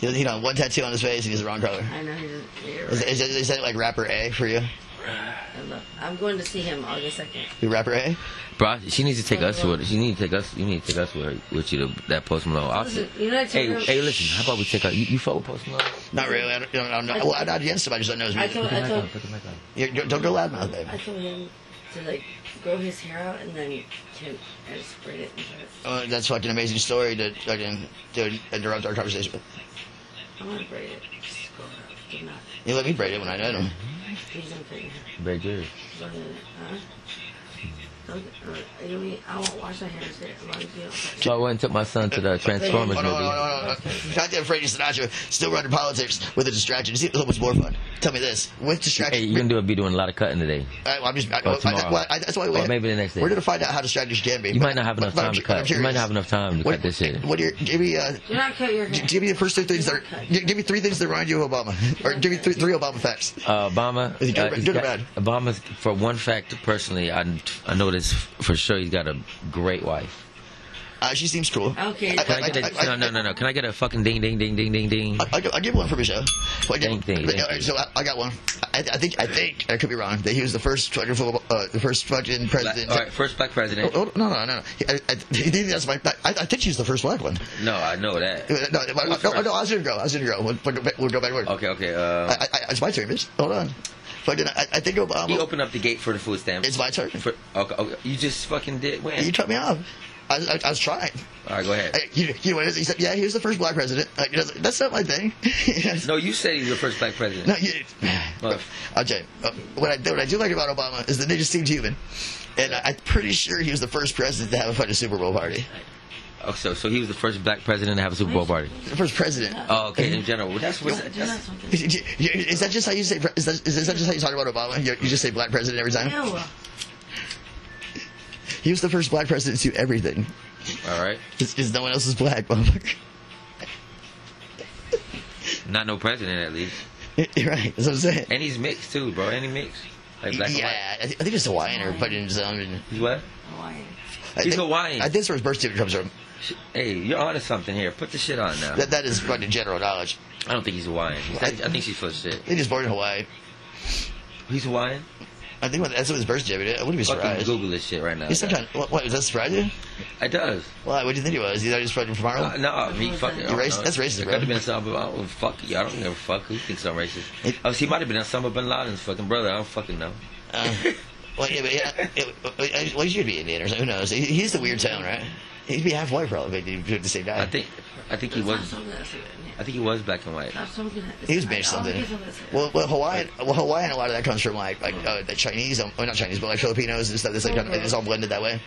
Speaker 1: He, he had one tattoo on his face and he's the wrong color.
Speaker 3: I know he doesn't. You're
Speaker 1: Is,
Speaker 3: right.
Speaker 1: is, is that like rapper A for you?
Speaker 3: I love. I'm going to see him August second.
Speaker 1: You rapper A?
Speaker 8: Bro, she needs to take us with her. She need to take us. You need to take us with her, with you to that Post Malone
Speaker 3: Listen,
Speaker 8: outfit.
Speaker 3: you know I told
Speaker 8: Hey,
Speaker 3: her-
Speaker 8: hey, listen. How about we take her? You, you fuck with Post Malone?
Speaker 1: Not really. I don't, I don't know. Well, I'm not against him. I just don't know his
Speaker 3: I
Speaker 1: music.
Speaker 3: told, I told,
Speaker 8: Put the mic on.
Speaker 1: You- Don't, don't go loudmouth, baby.
Speaker 3: I told him to like grow his hair out and then can I just braid it. And put it.
Speaker 1: Uh, that's fucking amazing story to fucking to interrupt our conversation. with.
Speaker 3: I'm gonna braid it. Just grow it out. Do not.
Speaker 1: You let me braid it when I know him.
Speaker 3: He's gonna braid it.
Speaker 8: Big Jerry.
Speaker 3: Don't do that, huh? Don't- uh, you know me, I won't wash my hair and shit as long as you don't touch it.
Speaker 8: So I went and took my son to the
Speaker 1: Oh,
Speaker 8: Transformers
Speaker 1: no,
Speaker 8: movie.
Speaker 1: no, no, no, no. Goddamn Freddie Sinatra still running politics with a distraction. It's so much more fun. Tell me this. With
Speaker 8: Hey,
Speaker 1: distraction.
Speaker 8: you're gonna do be doing a lot of cutting today.
Speaker 1: I, I'm just. I,
Speaker 8: Or
Speaker 1: I-
Speaker 8: tomorrow.
Speaker 1: well, I- that's why we.
Speaker 8: Or maybe the next day.
Speaker 1: We're gonna find out how distractions can be.
Speaker 8: You
Speaker 1: but-
Speaker 8: might not have
Speaker 1: but-
Speaker 8: enough
Speaker 1: but
Speaker 8: time
Speaker 1: I'm
Speaker 8: to
Speaker 1: cu- I'm
Speaker 8: cut. You might
Speaker 1: curious.
Speaker 8: not have enough time to
Speaker 1: What,
Speaker 8: cut this shit.
Speaker 1: what are your, give me uh,
Speaker 3: Do not cut your
Speaker 1: g-
Speaker 3: hair.
Speaker 1: give me the first two things that are, g- give me three things that remind you of Obama, or give me three, three Obama facts.
Speaker 8: Uh, Obama.
Speaker 1: Is he good or
Speaker 8: uh, he's
Speaker 1: good or
Speaker 8: got-
Speaker 1: bad?
Speaker 8: Obama's for one fact personally, I I know this for sure. He's got a great wife.
Speaker 1: Uh, she seems cool.
Speaker 3: Okay.
Speaker 1: I-
Speaker 8: Can I get a, no, no, no, no. Can I get a fucking ding, ding, ding, ding, ding, ding?
Speaker 1: I, I, I give one for Michelle. Well, I give- uh,
Speaker 8: Thank you, thank you.
Speaker 1: So I, I got one. I, I think I think I could be wrong that he was the first fucking football- uh, the first fucking president.
Speaker 8: All right, first black president.
Speaker 1: Oh, oh, no, no, no, no. I, I, that's my. I, I think she's the first black one. Uh,
Speaker 8: No, I know that.
Speaker 1: No, no, no, no, I was gonna go. I was gonna go. We'll, we'll go back- we'll go back. to work.
Speaker 8: Okay, okay. Uh,
Speaker 1: I, I, it's my turn, bitch. Hold on. Fucking, I, I think Obama.
Speaker 8: you opened up the gate for the food stamp.
Speaker 1: It's my turn.
Speaker 8: For, okay, okay, you just fucking did when?
Speaker 1: You cut me off. I, I, I was trying.
Speaker 8: All right, go ahead.
Speaker 1: I, you, you know what it is? He said, "Yeah, he was the first black president." Like, that's, that's not my thing. [LAUGHS] Yes.
Speaker 8: No, you said you were first black president.
Speaker 1: No, you,
Speaker 8: Well,
Speaker 1: okay. uh, What I, what I do like about Obama is that they just seemed human, and I, I'm pretty sure he was the first president to have a fucking Super Bowl party.
Speaker 8: oh, so so he was the first black president to have a Super Bowl party.
Speaker 1: The first president.
Speaker 8: Oh, okay, in general. Well, that's what.
Speaker 3: Do not
Speaker 8: That's,
Speaker 3: something.
Speaker 1: Is, is that just how you say? pre- Is that, is that just how you talk about Obama? You, you just say black president every time.
Speaker 3: Ew.
Speaker 1: He was the first black president to do everything.
Speaker 8: all right.
Speaker 1: Because no one else is black, motherfucker. [LAUGHS]
Speaker 8: Not no president at least,
Speaker 1: You're right. That's what I'm saying.
Speaker 8: and he's mixed too, bro. And he mixed. Like black
Speaker 1: yeah,
Speaker 8: and white.
Speaker 1: I, thi- I think it's Hawaiian or fucking something.
Speaker 8: He's what?
Speaker 3: Hawaiian.
Speaker 1: I
Speaker 8: He's
Speaker 1: think-
Speaker 8: Hawaiian.
Speaker 1: I think that's where his birth certificate comes from.
Speaker 8: Hey, you're onto something here. Put the shit on now.
Speaker 1: That, that is fucking general knowledge.
Speaker 8: I don't think he's Hawaiian. He's- I, I think she's full of shit.
Speaker 1: He was born in Hawaii.
Speaker 8: He's Hawaiian.
Speaker 1: I think that's what his birth certificate. I wouldn't be
Speaker 8: Fucking
Speaker 1: surprised.
Speaker 8: Google this shit right now.
Speaker 1: He's some kind. What, what was that surprise you?
Speaker 8: It does.
Speaker 1: Why? What do you think he was? You thought he was fucking from
Speaker 8: Uh,
Speaker 1: Ireland?
Speaker 8: no, me fucking.
Speaker 1: You're racist- Oh. that's racist,
Speaker 8: It
Speaker 1: bro.
Speaker 8: could have been some. I don't fuck you. I don't give a fuck who thinks I'm racist. Oh, he might have been Osama bin Laden's fucking brother. I don't fucking know.
Speaker 1: Uh, well, yeah, but
Speaker 8: [LAUGHS]
Speaker 1: yeah, it, well, you'd be Indian or something. Who knows? He, he's the weird town, right? He'd be half white probably. But he'd be the same guy.
Speaker 8: I think. I think he
Speaker 3: Stop
Speaker 8: was.
Speaker 3: something that's in
Speaker 8: I
Speaker 3: here.
Speaker 8: think he was black and white.
Speaker 3: Stop something that is
Speaker 1: He was
Speaker 3: in here.
Speaker 1: based
Speaker 3: I
Speaker 1: something.
Speaker 3: always get something that's in here.
Speaker 1: Well, well, Hawaiian, well, Hawaiian. A lot of that comes from like, like uh, the Chinese, um, well, not Chinese, but like Filipinos and stuff. That's like kind of- it's all blended that way.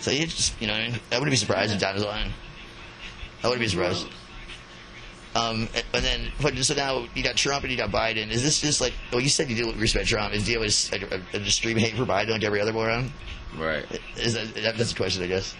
Speaker 1: So you just, you know, what I mean? I wouldn't be surprised if John was lying. I wouldn't be surprised. Um, and- and then, but so now you got Trump and you got Biden. Is this just like? Well, you said you did respect Trump. Is you always like, a, a extreme hate for Biden like every other moron?
Speaker 8: Right.
Speaker 1: Is that that- that's the question, I guess.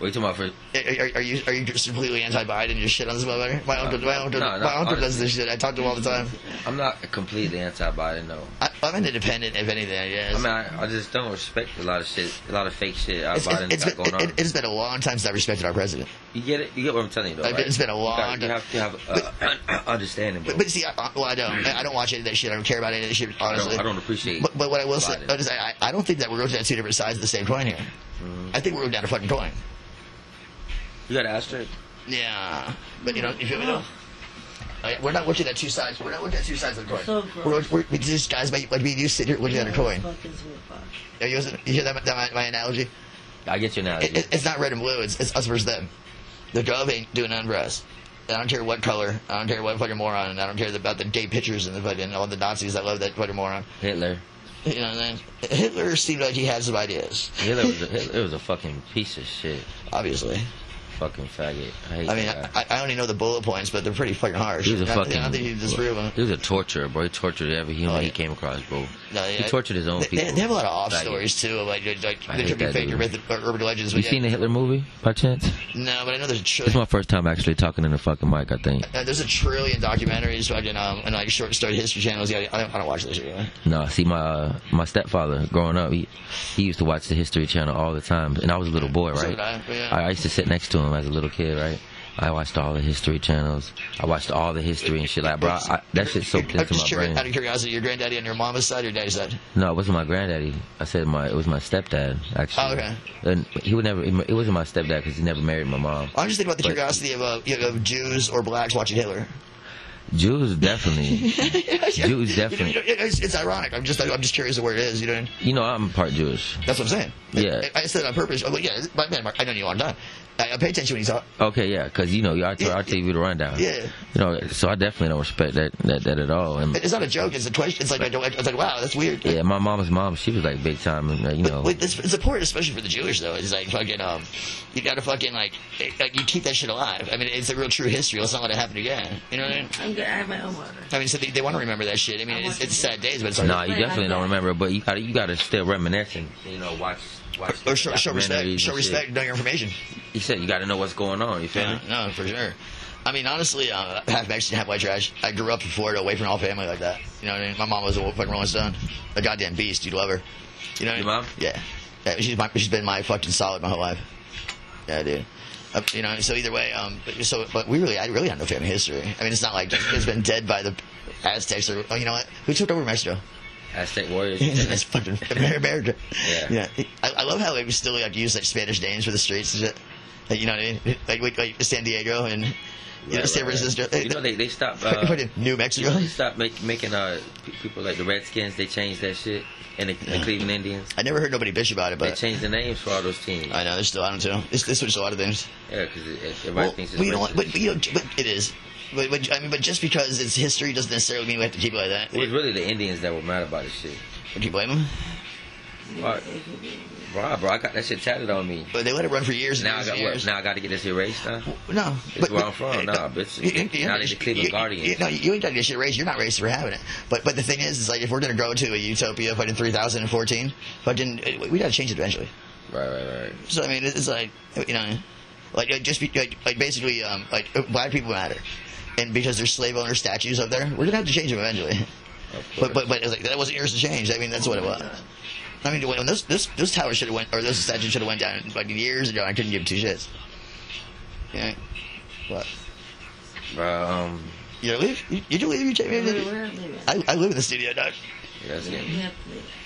Speaker 8: What you talking about? For,
Speaker 1: Are, are, are you are you just completely anti-Biden? You're shit on this motherfucker. My uncle, my uncle,
Speaker 8: no, no,
Speaker 1: my uncle does
Speaker 8: honestly.
Speaker 1: this shit. I talk to him all the time.
Speaker 8: I'm not completely anti-Biden though.
Speaker 1: I, I'm an independent, if anything. I guess.
Speaker 8: I mean, I, I just don't respect a lot of shit, a lot of fake shit out
Speaker 1: It's,
Speaker 8: Biden
Speaker 1: it's, it's
Speaker 8: got going
Speaker 1: been,
Speaker 8: on.
Speaker 1: it, has been a long time since I respected our president.
Speaker 8: you get it? You get what I'm telling you, though.
Speaker 1: It's been-
Speaker 8: right?
Speaker 1: it's been a
Speaker 8: You gotta-
Speaker 1: long
Speaker 8: You have to have uh, understanding, bro.
Speaker 1: But, but see, I, I- well, I don't. I I don't watch any of that shit. I don't care about any of that shit,
Speaker 8: I,
Speaker 1: honestly.
Speaker 8: don't, I don't appreciate.
Speaker 1: But, but what I will say
Speaker 8: Biden.
Speaker 1: is I, I don't think that we're looking at two different sides of the same coin here.
Speaker 8: Mm.
Speaker 1: I think we're looking at a fucking coin.
Speaker 8: you got an asterisk.
Speaker 1: Yeah. But you know, you feel me though? Like, we're not looking at two sides. We're not looking at two sides of the coin.
Speaker 3: So
Speaker 1: we're,
Speaker 3: gross.
Speaker 1: we're, we just guys like, like me and you sit here looking at a coin.
Speaker 3: Fucking fuck.
Speaker 1: Are you, listening? you hear that, that my, my analogy?
Speaker 8: I get your analogy.
Speaker 1: It, it, it's not red and blue. It's, it's us versus them. The Dove ain't doing nothing for us. I don't care what color. I don't care what fucking moron. And I don't care about the gay pictures and the fucking all the Nazis that love that fucking moron.
Speaker 8: Hitler.
Speaker 1: You know what I mean? Hitler seemed like he had some ideas.
Speaker 8: Hitler was a, Hitler was a fucking piece of shit.
Speaker 1: Obviously.
Speaker 8: Fucking faggot. I hate
Speaker 1: I mean,
Speaker 8: that guy.
Speaker 1: I, I only know the bullet points, but they're pretty fucking harsh.
Speaker 8: He was a
Speaker 1: I don't think-
Speaker 8: fucking.
Speaker 1: I don't think you disprove them.
Speaker 8: He was a torturer, bro. He tortured every human
Speaker 1: Oh, yeah.
Speaker 8: he came across, bro.
Speaker 1: No, yeah.
Speaker 8: he tortured his own
Speaker 1: They,
Speaker 8: people.
Speaker 1: they, they have a lot of off
Speaker 8: Faggot.
Speaker 1: stories too. Like, like
Speaker 8: I
Speaker 1: they
Speaker 8: hate
Speaker 1: took me
Speaker 8: that
Speaker 1: fake or
Speaker 8: dude.
Speaker 1: myth or urban legends.
Speaker 8: You
Speaker 1: But
Speaker 8: seen
Speaker 1: yeah,
Speaker 8: the Hitler movie by chance?
Speaker 1: no, but I know there's a trillion.
Speaker 8: It's my first time actually talking in the fucking mic. I think.
Speaker 1: Uh, there's a trillion documentaries fucking um, and like short story history channels. Yeah, I don't, I don't watch this shit. Anyway.
Speaker 8: No, see, my uh, my stepfather growing up, he, he used to watch the History Channel all the time, and I was a little boy,
Speaker 1: So
Speaker 8: right?
Speaker 1: did I, yeah.
Speaker 8: I, I used to sit next to him as a little kid, right? I watched all the history channels. I watched all the history and shit. Like, bro, I, that shit soaked
Speaker 1: I'm
Speaker 8: into
Speaker 1: just
Speaker 8: my
Speaker 1: curious, out of
Speaker 8: brain.
Speaker 1: curiosity, your granddaddy on your mama's side or your daddy's side?
Speaker 8: No, it wasn't my granddaddy. I said my it was my stepdad actually.
Speaker 1: Oh, okay.
Speaker 8: And he would never. It wasn't my stepdad because he never married my mom.
Speaker 1: I'm just thinking about the
Speaker 8: But-
Speaker 1: curiosity of, uh, you know, of Jews or blacks watching Hitler. [LAUGHS]
Speaker 8: Jews definitely. Jews
Speaker 1: You know,
Speaker 8: definitely.
Speaker 1: it's, it's ironic. I'm just I'm just curious of where it is. You know,
Speaker 8: You know, I'm part Jewish.
Speaker 1: that's what I'm saying.
Speaker 8: Yeah.
Speaker 1: I, I said it on purpose. Oh, well, yeah, but man, Mark, I know you all time. I, I pay attention when you talk.
Speaker 8: Okay, yeah, because you know, I will
Speaker 1: Yeah,
Speaker 8: tell you the rundown.
Speaker 1: yeah.
Speaker 8: You know, so I definitely don't respect that that, that at all. And
Speaker 1: It's not a joke. It's a question. It's like I don't. It's like wow, that's weird.
Speaker 8: yeah, my mom's mom, she was like big time, and like, you know,
Speaker 1: Wait, it's, it's important, especially for the Jewish though. It's like fucking um, you gotta fucking like, it- like you keep that shit alive. I mean, it's a real true history. Let's not let it happen again. You know what I mean?
Speaker 3: I'm good. I have my own water.
Speaker 1: I mean, so they, they want to remember that shit. I mean, it's, it's sad days, but it's like
Speaker 8: nah, you
Speaker 3: Wait,
Speaker 8: definitely
Speaker 3: like
Speaker 8: don't
Speaker 3: that.
Speaker 8: remember. But you got to you got to still reminisce and you know watch watch.
Speaker 1: or show, show
Speaker 8: documentaries
Speaker 1: respect,
Speaker 8: and
Speaker 1: show
Speaker 8: shit.
Speaker 1: respect, Uh-huh. know your information.
Speaker 8: He said you got to know what's going on. You feel
Speaker 1: Yeah,
Speaker 8: me?
Speaker 1: no, for sure. I mean, honestly, uh, [LAUGHS] half Mexican, half white trash. I grew up in Florida, away from all family like that. You know what I mean? My mom was a fucking Rolling Stone, a goddamn beast. You'd love her. You know what I
Speaker 8: Your
Speaker 1: mean?
Speaker 8: mom?
Speaker 1: Yeah. yeah she's my, she's been my fucking solid my whole life. Yeah, dude. Uh, you know, so either way, um, but, so but we really, I really have no family history. I mean, it's not like it's been dead by the Aztecs or oh, you know what? Who took over Mexico?
Speaker 8: Aztec
Speaker 1: [LAUGHS]
Speaker 8: warriors.
Speaker 1: That's fucking America.
Speaker 8: Yeah.
Speaker 1: yeah. I, I love how they still like use like Spanish names for the streets and shit. Like, you know what I mean? Like, like, like San Diego and you know
Speaker 8: Right,
Speaker 1: San
Speaker 8: right, right.
Speaker 1: Francisco.
Speaker 8: You
Speaker 1: [LAUGHS]
Speaker 8: know they they stopped. Uh,
Speaker 1: fucking New Mexico.
Speaker 8: they stopped make, making uh pe- people like the Redskins. They changed that shit, and the, the Cleveland Indians.
Speaker 1: I never heard nobody bitch about it,
Speaker 8: They
Speaker 1: but
Speaker 8: changed the names for all those teams.
Speaker 1: I know there's still I don't know. It's, this switched a lot of things.
Speaker 8: Yeah, because everybody
Speaker 1: Well,
Speaker 8: thinks it's
Speaker 1: we don't.
Speaker 8: racist.
Speaker 1: But, but, you know, but it is. But, but I mean, but just because it's history doesn't necessarily mean we have to keep it like that.
Speaker 8: It was really the Indians that were mad about this shit.
Speaker 1: Would you blame them?
Speaker 8: Bro, bro, bro, I got that shit tatted on me.
Speaker 1: But they let it run for years and
Speaker 8: Now I
Speaker 1: years
Speaker 8: got
Speaker 1: and
Speaker 8: what?
Speaker 1: years.
Speaker 8: Now I got to get this erased. Huh?
Speaker 1: No, eh,
Speaker 8: It's where I'm from. Nah, bitch. Now they the Cleveland
Speaker 1: you,
Speaker 8: Guardians.
Speaker 1: You, no, you ain't talking shit race. You're not racist for having it. But but the thing is, is like if we're gonna grow to a utopia, fucking 3014, fucking eh, we gotta change it eventually.
Speaker 8: Right, right, right.
Speaker 1: So I mean, it's like you know, like uh, just be, like, like basically, um, like uh, black people matter, and because there's slave owner statues up there, we're gonna have to change them eventually. [LAUGHS] But but but it's like that wasn't yours to change. I mean, that's what it was. I mean, when those this those towers should have went or those statues should have went down like years ago. I couldn't give two shits. Yeah, but
Speaker 8: Bro, um,
Speaker 1: you don't leave. You, you do leave. You take
Speaker 3: Where,
Speaker 1: me.
Speaker 3: where am I living?
Speaker 1: I, I live in the studio, dog.
Speaker 8: yeah, that's it.
Speaker 3: Yeah,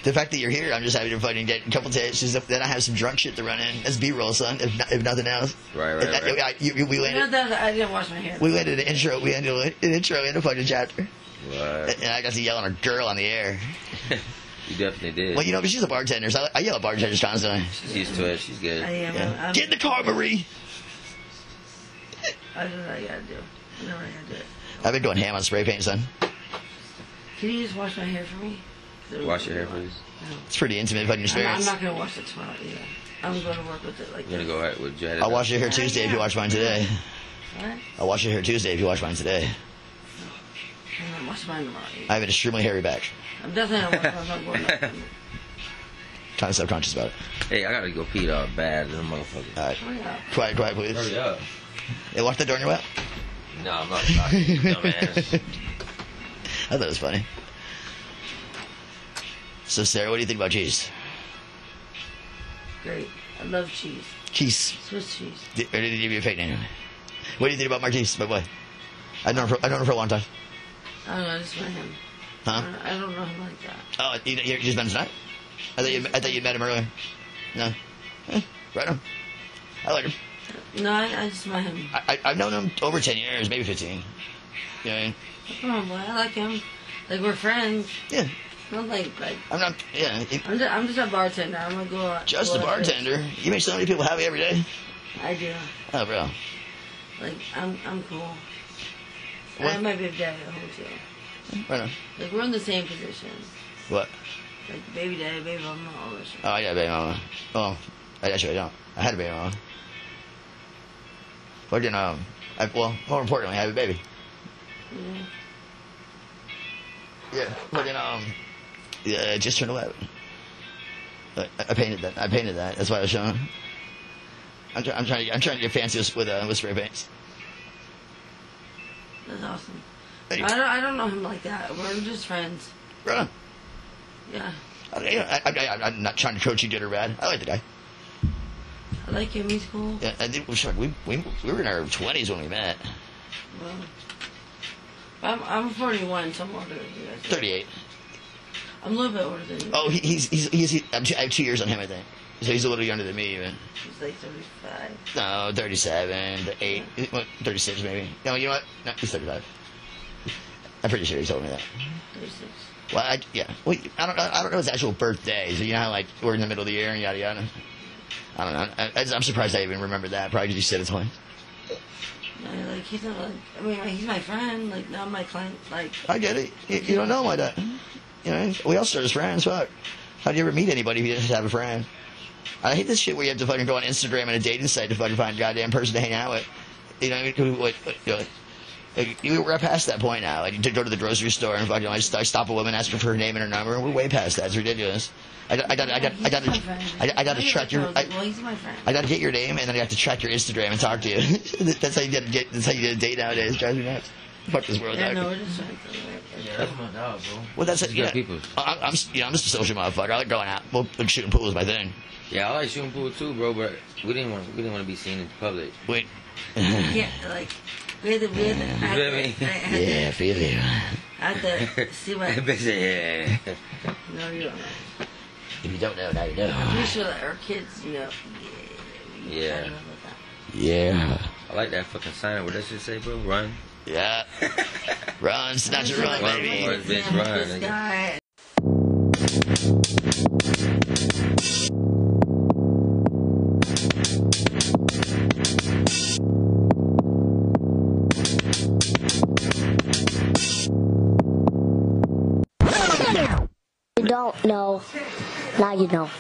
Speaker 1: The fact that you're here, I'm just happy to fucking get a couple tastes. Then I have some drunk shit to run in. That's B-roll, son. If, not, if nothing else.
Speaker 8: Right, right,
Speaker 1: And that-
Speaker 8: right.
Speaker 1: I- you- you- we
Speaker 3: but- No,
Speaker 1: landed.
Speaker 3: no, no, I didn't wash my hair.
Speaker 1: We landed an intro. We ended an intro in a fucking chapter,
Speaker 8: Right.
Speaker 1: and I got to yell on a girl on the air.
Speaker 8: You definitely did.
Speaker 1: Well, you know, but she's a bartender, so I, I yell at bartenders constantly.
Speaker 8: She's used to it. She's
Speaker 3: I
Speaker 8: good.
Speaker 3: am.
Speaker 1: Yeah.
Speaker 3: I'm,
Speaker 1: Get in the car, Marie.
Speaker 3: I don't know what I gotta do. I know what I gotta do.
Speaker 1: I've been going ham on spray paint, son.
Speaker 3: Can you just wash my hair for me?
Speaker 8: Wash your hair, please.
Speaker 1: It's pretty intimate fucking
Speaker 3: I'm not, I'm
Speaker 1: experience.
Speaker 3: not gonna wash it tomorrow either. I'm gonna work with it like
Speaker 8: You're gonna go out with Janet.
Speaker 1: I'll wash your hair Tuesday if you wash mine today.
Speaker 3: What? I'm
Speaker 1: I'll wash your hair Tuesday if you wash mine today.
Speaker 3: gonna wash mine tomorrow. Either.
Speaker 1: I have an extremely hairy back.
Speaker 3: I'm definitely gonna wash. I'm not going. Up.
Speaker 1: Kind of subconscious about it.
Speaker 8: Hey, I gotta go pee dog bad, little motherfucker.
Speaker 1: All right,
Speaker 3: Hurry up.
Speaker 1: quiet, quiet, please.
Speaker 8: Hurry up.
Speaker 1: Hey, walk the door in your lap.
Speaker 8: No, I'm not talking. Dumbass.
Speaker 1: [LAUGHS] I thought it was funny. So, Sarah, what do you think about cheese?
Speaker 3: Great. I love cheese.
Speaker 1: Cheese.
Speaker 3: Swiss cheese.
Speaker 1: Did, or did he give you a fake name? What do you think about Marquise, by the way? I've known, him for, I've known him for a long time.
Speaker 3: I don't know. I just met him. I
Speaker 1: Huh?
Speaker 3: don't, I don't know him like that.
Speaker 1: Oh, you, you just met him tonight? I thought you, I thought you met him earlier. No. Eh, right on. I like him.
Speaker 3: No, I, I just met him.
Speaker 1: I, I, I've known him over 10 years, maybe 15. You know what I mean?
Speaker 3: Probably. I like him. Like we're friends.
Speaker 1: Yeah.
Speaker 3: Not like like.
Speaker 1: I'm not, yeah. you-
Speaker 3: I'm just, I'm just a bartender. I'm gonna go out.
Speaker 1: just
Speaker 3: go
Speaker 1: a
Speaker 3: out there.
Speaker 1: bartender. You make so many people happy every day.
Speaker 3: I do.
Speaker 1: Oh, bro.
Speaker 3: Like I'm I'm cool.
Speaker 1: What?
Speaker 3: I might be a dad at a hotel.
Speaker 1: Right on.
Speaker 3: Like we're in the same position.
Speaker 1: What?
Speaker 3: Like baby daddy, baby mama, all that shit.
Speaker 1: Oh, I got a baby mama. Oh, I actually don't. I had a baby mama. But you know, I, well, more importantly, I have a baby.
Speaker 3: Yeah.
Speaker 1: Yeah. But you know, um, yeah, I just turned eleven. I, I painted that. I painted that. That's why I was showing. I'm, try, I'm trying. To, I'm trying to get fancy with with, uh, with spray paints.
Speaker 3: That's awesome.
Speaker 1: Hey,
Speaker 3: I don't I don't know him like that. We're just friends.
Speaker 1: Right on.
Speaker 3: Yeah.
Speaker 1: I, I, I, I, I'm not trying to coach you good or bad. I like the guy.
Speaker 3: I like your musical.
Speaker 1: Yeah, I think we're sure we, we we were in our twenties when we met.
Speaker 3: Well, I'm, I'm 41, so I'm older than you guys.
Speaker 1: Thirty-eight.
Speaker 3: I'm a little bit older than you.
Speaker 1: Oh, he, he's he's he's. He, I'm two, I have two years on him, I think. So he's a little younger than me, even.
Speaker 3: He's like 35.
Speaker 1: No, 37, 8, what, 36 maybe. No, you know what? No, he's 35. I'm pretty sure he told me that.
Speaker 3: 36.
Speaker 1: Well, I, yeah. Well, I don't know. I don't know his actual birthday. So you know how like we're in the middle of the year and yada yada. I don't know. I, I- I'm surprised I even remembered that. Probably 'cause you said it twice.
Speaker 3: No, like, he's not like, I mean, like, he's my friend, like, not my client, like,
Speaker 1: I get it. You, you don't know him like that. You know, we all start as friends. Fuck. How do you ever meet anybody if you just have a friend? I hate this shit where you have to fucking go on Instagram and a dating site to fucking find a goddamn person to hang out with. You know, what I mean? Who- what, what, you know, like, you- we're past that point now. Like, to go to the grocery store and fucking, I, st- I stop a woman, ask her for her name and her number. We're way past that. It's ridiculous. I, got- I got, I got, I got,
Speaker 3: He's my
Speaker 1: I,
Speaker 3: friend.
Speaker 1: I got to
Speaker 3: He's
Speaker 1: track
Speaker 3: my
Speaker 1: your,
Speaker 3: friend.
Speaker 1: I,
Speaker 3: well, he's my friend.
Speaker 1: I got to get your name, and then I have to track your Instagram and talk to you. [LAUGHS] that's how you get, get, that's how you get a date nowadays. It drives me nuts. Fuck this world.
Speaker 3: yeah,
Speaker 1: out.
Speaker 3: no, it is right. though, right?
Speaker 8: Yeah, that's my dog, bro.
Speaker 1: Well, that's it.
Speaker 8: You
Speaker 1: Yeah.
Speaker 8: got people.
Speaker 1: I, I'm, s- you know, I'm just a social motherfucker. I like going out. Well, like shooting pool is my thing.
Speaker 8: Yeah, I like shooting pool too, bro. But we didn't want we didn't want to be seen in public. [LAUGHS]
Speaker 1: Wait.
Speaker 3: Yeah, like, we had to, we had to, I
Speaker 8: You know what I mean?
Speaker 3: had to, I had to-
Speaker 1: Yeah, feel you.
Speaker 3: I had to see
Speaker 8: [LAUGHS]
Speaker 3: what,
Speaker 8: Bitch, yeah.
Speaker 3: no, you don't know.
Speaker 1: If you don't know, now you know.
Speaker 3: I'm pretty sure that our kids, you know, yeah. we
Speaker 8: Yeah.
Speaker 3: kinda know about that.
Speaker 1: Yeah. [LAUGHS]
Speaker 8: I like that fucking sign. What does it say, bro? Run.
Speaker 1: Yeah. run, snatch and run,
Speaker 8: Run,
Speaker 1: baby.
Speaker 8: run.
Speaker 3: Like,
Speaker 8: bitch,
Speaker 3: yeah, this
Speaker 8: nigga.
Speaker 3: guy,
Speaker 9: You don't know. Now you know.